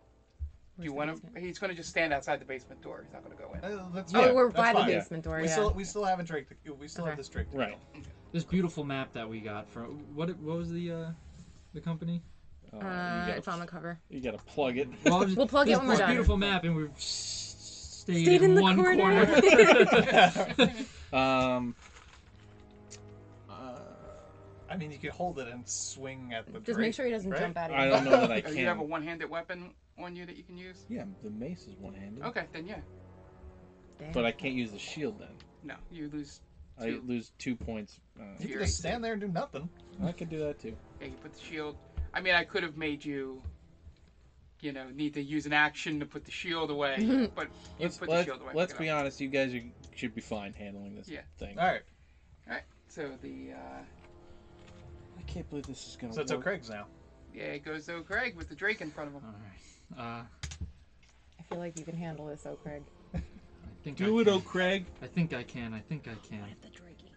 Speaker 1: Do you want him? He's going to just stand outside the basement door. He's not going to go in.
Speaker 2: Uh, that's
Speaker 5: Oh,
Speaker 2: fine.
Speaker 5: we're
Speaker 2: That's
Speaker 5: by the
Speaker 2: fine.
Speaker 5: basement door.
Speaker 2: We
Speaker 5: yeah. Uh,
Speaker 2: still we still haven't Drake. The, we still have
Speaker 5: Okay.
Speaker 2: this Drake. to
Speaker 7: Right.
Speaker 6: This beautiful map that we got from what? What was the uh, the company?
Speaker 7: Uh,
Speaker 5: uh,
Speaker 7: you,
Speaker 5: it's on
Speaker 7: gotta,
Speaker 5: the cover.
Speaker 7: you gotta plug it.
Speaker 6: Well, just-
Speaker 5: We'll plug it
Speaker 6: this-
Speaker 5: when we're
Speaker 6: this
Speaker 5: done.
Speaker 6: Beautiful map, and we've s- stayed,
Speaker 5: Stayed
Speaker 6: in,
Speaker 5: in the
Speaker 6: one
Speaker 5: corner.
Speaker 6: corner.
Speaker 7: Um. Uh,
Speaker 2: I mean, you could hold it and swing at the.
Speaker 5: Just
Speaker 2: Drake,
Speaker 5: make sure he doesn't
Speaker 2: right?
Speaker 5: jump out
Speaker 7: I
Speaker 5: of
Speaker 7: don't know that I
Speaker 1: Oh, you have a
Speaker 7: can.
Speaker 1: one-handed weapon on you that you can use.
Speaker 7: Yeah, the mace is one-handed.
Speaker 1: Okay, then yeah.
Speaker 5: Damn.
Speaker 7: But I can't use the shield then.
Speaker 1: No, you lose.
Speaker 7: I
Speaker 1: Two.
Speaker 7: lose two points. Uh,
Speaker 2: You could just stand there and do nothing.
Speaker 7: I could do that too.
Speaker 1: Yeah, you put the shield. I mean, I could have made you you know, need to use an action to put the shield away. but you
Speaker 7: Let's,
Speaker 1: put the
Speaker 7: let's,
Speaker 1: shield away.
Speaker 7: let's
Speaker 1: pick it
Speaker 7: be
Speaker 1: up.
Speaker 7: honest. You guys are, should be fine handling this
Speaker 1: Yeah.
Speaker 7: thing.
Speaker 2: All right.
Speaker 1: All right. So the uh,
Speaker 7: I can't believe this is gonna.
Speaker 2: So it's
Speaker 7: work.
Speaker 2: O'Craig's now.
Speaker 1: yeah, it goes to Craig with the Drake in front of him.
Speaker 6: All right. Uh,
Speaker 4: I feel like you can handle this, oh Craig.
Speaker 6: I think
Speaker 7: Do
Speaker 6: I
Speaker 7: it,
Speaker 6: can.
Speaker 7: O'Craig.
Speaker 6: I think I can. I think I can.
Speaker 12: The Drakey.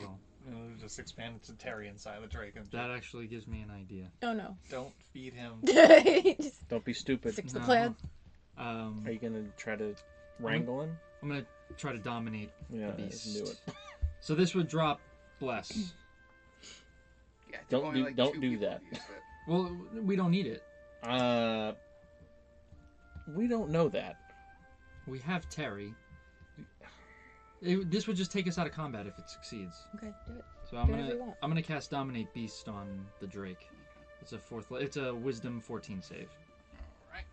Speaker 6: Well,
Speaker 2: And it'll just expand it to Terry inside the Drake. And
Speaker 6: that actually gives me an idea.
Speaker 4: Oh no.
Speaker 2: don't feed him.
Speaker 4: Just
Speaker 7: Don't be stupid.
Speaker 4: fix the
Speaker 6: No.
Speaker 4: plan.
Speaker 6: Um,
Speaker 7: Are you gonna try to wrangle him?
Speaker 6: I'm gonna try to dominate
Speaker 7: Yeah,
Speaker 6: the
Speaker 7: I
Speaker 6: beast.
Speaker 7: knew it.
Speaker 6: So this would drop bless.
Speaker 1: Yeah, I think
Speaker 7: Don't
Speaker 1: only,
Speaker 7: do-
Speaker 1: like,
Speaker 7: don't
Speaker 1: two
Speaker 7: do
Speaker 1: people
Speaker 7: that.
Speaker 1: use it.
Speaker 6: Well, we don't need it.
Speaker 7: Uh, we don't know that.
Speaker 6: We have Terry. It, this would just take us out of combat if it succeeds.
Speaker 4: Okay, do it.
Speaker 6: So I'm
Speaker 4: Do whatever
Speaker 6: gonna
Speaker 4: you want.
Speaker 6: I'm gonna cast dominate beast on the drake. It's a fourth. Le- it's a wisdom 14 save.
Speaker 1: All right.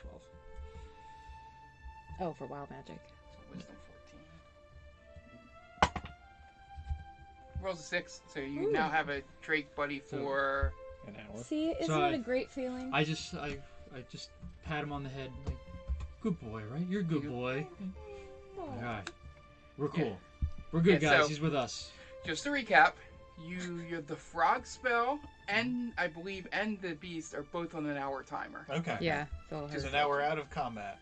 Speaker 6: 12.
Speaker 4: Oh, for wild magic.
Speaker 1: So wisdom fourteen. Rolls a six, so you now have a Drake buddy for.
Speaker 7: An hour.
Speaker 4: See, isn't
Speaker 6: So
Speaker 4: it
Speaker 6: I-
Speaker 4: a great feeling?
Speaker 6: I just I I just pat him on the head like, good boy, right? You're a good boy. All right, we're cool. We're good
Speaker 1: Yeah,
Speaker 6: guys.
Speaker 1: so-
Speaker 6: He's with us.
Speaker 1: Just to recap, you you have the frog spell and I believe and the beast are both on an hour timer.
Speaker 2: Okay.
Speaker 5: Yeah, it's all
Speaker 2: So
Speaker 5: her.
Speaker 2: now we're out of combat.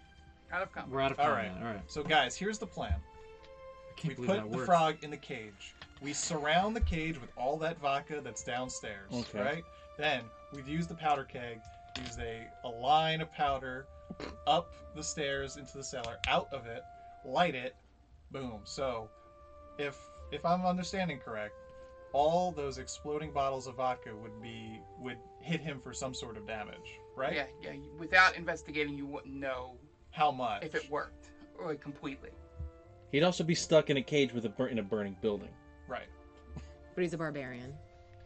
Speaker 1: Out of combat.
Speaker 6: We're out of
Speaker 2: All
Speaker 6: combat.
Speaker 2: right.
Speaker 6: All right.
Speaker 2: So guys, here's the plan.
Speaker 6: I can't
Speaker 2: we
Speaker 6: believe that
Speaker 2: put the
Speaker 6: worked.
Speaker 2: frog in the cage. We surround the cage with all that vodka that's downstairs.
Speaker 7: Okay.
Speaker 2: Right? Then we'd use the powder keg, use a, a line of powder up the stairs into the cellar, out of it, light it, boom. So if if I'm understanding correct, all those exploding bottles of vodka would be would hit him for some sort of damage, right?
Speaker 1: Yeah, yeah. you- Without investigating, you wouldn't know
Speaker 2: How much?
Speaker 1: if it worked or like, completely.
Speaker 7: He'd also be stuck in a cage with a bur- in a burning building.
Speaker 2: right.
Speaker 5: But he's a barbarian.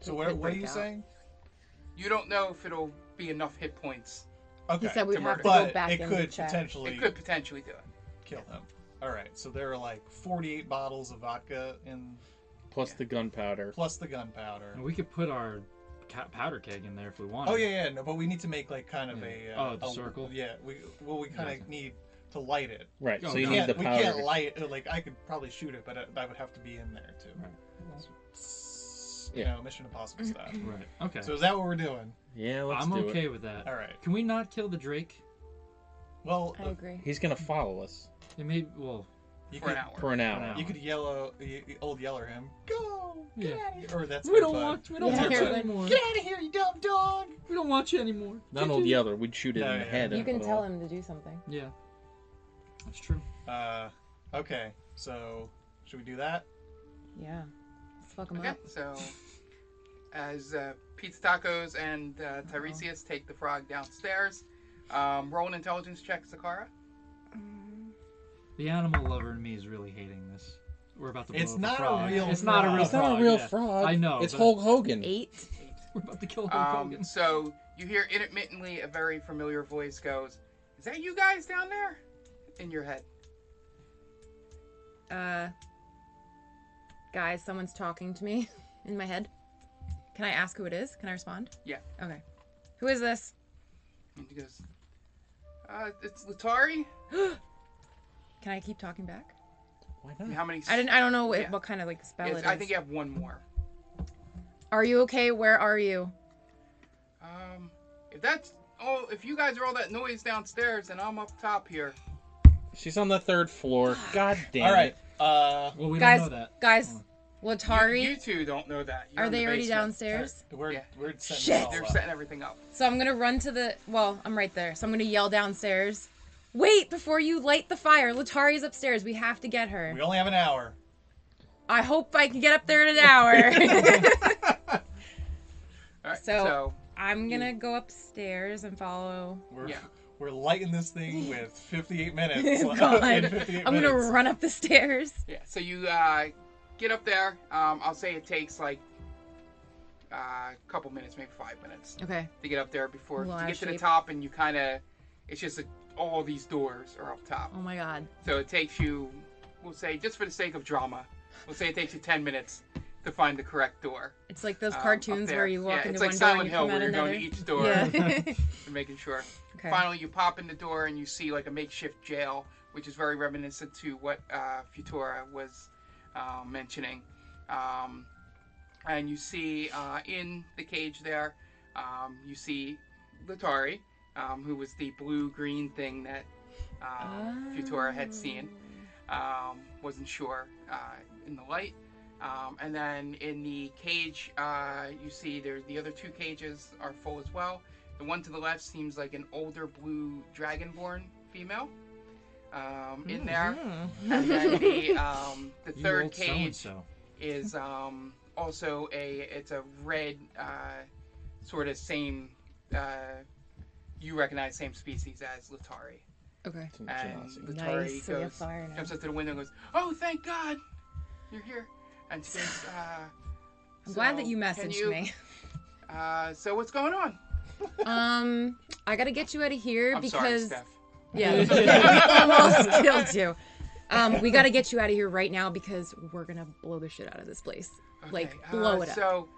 Speaker 2: So
Speaker 5: It
Speaker 2: what,
Speaker 5: could
Speaker 2: what are
Speaker 5: break
Speaker 2: you
Speaker 5: out.
Speaker 2: saying?
Speaker 1: You don't know if it'll be enough hit points.
Speaker 2: Okay.
Speaker 5: He said we'd
Speaker 1: to
Speaker 5: have to
Speaker 1: murder.
Speaker 2: but
Speaker 5: go back
Speaker 2: it
Speaker 5: and
Speaker 2: could
Speaker 5: check.
Speaker 2: potentially
Speaker 1: It could potentially do it.
Speaker 2: kill him. All right, so there are like 48 bottles of vodka in
Speaker 7: Plus the gunpowder.
Speaker 2: plus the gunpowder.
Speaker 6: And Oh, we could put our ca- powder keg in there if we want.
Speaker 2: Oh yeah, yeah, no, but we need to make like kind of
Speaker 6: Yeah.
Speaker 2: a uh,
Speaker 6: Oh, the
Speaker 2: a-
Speaker 6: circle?
Speaker 2: Yeah, we well we kind
Speaker 6: Gotcha.
Speaker 2: of need to light it.
Speaker 7: Right.
Speaker 6: Oh,
Speaker 7: so you
Speaker 6: no.
Speaker 2: We
Speaker 7: need
Speaker 2: can't,
Speaker 7: the
Speaker 2: we
Speaker 7: powder.
Speaker 2: can't
Speaker 7: to-
Speaker 2: light it. Like I could probably shoot it, but I, I would have to be in there too.
Speaker 6: Right.
Speaker 2: S- You
Speaker 7: Yeah.
Speaker 2: know, Mission Impossible style.
Speaker 6: Right. Okay.
Speaker 2: So is that what we're doing?
Speaker 7: yeah, let's
Speaker 6: I'm
Speaker 7: do
Speaker 6: okay
Speaker 7: it.
Speaker 6: with that.
Speaker 2: All right.
Speaker 6: Can we not kill the drake?
Speaker 2: Well,
Speaker 4: I
Speaker 2: uh,
Speaker 4: agree.
Speaker 7: He's gonna follow us
Speaker 6: It may. Well,
Speaker 2: you
Speaker 1: for
Speaker 2: could
Speaker 1: an hour.
Speaker 7: for an
Speaker 6: For an
Speaker 7: hour.
Speaker 2: you could yellow y- y- old yeller him. Go. Get
Speaker 6: Yeah.
Speaker 2: out of here. Or that's
Speaker 6: we
Speaker 2: Bud
Speaker 6: don't
Speaker 2: Bud.
Speaker 6: want. We don't
Speaker 4: Yeah.
Speaker 6: want you
Speaker 4: Yeah.
Speaker 6: anymore.
Speaker 2: Get out of here, you dumb dog.
Speaker 6: We don't want you anymore.
Speaker 7: Not old Yeller. We'd shoot it
Speaker 2: No,
Speaker 7: in the
Speaker 2: yeah.
Speaker 7: head.
Speaker 4: You
Speaker 7: and
Speaker 4: can
Speaker 7: put it
Speaker 4: tell
Speaker 7: on.
Speaker 4: him to do something.
Speaker 6: Yeah. That's true.
Speaker 2: Uh, okay. So should we do that?
Speaker 4: Yeah. Let's fuck him
Speaker 1: Okay,
Speaker 4: up.
Speaker 1: so as uh, Pizza Tacos and uh, Tiresias take the frog downstairs, um, roll an intelligence check, Sakara.
Speaker 6: The animal lover in me is really hating this. We're about to blow
Speaker 2: It's
Speaker 6: up
Speaker 2: not a
Speaker 6: a frog.
Speaker 2: real
Speaker 6: It's not a
Speaker 2: frog.
Speaker 6: real
Speaker 2: It's
Speaker 7: It's not
Speaker 6: frog,
Speaker 7: a real
Speaker 6: yeah.
Speaker 7: frog.
Speaker 6: I know.
Speaker 7: It's
Speaker 6: but
Speaker 7: Hulk Hogan.
Speaker 5: Eight.
Speaker 6: We're about to kill Hulk
Speaker 1: Um,
Speaker 6: Hogan.
Speaker 1: so you hear intermittently a very familiar voice goes, "Is that you guys down there?" In your head.
Speaker 5: Uh, guys, someone's talking to me in my head. Can I ask who it is? Can I respond?
Speaker 1: Yeah.
Speaker 5: Okay. Who is this?
Speaker 1: And he goes, uh, "It's Latari."
Speaker 5: Can I keep talking back?
Speaker 7: Why not?
Speaker 1: How many?
Speaker 5: Hmm. I didn't. I don't know what,
Speaker 1: Yeah.
Speaker 5: what kind of like spell it
Speaker 1: Yes,
Speaker 5: is.
Speaker 1: I think you have one more.
Speaker 5: Are you okay? Where are you?
Speaker 1: Um, if that's oh, if you guys are all that noise downstairs and I'm up top here,
Speaker 7: She's on the third floor. God damn
Speaker 2: All right.
Speaker 7: it.
Speaker 2: Uh,
Speaker 6: well, we
Speaker 5: guys,
Speaker 6: don't know that.
Speaker 5: guys,
Speaker 6: Oh.
Speaker 5: Latari,
Speaker 1: you two don't know that. You're
Speaker 5: are
Speaker 1: in
Speaker 5: they
Speaker 1: the
Speaker 5: already
Speaker 1: basement.
Speaker 5: downstairs?
Speaker 2: we're
Speaker 1: Yeah.
Speaker 2: we're setting
Speaker 5: Shit.
Speaker 2: it all
Speaker 1: They're
Speaker 2: up.
Speaker 1: setting everything up.
Speaker 5: So I'm gonna run to the. Well, I'm right there. So I'm gonna yell downstairs. Wait before you light the fire. Latari's upstairs. We have to get her.
Speaker 2: We only have an hour.
Speaker 5: I hope I can get up there in an hour.
Speaker 1: All right,
Speaker 5: So-
Speaker 1: so
Speaker 5: I'm gonna go upstairs and follow.
Speaker 2: We're
Speaker 1: Yeah.
Speaker 2: we're lighting this thing with 58 minutes.
Speaker 5: God,
Speaker 2: In
Speaker 5: I'm
Speaker 2: 58
Speaker 5: gonna
Speaker 2: minutes.
Speaker 5: run up the stairs.
Speaker 1: Yeah, so you uh, get up there. Um, I'll say it takes like uh, a couple minutes, maybe five minutes,
Speaker 5: Okay.
Speaker 1: to get up there before
Speaker 5: Little
Speaker 1: to
Speaker 5: out
Speaker 1: get
Speaker 5: of
Speaker 1: to the
Speaker 5: shape.
Speaker 1: top, and you kind of it's just a, all these doors are up top.
Speaker 5: Oh my god.
Speaker 1: So it takes you, we'll say, just for the sake of drama, we'll say it takes you ten minutes to find the correct door.
Speaker 5: It's like those
Speaker 1: um, up
Speaker 5: cartoons where
Speaker 1: there.
Speaker 5: you walk
Speaker 1: yeah,
Speaker 5: into
Speaker 1: it's like
Speaker 5: one door
Speaker 1: Silent
Speaker 5: and you
Speaker 1: Hill
Speaker 5: come out
Speaker 1: where you're
Speaker 5: another.
Speaker 1: going to each door
Speaker 5: Yeah.
Speaker 1: and making sure.
Speaker 5: Okay.
Speaker 1: Finally, you pop in the door and you see like a makeshift jail, which is very reminiscent to what uh, Futura was uh, mentioning. Um, and you see uh, in the cage there, um, you see Latari, um, who was the blue-green thing that uh, Futura had seen. Um, wasn't sure uh, in the light. Um, and then in the cage, uh, you see there the other two cages are full as well. The one to the left seems like an older blue dragonborn female um,
Speaker 5: Hmm.
Speaker 1: in there. And then the, um, the
Speaker 6: You
Speaker 1: third
Speaker 6: old
Speaker 1: cage
Speaker 6: so-and-so.
Speaker 1: is um, also a it's a red uh, sort of same uh, you recognize same species as Latari.
Speaker 5: Okay.
Speaker 1: And
Speaker 9: Jealousy.
Speaker 1: Latari
Speaker 9: Nice, so you're
Speaker 1: goes
Speaker 9: far now.
Speaker 1: jumps up to the window and goes, "Oh, thank God, you're here." And she goes, uh,
Speaker 5: I'm glad that
Speaker 1: "So
Speaker 5: you
Speaker 1: can
Speaker 5: messaged me.
Speaker 1: Uh, so what's going on?
Speaker 5: um, I gotta get you out of here
Speaker 1: I'm sorry,
Speaker 5: because
Speaker 1: Steph.
Speaker 5: yeah, we almost killed you. Um, we gotta get you out of here right now because we're gonna blow the shit out of this place, like
Speaker 1: Okay,
Speaker 5: blow
Speaker 1: uh,
Speaker 5: it up.
Speaker 1: So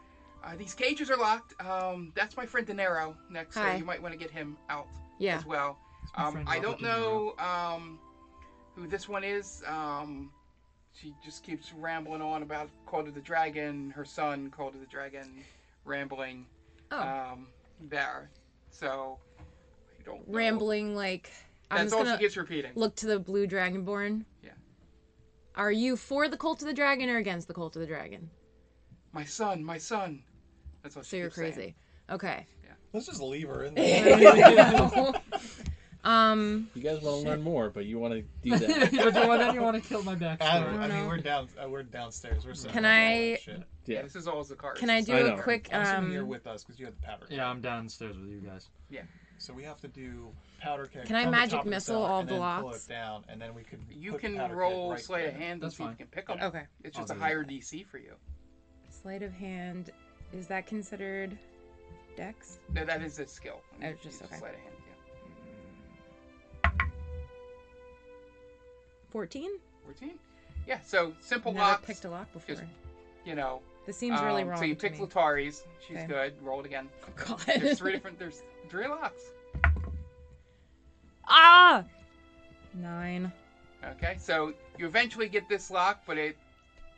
Speaker 1: uh, these cages are locked. Um, that's my friend De Niro next,
Speaker 5: Hi.
Speaker 1: so you might want to get him out
Speaker 5: Yeah.
Speaker 1: as well.
Speaker 5: my
Speaker 1: Um,
Speaker 5: friend
Speaker 1: I
Speaker 5: Robert
Speaker 1: don't know um, who this one is. Um, she just keeps rambling on about Call to the Dragon, her son Call to the Dragon, rambling
Speaker 5: Oh.
Speaker 1: um, there. So I don't know.
Speaker 5: Rambling like I'm
Speaker 1: That's
Speaker 5: just
Speaker 1: all
Speaker 5: gonna
Speaker 1: she keeps repeating.
Speaker 5: Look to the blue dragonborn.
Speaker 1: Yeah.
Speaker 5: Are you for the cult of the dragon or against the cult of the dragon?
Speaker 1: My son, my son. That's what
Speaker 5: So you're crazy. Okay.
Speaker 2: Let's just leave her in
Speaker 5: there. um.
Speaker 7: You guys want
Speaker 5: shit.
Speaker 7: to learn more, but you want to do that.
Speaker 6: But you want- then you want to kill my backstory.
Speaker 2: I, don't, I mean, we're down. Uh, we're downstairs. We're
Speaker 5: Can I?
Speaker 7: Yeah.
Speaker 1: This is all Zakari.
Speaker 5: Can I do
Speaker 2: a
Speaker 5: a quick?
Speaker 2: I'm assuming
Speaker 5: Um,
Speaker 2: you're with us because you had the powder.
Speaker 6: Yeah, I'm downstairs with you guys.
Speaker 1: Yeah.
Speaker 2: So we have to do powder keg.
Speaker 5: Can I
Speaker 2: from the
Speaker 5: magic
Speaker 2: top of the
Speaker 5: missile
Speaker 2: cellar
Speaker 5: all
Speaker 2: and
Speaker 5: the
Speaker 2: then pull
Speaker 5: locks?
Speaker 2: it down, and then we could.
Speaker 1: You
Speaker 2: put
Speaker 1: can
Speaker 2: powder keg
Speaker 1: roll
Speaker 2: right
Speaker 1: sleight of
Speaker 2: there.
Speaker 1: hand and
Speaker 6: That's
Speaker 1: see if you
Speaker 6: fine.
Speaker 1: can pick them.
Speaker 5: Okay.
Speaker 1: It's just
Speaker 6: I'll
Speaker 1: a
Speaker 6: do
Speaker 1: higher DC for you.
Speaker 5: sleight of hand. Is that considered dex?
Speaker 1: No, that is a skill.
Speaker 5: Oh,
Speaker 1: You
Speaker 5: just
Speaker 1: use
Speaker 5: okay.
Speaker 1: Sleight of hand. Yeah.
Speaker 5: Fourteen.
Speaker 1: Fourteen. Yeah. So simple
Speaker 5: Never
Speaker 1: locks.
Speaker 5: picked a lock before.
Speaker 1: Just you know.
Speaker 5: This seems really
Speaker 1: um,
Speaker 5: wrong.
Speaker 1: So you
Speaker 5: to
Speaker 1: picked
Speaker 5: me.
Speaker 1: Latari's. She's
Speaker 5: Okay.
Speaker 1: good. Roll it again.
Speaker 5: God.
Speaker 1: There's three different. There's three locks.
Speaker 5: Ah. Nine.
Speaker 1: Okay. So you eventually get this lock, but it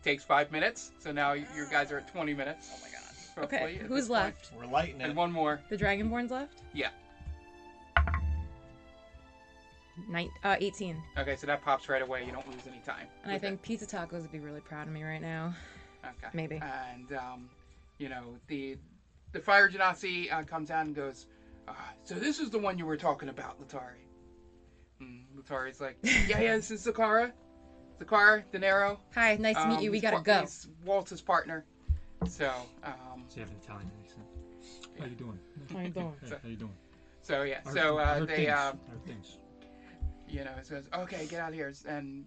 Speaker 1: takes five minutes. So now you guys are at twenty minutes. Oh my god.
Speaker 5: Okay. Who's left?
Speaker 2: We're lighting it.
Speaker 1: And one more.
Speaker 5: The dragonborn's left.
Speaker 1: Yeah.
Speaker 5: Nine. Uh, eighteen.
Speaker 1: Okay. So that pops right away. You don't lose any time.
Speaker 5: And I
Speaker 1: with it.
Speaker 5: think pizza tacos would be really proud of me right now.
Speaker 1: Okay.
Speaker 5: Maybe.
Speaker 1: And um, you know the the fire genasi uh, comes out and goes. Uh, so this is the one you were talking about, Latari. And Latari's like, yeah, yeah, this is Zakara. Zakara Dinero.
Speaker 5: Hi, nice
Speaker 1: Um,
Speaker 5: to meet you. We gotta go.
Speaker 1: He's Walt's partner. So, um,
Speaker 6: So you have an Italian accent. How you doing?
Speaker 5: How you doing?
Speaker 6: Hey, how you doing?
Speaker 1: so yeah.
Speaker 6: I heard
Speaker 1: So
Speaker 6: thi- I
Speaker 1: uh,
Speaker 6: heard
Speaker 1: they,
Speaker 6: things.
Speaker 1: uh,
Speaker 6: I heard things.
Speaker 1: you know, it says, okay, get out of here. And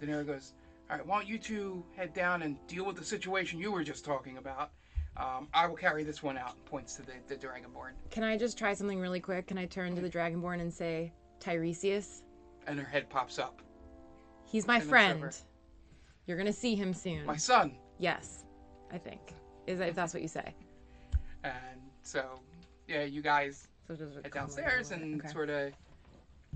Speaker 1: Dinero goes, all right, why don't you two head down and deal with the situation you were just talking about? Um, I will carry this one out. Points to the, the Dragonborn.
Speaker 5: Can I just try something really quick? Can I turn to the dragonborn and say, Tiresias,
Speaker 1: and her head pops up.
Speaker 5: he's my
Speaker 1: And it's
Speaker 5: friend.
Speaker 1: over.
Speaker 5: You're gonna see him soon.
Speaker 1: My son.
Speaker 5: Yes, I think. Is that if that's what you say?
Speaker 1: And so, yeah, you guys
Speaker 5: So just
Speaker 1: head
Speaker 5: calm
Speaker 1: downstairs
Speaker 5: down a
Speaker 1: and
Speaker 5: little bit. Okay.
Speaker 1: sort of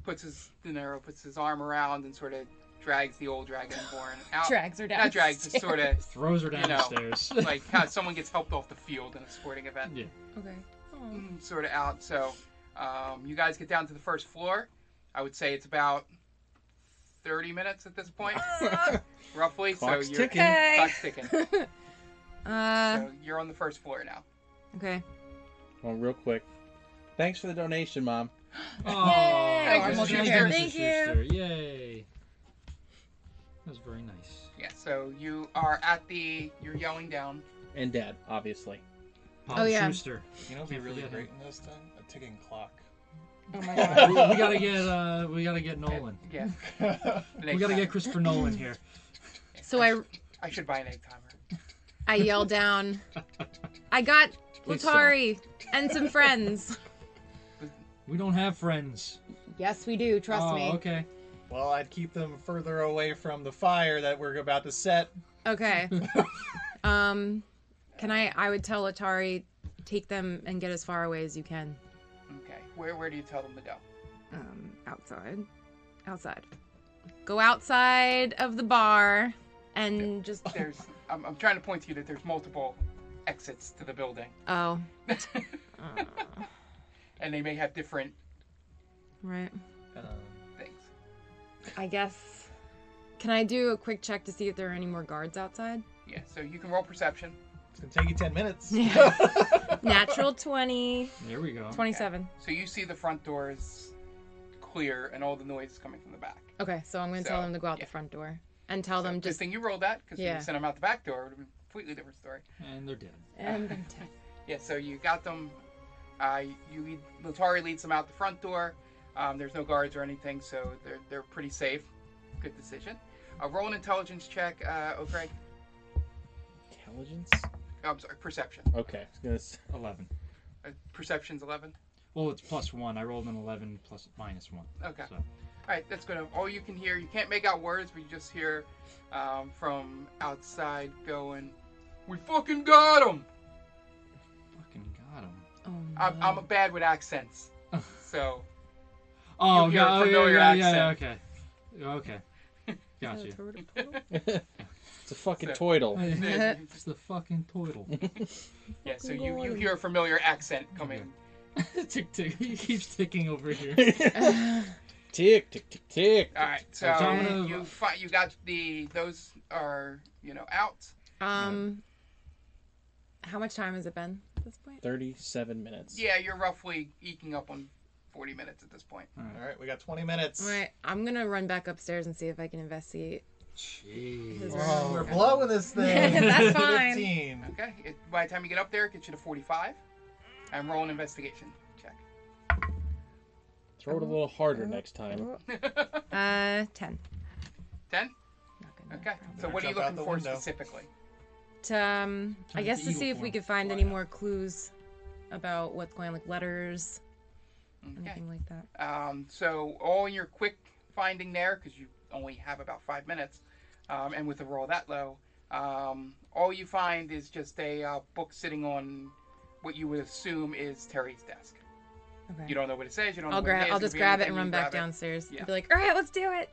Speaker 1: puts his De Niro puts his arm around and sort of drags the old dragonborn out.
Speaker 5: Drags her
Speaker 1: Not drags, just sort of
Speaker 6: Throws her
Speaker 1: you know,
Speaker 6: downstairs.
Speaker 1: like how someone gets helped off the field in a sporting event.
Speaker 6: Yeah.
Speaker 5: Okay.
Speaker 1: Sort of out. So, um, you guys get down to the first floor. I would say it's about. 30 minutes at this point, roughly.
Speaker 7: Clock's
Speaker 1: so you're
Speaker 7: ticking.
Speaker 5: Okay.
Speaker 1: clock's ticking.
Speaker 5: Uh,
Speaker 1: so you're on the first floor now.
Speaker 5: okay.
Speaker 7: Well, Oh, real quick. Thanks for the donation, Mom.
Speaker 5: Yay!
Speaker 1: Thank you,
Speaker 6: Arnold
Speaker 1: sister.
Speaker 6: Schwarzenegger.
Speaker 5: Thank
Speaker 6: Sister, Yay. That was very nice.
Speaker 1: Yeah, so you are at the. You're yelling down.
Speaker 7: And Dad, obviously.
Speaker 6: Paul
Speaker 5: Oh, yeah.
Speaker 6: Schuster.
Speaker 2: You know, what'd be
Speaker 6: Can't
Speaker 2: really
Speaker 6: forget
Speaker 2: great
Speaker 6: him.
Speaker 2: in this thing. A ticking clock.
Speaker 5: Oh my
Speaker 6: we,
Speaker 5: god.
Speaker 6: we gotta get uh, we gotta get Nolan.
Speaker 1: Yeah. An
Speaker 6: We
Speaker 1: egg
Speaker 6: gotta
Speaker 1: timer.
Speaker 6: get Christopher Nolan here.
Speaker 5: So I
Speaker 1: I should buy an egg timer.
Speaker 5: I yell down. I got
Speaker 7: Please stop.
Speaker 5: Latari and some friends.
Speaker 6: We don't have friends.
Speaker 5: Yes, we do. Trust
Speaker 6: oh,
Speaker 5: me.
Speaker 6: okay.
Speaker 2: Well, I'd keep them further away from the fire that we're about to set.
Speaker 5: Okay. Um, can I? I would tell Atari, take them and get as far away as you can.
Speaker 1: Okay. Where where do you tell them to go?
Speaker 5: Um, outside. Outside. Go outside of the bar and just.
Speaker 1: There's I'm, I'm trying to point to you that there's multiple exits to the building,
Speaker 5: Oh, Uh,
Speaker 1: and they may have different
Speaker 5: right.
Speaker 1: things.
Speaker 5: I guess. Can I do a quick check to see if there are any more guards outside?
Speaker 1: Yeah. So you can roll perception.
Speaker 2: It's gonna take you ten minutes.
Speaker 5: Natural 20.
Speaker 6: There we go.
Speaker 5: 27.
Speaker 1: So you see the front door is clear and all the noise is coming from the back.
Speaker 5: Okay, so I'm going to tell
Speaker 1: So,
Speaker 5: them to go out the front door and tell them
Speaker 1: Good
Speaker 5: just.
Speaker 1: thing you rolled that because if
Speaker 5: Yeah.
Speaker 1: you sent them out the back door, it would have been a completely different story.
Speaker 6: And they're dead.
Speaker 5: And
Speaker 1: Yeah, so you got them. Uh, you lead, Latari leads them out the front door. Um, there's no guards or anything, so they're they're pretty safe. Good decision. Uh, roll an intelligence check, uh, O'Craig.
Speaker 7: Intelligence?
Speaker 1: Oh, I'm sorry, perception.
Speaker 7: Okay. I was gonna s-
Speaker 6: Eleven.
Speaker 1: Uh, perception's 11.
Speaker 6: Well, it's plus one. I rolled an eleven plus minus one.
Speaker 1: Okay.
Speaker 6: So,
Speaker 1: All right, that's good. All you can hear, you can't make out words, but you just hear um, from outside going, "We fucking got them."
Speaker 6: fucking got him.
Speaker 5: Oh,
Speaker 1: I'm, I'm bad with accents, so
Speaker 6: Oh,
Speaker 1: You'll hear a
Speaker 6: yeah, oh, yeah,
Speaker 1: familiar
Speaker 6: yeah, yeah, yeah,
Speaker 1: accent.
Speaker 6: okay. Okay. Gotcha.
Speaker 7: It's a fucking
Speaker 1: So-
Speaker 7: toidle.
Speaker 6: it's the fucking toidle.
Speaker 1: yeah. So you, you hear a familiar accent coming.
Speaker 6: tick tick. He keeps ticking over here.
Speaker 7: Tick, tick, tick, tick.
Speaker 1: All right, so
Speaker 6: So I'm gonna-
Speaker 1: you fi- you got the those are you know out.
Speaker 5: Um, how much time has it been at this point?
Speaker 7: 37 minutes.
Speaker 1: Yeah, you're roughly eking up on forty minutes at this point.
Speaker 2: All right, we got twenty minutes.
Speaker 5: All right, I'm gonna run back upstairs and see if I can investigate.
Speaker 6: Jeez.
Speaker 5: his
Speaker 2: Whoa,
Speaker 5: room.
Speaker 2: Oh, we're blowing this thing.
Speaker 5: Yeah, Oh, that's fine.
Speaker 2: Fifteen.
Speaker 1: Okay, it, by the time you get up there, it gets you to forty-five. And roll an investigation check.
Speaker 7: Throw it a little harder next time.
Speaker 5: Uh, ten.
Speaker 1: Ten.
Speaker 5: Not good enough.
Speaker 1: Okay. So what are you
Speaker 2: Jump out
Speaker 1: looking
Speaker 2: the
Speaker 1: for
Speaker 2: window.
Speaker 1: specifically?
Speaker 5: To, um, I
Speaker 6: Turn
Speaker 5: guess
Speaker 6: into
Speaker 5: to see
Speaker 6: eagle
Speaker 5: if we
Speaker 6: form.
Speaker 5: could find any more clues about what's going, like letters,
Speaker 1: Okay.
Speaker 5: anything like that.
Speaker 1: Um, so all your quick finding there, because you only have about five minutes, um, and with a roll that low, um, all you find is just a uh, book sitting on what you would assume is Terry's desk.
Speaker 5: Okay.
Speaker 1: You don't know what it says. You don't.
Speaker 5: I'll
Speaker 1: know what
Speaker 5: grab.
Speaker 1: It is.
Speaker 5: I'll
Speaker 1: could
Speaker 5: just
Speaker 1: be
Speaker 5: grab it
Speaker 1: anything, you
Speaker 5: and run back
Speaker 1: grab it.
Speaker 5: downstairs.
Speaker 1: Yeah.
Speaker 5: And be like, all right, let's do it.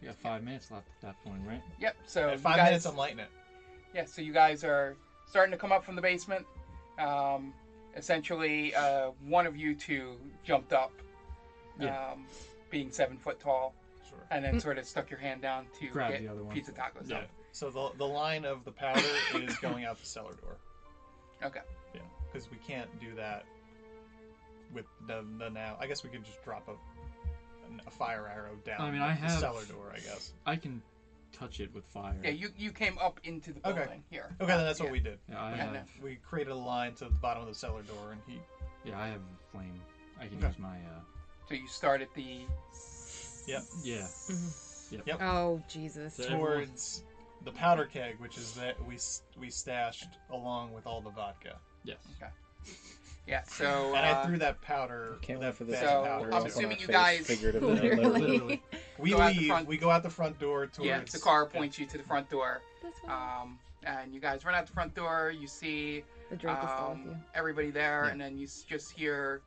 Speaker 6: You got five minutes left at that point, right?
Speaker 1: Yep. So
Speaker 2: At
Speaker 1: you
Speaker 2: five
Speaker 1: guys-
Speaker 2: minutes, I'm lighting it.
Speaker 1: Yeah, so you guys are starting to come up from the basement. Um, essentially, uh, one of you two jumped up,
Speaker 7: Yeah.
Speaker 1: um, being seven foot tall,
Speaker 2: Sure.
Speaker 1: and
Speaker 5: Hmm.
Speaker 1: then sort of stuck your hand down to
Speaker 6: Grab
Speaker 1: get
Speaker 6: the other one.
Speaker 1: pizza tacos.
Speaker 2: Yeah. So the the line of the powder is going out the cellar door.
Speaker 1: Okay.
Speaker 2: Yeah. Because we can't do that with the, the now. I guess we could just drop a an- a fire arrow down
Speaker 6: I mean,
Speaker 2: at
Speaker 6: I
Speaker 2: the
Speaker 6: have-
Speaker 2: cellar door. I guess.
Speaker 6: I can touch it with fire.
Speaker 1: Yeah, you, you came up into the
Speaker 2: Okay.
Speaker 1: building here. uh,
Speaker 2: Okay, then that's what
Speaker 1: Yeah.
Speaker 2: we did.
Speaker 6: Yeah, I
Speaker 1: Yeah, no.
Speaker 6: have.
Speaker 2: We created a line to the bottom of the cellar door, and he
Speaker 6: Yeah, I have flame. I can
Speaker 2: Okay.
Speaker 6: use my. uh
Speaker 1: So you start at the.
Speaker 2: Yep.
Speaker 6: Yeah.
Speaker 1: Mm-hmm.
Speaker 5: Oh Jesus.
Speaker 6: So-
Speaker 2: towards the powder keg, which is that we s- we stashed along with all the vodka,
Speaker 6: Yes.
Speaker 1: Yeah, so.
Speaker 2: and I
Speaker 1: uh,
Speaker 2: threw that powder.
Speaker 7: Can't
Speaker 2: that
Speaker 7: wait for this
Speaker 2: bag of
Speaker 1: So,
Speaker 7: powder
Speaker 2: powder
Speaker 7: up on
Speaker 2: over.
Speaker 1: assuming
Speaker 7: our
Speaker 1: you
Speaker 7: face,
Speaker 1: guys-
Speaker 7: figuratively and literally.
Speaker 5: Literally.
Speaker 2: we
Speaker 1: Go out the
Speaker 2: leave.
Speaker 1: front.
Speaker 2: We go out the front door towards.
Speaker 1: Yeah, the car points you to the front door. Um, and you guys run out the front door. You see
Speaker 5: The drink is still with
Speaker 1: um,
Speaker 5: you.
Speaker 1: everybody there, and then you s- just hear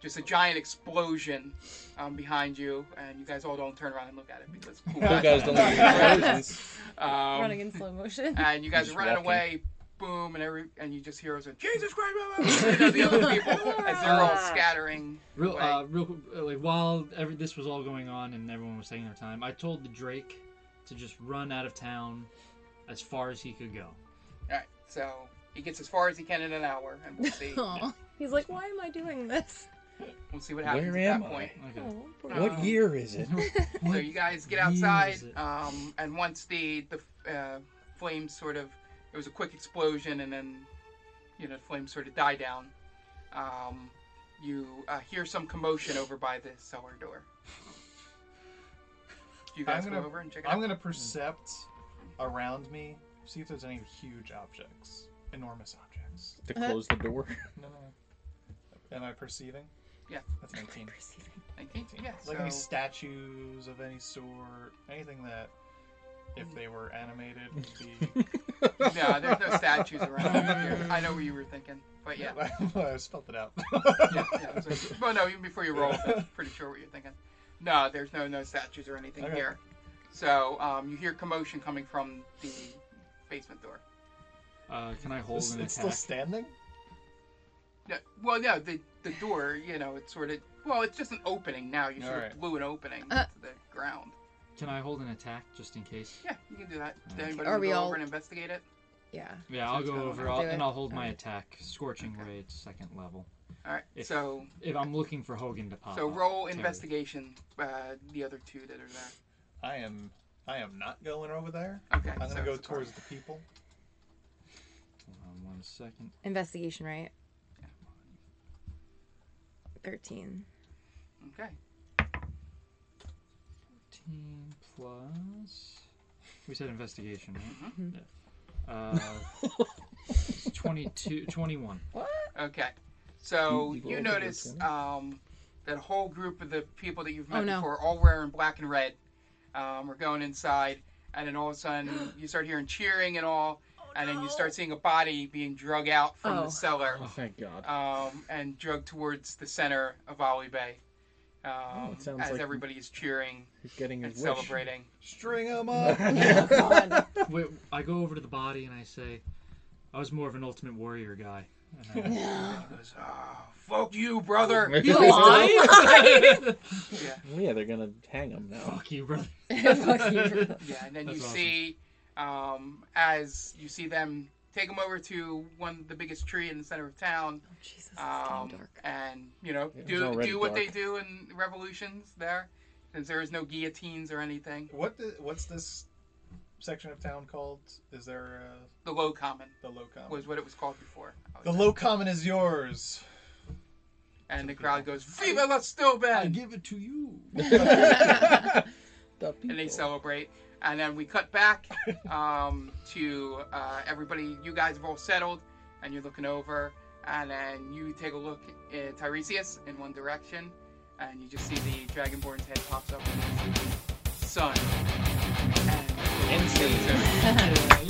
Speaker 1: just a giant explosion um, behind you, and you guys all don't turn around and look at it because cool
Speaker 7: You guys don't like explosions.
Speaker 1: Um,
Speaker 5: Running in slow motion.
Speaker 1: and you guys are
Speaker 7: Just
Speaker 1: running
Speaker 7: walking.
Speaker 1: away, boom, and every and you just hear us Jesus Christ, blah, blah, blah," you know, the other people as they're all scattering.
Speaker 6: Real,
Speaker 1: away.
Speaker 6: uh, real, uh, like while every, this was all going on and everyone was taking their time, I told the Drake to just run out of town as far as he could go.
Speaker 1: all right, so he gets as far as he can in an hour, and we'll see.
Speaker 5: Aw. He's like, why am I doing this?
Speaker 1: we'll see what happens
Speaker 7: Where
Speaker 1: at
Speaker 7: am
Speaker 1: that point.
Speaker 7: I?
Speaker 6: Okay.
Speaker 5: Oh, poor
Speaker 1: Uh,
Speaker 7: What
Speaker 1: Um,
Speaker 7: year is it?
Speaker 1: So you guys get
Speaker 6: year is
Speaker 1: outside,
Speaker 6: it?
Speaker 1: um, and once the the uh, flames sort of, it was a quick explosion, and then, you know, the flames sort of die down. Um, you uh, hear some commotion over by the cellar door. Do you guys
Speaker 2: I'm gonna-
Speaker 1: go over and check it out?
Speaker 2: I'm gonna percept around me, see if there's any huge objects, enormous objects.
Speaker 7: to close the door.
Speaker 2: No, no. no. Am I perceiving?
Speaker 1: Yeah.
Speaker 2: That's 19.
Speaker 1: 19? Yeah,
Speaker 2: Like any
Speaker 1: so-
Speaker 2: statues of any sort, anything that if they were animated.
Speaker 1: No, there's no statues around here. I know what you were thinking, but yeah.
Speaker 2: I spelled it out.
Speaker 1: yeah, yeah. So, well, no, even before you roll, I'm pretty sure what you're thinking. No, there's no no statues or anything
Speaker 2: Okay.
Speaker 1: here. So um, you hear commotion coming from the basement door.
Speaker 6: Uh, can I hold
Speaker 2: It's-
Speaker 6: an
Speaker 2: it's still
Speaker 6: attack?
Speaker 2: standing.
Speaker 1: No, well, no, the the door, you know, it's sort of well, it's just an opening now. You sort
Speaker 6: Alright.
Speaker 1: of blew an opening
Speaker 5: Uh.
Speaker 1: to the ground.
Speaker 6: Can I hold an attack just in case?
Speaker 1: Yeah, you can do that. Did
Speaker 2: Mm.
Speaker 6: Alright.
Speaker 1: anybody
Speaker 5: Are
Speaker 1: wanna
Speaker 5: we
Speaker 1: go
Speaker 5: all-
Speaker 1: over and investigate it?
Speaker 5: Yeah.
Speaker 6: Yeah, I'll
Speaker 1: Sounds
Speaker 6: go
Speaker 1: good.
Speaker 6: over
Speaker 5: I'll
Speaker 6: I'll,
Speaker 5: do
Speaker 6: and
Speaker 5: it.
Speaker 6: I'll hold my
Speaker 5: Alright.
Speaker 6: attack, scorching raid, second level.
Speaker 1: All right.
Speaker 6: If-
Speaker 1: so
Speaker 6: If I'm looking for Hogan to pop
Speaker 1: so
Speaker 6: up,
Speaker 2: uh-huh.
Speaker 1: roll
Speaker 6: Terry.
Speaker 1: investigation. Uh, the other two that are
Speaker 2: I am. I am not going over there.
Speaker 1: there. Okay.
Speaker 2: I'm
Speaker 1: so
Speaker 2: gonna go
Speaker 1: it's a card.
Speaker 2: towards the people.
Speaker 6: Hold on one second.
Speaker 5: Investigation, right? 13.
Speaker 1: Okay.
Speaker 6: 15 plus. We said investigation, right? Uh, 22, 21.
Speaker 1: Okay. So
Speaker 7: You- you
Speaker 1: you,
Speaker 7: rolled over
Speaker 1: notice
Speaker 7: 20?
Speaker 1: um, that whole group of the people that you've met
Speaker 5: Oh, no.
Speaker 1: before, all wearing black and red, um, are going inside, and then all of a sudden you start hearing cheering and all, and then you start seeing a body being drug out from
Speaker 5: Oh.
Speaker 1: the cellar
Speaker 7: Oh, thank God.
Speaker 1: um, and drug towards the center of Ali Bay. Um,
Speaker 7: it Oh, sounds
Speaker 1: as
Speaker 7: like-
Speaker 1: everybody is cheering
Speaker 7: He's getting
Speaker 1: and
Speaker 7: his wish.
Speaker 1: celebrating.
Speaker 2: String 'em up.
Speaker 6: Wait, I go over to the body and I say, I was more of an ultimate warrior guy. And I-
Speaker 1: He goes, oh, fuck you, brother.
Speaker 7: He's
Speaker 6: alive?
Speaker 1: yeah.
Speaker 7: yeah, they're gonna hang him now.
Speaker 6: Fuck you, brother.
Speaker 5: Fuck you.
Speaker 1: Yeah, and then
Speaker 6: That's
Speaker 1: you
Speaker 6: awesome.
Speaker 1: see um, as you see them take them over to one the biggest tree in the center of town,
Speaker 5: Oh, Jesus, it's
Speaker 1: um,
Speaker 5: getting dark.
Speaker 1: and you know
Speaker 7: It was
Speaker 1: do
Speaker 7: already
Speaker 1: do what they
Speaker 7: dark.
Speaker 1: do in revolutions there, since there is no guillotines or anything.
Speaker 2: What the, what's this section of town called? Is there uh,
Speaker 1: The low common
Speaker 2: the low common?
Speaker 1: was what it was called before.
Speaker 2: the low common is yours.
Speaker 1: and the crowd goes Viva la Stillbad!
Speaker 9: give it to you.
Speaker 7: The
Speaker 1: and they
Speaker 7: people.
Speaker 1: celebrate. And then we cut back um, to uh, everybody. You guys have all settled, and you're looking over, and then you take a look at Tiresias in one direction, and you just see the dragonborn's head pops up, and you see the sun. And
Speaker 7: End scene.